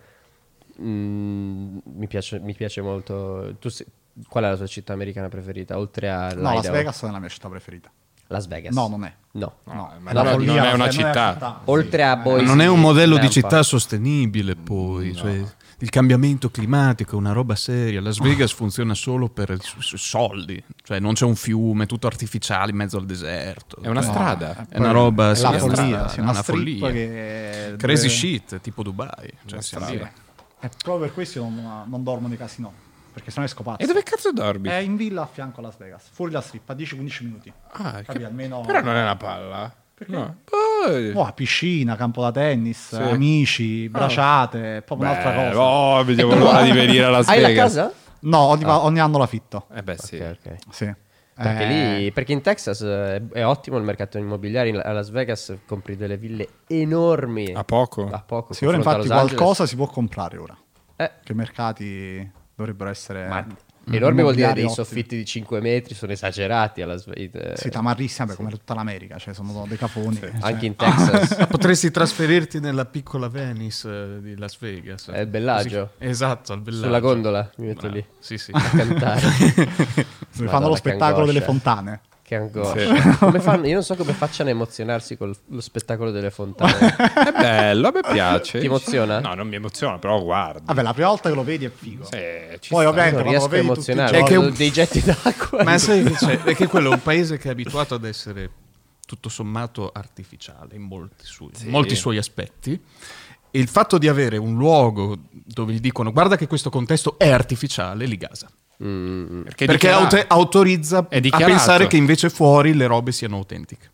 Speaker 2: Mm, mi, piace, mi piace molto. Tu sei- Qual è la tua città americana preferita? Oltre a
Speaker 5: No, Las Vegas è la mia città preferita.
Speaker 2: Las Vegas.
Speaker 5: No, non è.
Speaker 2: No.
Speaker 5: No, Eh,
Speaker 1: ma
Speaker 5: la
Speaker 1: no,
Speaker 5: follia,
Speaker 1: non è una
Speaker 5: cioè,
Speaker 1: città.
Speaker 2: Oltre a Boise.
Speaker 3: non è un modello di
Speaker 2: Tampa.
Speaker 3: città sostenibile, poi. cioè, il cambiamento climatico è una roba seria. Las Vegas funziona solo per s- s- soldi. Cioè, non c'è un fiume, è tutto artificiale in mezzo al deserto.
Speaker 1: È una
Speaker 3: Cioè,
Speaker 1: strada.
Speaker 3: È una roba sì,
Speaker 5: la
Speaker 3: è una
Speaker 5: follia,
Speaker 3: strada,
Speaker 5: sì,
Speaker 3: è
Speaker 5: una,
Speaker 3: una
Speaker 5: strip
Speaker 3: follia.
Speaker 5: che...
Speaker 3: Crazy
Speaker 5: dove-
Speaker 3: shit, tipo Dubai. Cioè, siamo-
Speaker 5: È proprio per questo io non, non dormo nei casino. perché sennò esco pazzo.
Speaker 1: E dove cazzo dormi?
Speaker 5: È in villa a fianco a Las Vegas, fuori la strip, a 10-15 minuti.
Speaker 1: Ah,
Speaker 5: Capi,
Speaker 1: che-
Speaker 5: almeno-
Speaker 1: Però non è una palla.
Speaker 5: Perché?
Speaker 1: No. Poi-
Speaker 5: Oh, a piscina, campo da
Speaker 1: Sì.
Speaker 5: tennis,
Speaker 1: Ah.
Speaker 5: amici, braciate, è proprio un'altra
Speaker 1: Beh,
Speaker 5: cosa.
Speaker 1: Oh, vediamo l'ora di venire a Las
Speaker 2: Hai la
Speaker 1: Vegas.
Speaker 2: casa?
Speaker 5: No, ogni,
Speaker 1: Ah.
Speaker 5: ogni anno la fitto.
Speaker 1: Eh beh, sì.
Speaker 2: Ok, ok.
Speaker 5: Sì.
Speaker 2: Perché
Speaker 5: Eh,
Speaker 2: lì, perché in Texas eh, è, ottimo il mercato immobiliare, in- a Las Vegas compri delle ville enormi.
Speaker 1: A poco?
Speaker 2: A poco.
Speaker 5: Sì,
Speaker 2: confronto
Speaker 5: ora
Speaker 2: a
Speaker 5: infatti
Speaker 2: Los Angeles.
Speaker 5: qualcosa si può comprare ora.
Speaker 2: Eh,
Speaker 5: Che i mercati dovrebbero essere...
Speaker 2: ma
Speaker 1: Eh.
Speaker 5: mm,
Speaker 2: enormi vuol dire
Speaker 5: immobiliari
Speaker 2: dei
Speaker 5: ottimi.
Speaker 2: soffitti di 5 metri, sono esagerati alla eh, Las
Speaker 1: Eh,
Speaker 2: Vegas.
Speaker 5: Sì, tamarrissime come tutta l'America, cioè sono dei cafoni. cioè.
Speaker 2: Anche in Texas.
Speaker 3: Potresti trasferirti nella piccola Venice eh, di Las Vegas.
Speaker 2: È il Bellagio.
Speaker 3: Così- Esatto, al Bellagio.
Speaker 2: Sulla gondola mi metto
Speaker 3: Bravo.
Speaker 2: lì
Speaker 3: Sì, sì.
Speaker 2: a cantare.
Speaker 5: Dove
Speaker 2: Madonna,
Speaker 5: fanno lo
Speaker 2: che
Speaker 5: spettacolo delle
Speaker 2: angoscia.
Speaker 5: fontane.
Speaker 2: Che angoscia. Come fanno- io non so come facciano a emozionarsi con lo spettacolo delle fontane.
Speaker 1: È bello, mi piace.
Speaker 2: Ti emoziona?
Speaker 1: No, non mi emoziona, però guarda.
Speaker 5: Vabbè, la prima volta che lo vedi è figo.
Speaker 1: Eh, ci
Speaker 5: Poi
Speaker 1: sta.
Speaker 5: ovviamente
Speaker 2: non
Speaker 5: quando
Speaker 2: riesco
Speaker 5: lo
Speaker 2: a
Speaker 5: vedi tutti i
Speaker 2: emozionarmi.
Speaker 5: giorni-
Speaker 2: Ho dei getti d'acqua.
Speaker 3: Ma sai che c'è? È che quello è un paese che è abituato ad essere tutto sommato artificiale in molti suoi, in molti suoi aspetti. E il fatto di avere un luogo dove gli dicono guarda che questo contesto è artificiale, li gasa.
Speaker 1: Perché,
Speaker 3: perché
Speaker 1: dichiarato.
Speaker 3: aute- autorizza
Speaker 1: È
Speaker 3: a
Speaker 1: dichiarato.
Speaker 3: pensare che invece fuori le robe siano autentiche.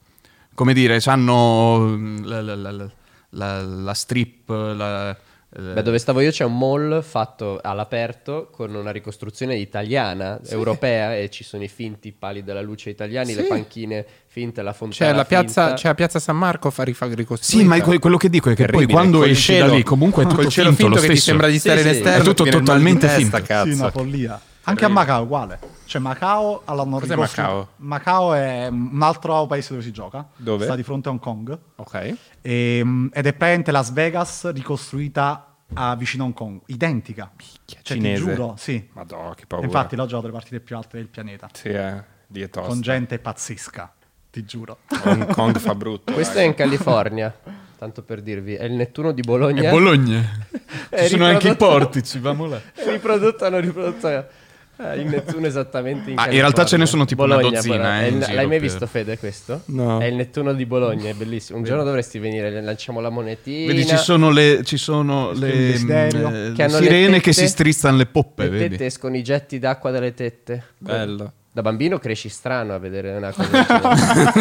Speaker 3: Come dire, hanno la, la- la- la- la- la strip, la, eh,
Speaker 2: Beh, dove stavo io c'è un mall fatto all'aperto con una ricostruzione italiana, europea, e ci sono i finti pali della luce italiani, le
Speaker 1: Sì.
Speaker 2: panchine finte, la fontana
Speaker 1: C'è la, piazza,
Speaker 2: finta.
Speaker 1: c'è la piazza San Marco fa rifa ricostruita.
Speaker 3: Sì, ma que- quello che dico è che poi
Speaker 1: Terribile.
Speaker 3: quando
Speaker 1: Col
Speaker 3: esci
Speaker 1: cielo-
Speaker 3: da lì comunque è tutto
Speaker 1: col cielo
Speaker 3: finto, lo
Speaker 1: che ti
Speaker 3: stesso.
Speaker 1: sembra di stare
Speaker 2: Sì,
Speaker 1: in
Speaker 2: sì.
Speaker 1: esterno.
Speaker 3: È tutto
Speaker 1: ti viene il mal
Speaker 3: totalmente
Speaker 1: di testa,
Speaker 3: finto.
Speaker 1: Cazzo.
Speaker 5: Sì, una follia. Anche a Macao è uguale. Cioè Macao all'hanno
Speaker 1: Cos'è
Speaker 5: ricostruito-
Speaker 1: Macao?
Speaker 5: Macao è un altro paese dove si gioca.
Speaker 1: Dove?
Speaker 5: Sta di fronte a Hong Kong.
Speaker 1: ok.
Speaker 5: E, mm, ed è praticamente Las Vegas ricostruita a- vicino a Hong Kong. Identica. Cioè, ti
Speaker 1: cinese.
Speaker 5: giuro, sì.
Speaker 1: Madonna, che paura.
Speaker 5: Infatti l'ho giocato le partite più alte del pianeta.
Speaker 1: Sì, eh, lì è tosta.
Speaker 5: Con gente pazzesca. Ti giuro.
Speaker 1: Hong Kong fa brutto.
Speaker 2: Questo è in California, tanto per dirvi, è il Nettuno di Bologna.
Speaker 3: È Bologna.
Speaker 2: È
Speaker 3: Ci sono anche i
Speaker 2: riprodotto-
Speaker 3: portici, vamo là.
Speaker 2: È riprodotto, hanno riprodotto eh, il Nettuno esattamente in
Speaker 3: Ah, in
Speaker 2: California.
Speaker 3: realtà ce ne sono tipo una dozzina,
Speaker 2: Bologna.
Speaker 3: eh,
Speaker 2: È il-
Speaker 3: in
Speaker 2: L'hai
Speaker 3: giro
Speaker 2: mai
Speaker 3: per-
Speaker 2: visto Fede questo?
Speaker 1: No.
Speaker 2: È il Nettuno di Bologna, è bellissimo. Un giorno dovresti venire, le lanciamo la monetina.
Speaker 3: Vedi, ci sono le, ci sono le,
Speaker 5: desiderio.
Speaker 3: mh, eh,
Speaker 2: Che hanno le
Speaker 3: sirene
Speaker 2: tette-
Speaker 3: che si strizzano le poppe,
Speaker 2: le
Speaker 3: vedi?
Speaker 2: tette escono i getti d'acqua dalle tette.
Speaker 1: Bello.
Speaker 2: Da bambino cresci strano a vedere una cosa del genere.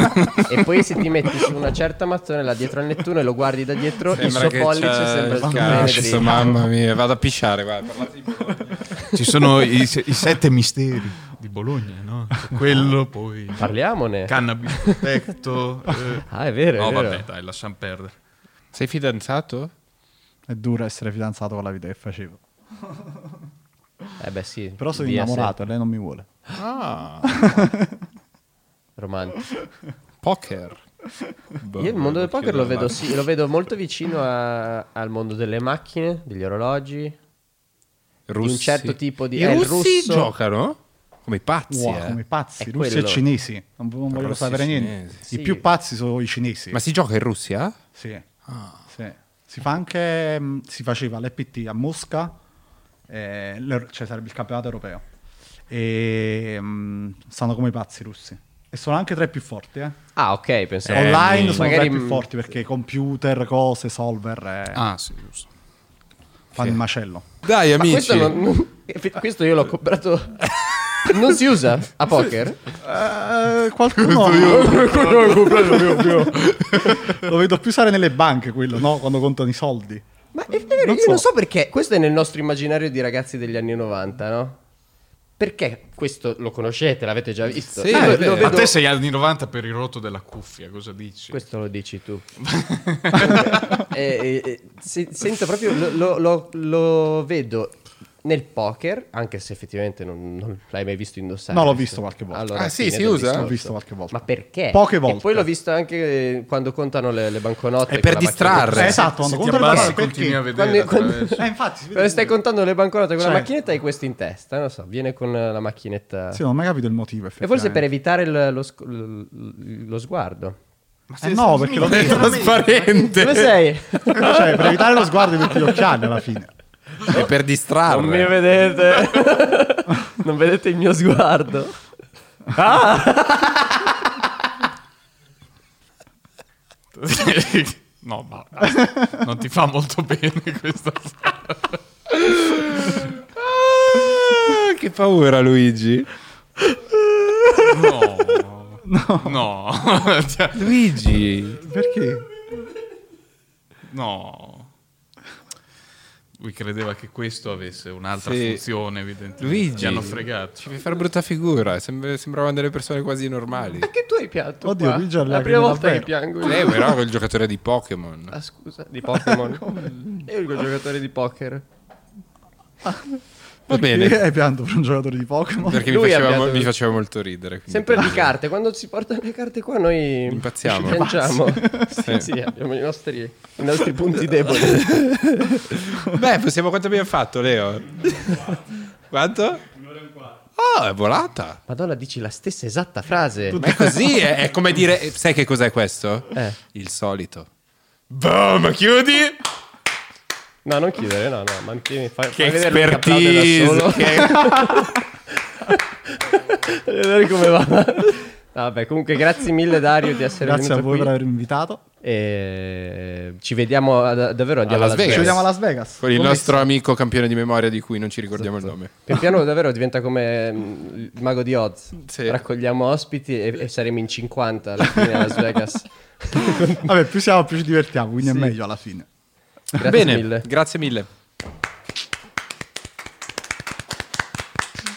Speaker 2: E poi se ti metti su una certa mattonella dietro al Nettuno e lo guardi da dietro, il suo pollice sembra il
Speaker 1: cazzo,
Speaker 2: tuo
Speaker 1: mamma mia, vado a pisciare, guarda. parlate di Bologna.
Speaker 3: Ci sono i, i sette misteri di Bologna, no? C'è Quello, poi
Speaker 2: Parliamone.
Speaker 3: cannabis protetto. eh.
Speaker 2: Ah, è vero, è
Speaker 3: No,
Speaker 2: vero.
Speaker 3: vabbè, dai, lasciamo perdere.
Speaker 1: Sei fidanzato?
Speaker 5: È duro essere fidanzato con la vita che facevo.
Speaker 2: Eh beh sì.
Speaker 5: Però sono
Speaker 2: via,
Speaker 5: innamorato e lei non mi vuole.
Speaker 2: sì. Romantico.
Speaker 1: Poker. Boh,
Speaker 2: Io il mondo del
Speaker 1: boh,
Speaker 2: poker
Speaker 1: chiudo
Speaker 2: lo
Speaker 1: la
Speaker 2: vedo,
Speaker 1: mano.
Speaker 2: sì, lo vedo molto vicino a- al mondo delle macchine, degli orologi,
Speaker 1: Russi.
Speaker 2: di un certo tipo di...
Speaker 1: I
Speaker 2: eh, il
Speaker 1: russi
Speaker 2: russo-
Speaker 1: giocano come i pazzi,
Speaker 5: Wow,
Speaker 1: eh.
Speaker 5: come pazzi,
Speaker 2: È
Speaker 5: russi
Speaker 2: quello.
Speaker 5: e cinesi. Non, non voglio
Speaker 1: Russi e
Speaker 5: sapere niente.
Speaker 1: cinesi.
Speaker 5: I
Speaker 2: Sì.
Speaker 5: più pazzi sono i cinesi.
Speaker 1: Ma si gioca in Russia?
Speaker 5: Sì. Sì. Si fa anche. mh, Si faceva l'EPT a Mosca, eh, l'Euro- cioè sarebbe il campionato europeo. E mh, stanno come i pazzi i russi. E sono anche tra i più forti. eh. Cioè,
Speaker 2: Ah ok, pensavo...
Speaker 5: Online sono tra
Speaker 2: magari-
Speaker 5: i più forti perché computer, cose, solver eh,
Speaker 3: Ah, sì, giusto.
Speaker 5: fanno il macello.
Speaker 1: Dai,
Speaker 2: Ma
Speaker 1: amici.
Speaker 2: questo, non- non- questo io l'ho comprato... non si usa a poker?
Speaker 5: Eh, qualcuno lo vedo più usare nelle banche quello, no? Quando contano i soldi.
Speaker 2: Ma è vero,
Speaker 5: Non
Speaker 2: io
Speaker 5: so.
Speaker 2: non so perché. Questo è nel nostro immaginario di ragazzi degli anni 90, no? Perché questo lo conoscete, l'avete già visto. Ah,
Speaker 1: Sì,
Speaker 2: Io
Speaker 1: è
Speaker 2: Eh, lo-
Speaker 1: vero.
Speaker 2: lo
Speaker 3: Ma
Speaker 2: vedo-
Speaker 3: Eh, te sei anni 90 per il rotto della cuffia, cosa dici?
Speaker 2: Questo lo dici tu. Eh, eh, eh, se- sento proprio, lo, lo- lo- lo vedo nel poker, anche se effettivamente non, non l'hai mai visto indossare.
Speaker 5: No, l'ho
Speaker 2: questo.
Speaker 5: visto qualche volta.
Speaker 1: Ah, sì,
Speaker 2: fine
Speaker 1: si
Speaker 2: del
Speaker 1: usa?
Speaker 2: discorso.
Speaker 5: L'ho visto qualche volta.
Speaker 2: Ma perché?
Speaker 5: Poche
Speaker 2: E
Speaker 5: volte.
Speaker 2: poi l'ho visto anche eh, quando contano le, le banconote.
Speaker 1: È per
Speaker 2: con la macchina-
Speaker 1: distrarre.
Speaker 5: Eh, esatto, quando
Speaker 3: Se ti
Speaker 5: contano i
Speaker 3: abbassi
Speaker 5: soldi, perché-
Speaker 3: continui a
Speaker 2: Quando-
Speaker 3: vedere attraverso.
Speaker 5: Eh, infatti, si vede
Speaker 2: Quando stai
Speaker 5: tutto.
Speaker 2: contando le banconote con
Speaker 5: Cioè-
Speaker 2: la macchinetta hai questo in testa, non so, viene con eh, la macchinetta.
Speaker 5: Sì, non ho mai capito il motivo.
Speaker 2: e forse per
Speaker 5: effettivamente.
Speaker 2: evitare il- lo, sc- l- lo sguardo.
Speaker 5: Eh no, perché lo vedo.
Speaker 1: trasparente.
Speaker 2: Dove sei?
Speaker 5: cioè, per evitare lo sguardo di tutti gli occhiali alla fine.
Speaker 1: È per
Speaker 2: non mi
Speaker 1: distrarre.
Speaker 2: vedete. non vedete il mio sguardo.
Speaker 3: no, ma basta. non ti fa molto bene questa frase.
Speaker 1: Ah, che paura, Luigi.
Speaker 3: No. No. No. Cioè,
Speaker 1: Luigi.
Speaker 5: Perché?
Speaker 3: no. Lui credeva che questo avesse un'altra
Speaker 1: Sì.
Speaker 3: funzione, evidentemente.
Speaker 1: Luigi.
Speaker 3: Ci hanno fregato.
Speaker 1: Ci fai fare brutta figura. sembra- sembravano delle persone quasi normali.
Speaker 2: Perché tu hai pianto?
Speaker 5: Oddio,
Speaker 2: qua?
Speaker 5: Luigi ha
Speaker 2: La
Speaker 5: lacrime
Speaker 2: prima volta che
Speaker 5: davvero.
Speaker 2: piango.
Speaker 1: Lei però quel giocatore di Pokémon.
Speaker 2: Ah, scusa, di Pokémon. Io il giocatore di poker.
Speaker 1: Va
Speaker 5: Perché
Speaker 1: bene.
Speaker 5: Hai pianto per un giocatore di Pokémon?
Speaker 1: Perché mi
Speaker 2: Lui
Speaker 1: faceva,
Speaker 2: abbia
Speaker 1: mo-
Speaker 2: dovuto-
Speaker 1: mi faceva molto ridere. quindi-
Speaker 2: Sempre di carte, quando si portano le carte qua noi
Speaker 1: Impazziamo.
Speaker 2: ci piangiamo.
Speaker 1: Sì.
Speaker 2: sì, sì, abbiamo i nostri, i nostri punti deboli.
Speaker 1: Beh, possiamo quanto abbiamo fatto, Leo? Quanto? Oh, è volata.
Speaker 7: Madonna, dici la stessa esatta frase.
Speaker 1: Ma è così, è, è come dire, eh, sai che cos'è questo?
Speaker 7: Eh.
Speaker 1: Il solito. Boom, chiudi.
Speaker 2: No, non chiudere, no, no, mantieni, fai,
Speaker 1: Che
Speaker 2: fai vedere che
Speaker 1: expertise,
Speaker 2: applaude da solo. Fai vedere come va. No, Vabbè, comunque grazie mille Dario di essere
Speaker 5: Grazie a
Speaker 2: venuto
Speaker 5: voi per
Speaker 2: qui.
Speaker 5: avermi invitato.
Speaker 7: Eh,
Speaker 2: Ci vediamo a- davvero andiamo
Speaker 1: A Las
Speaker 2: alla
Speaker 1: Vegas.
Speaker 5: Ci vediamo a Las Vegas.
Speaker 1: Con il nostro amico campione di memoria di cui non ci ricordiamo il nome.
Speaker 2: Pian piano davvero diventa come mm, il mago di Oz.
Speaker 1: Sì.
Speaker 2: Raccogliamo ospiti e, e saremo in 50 alla fine a Las Vegas.
Speaker 5: Vabbè, più siamo, più ci divertiamo, quindi è meglio alla fine.
Speaker 2: Grazie
Speaker 1: Bene,
Speaker 2: mille.
Speaker 1: grazie mille.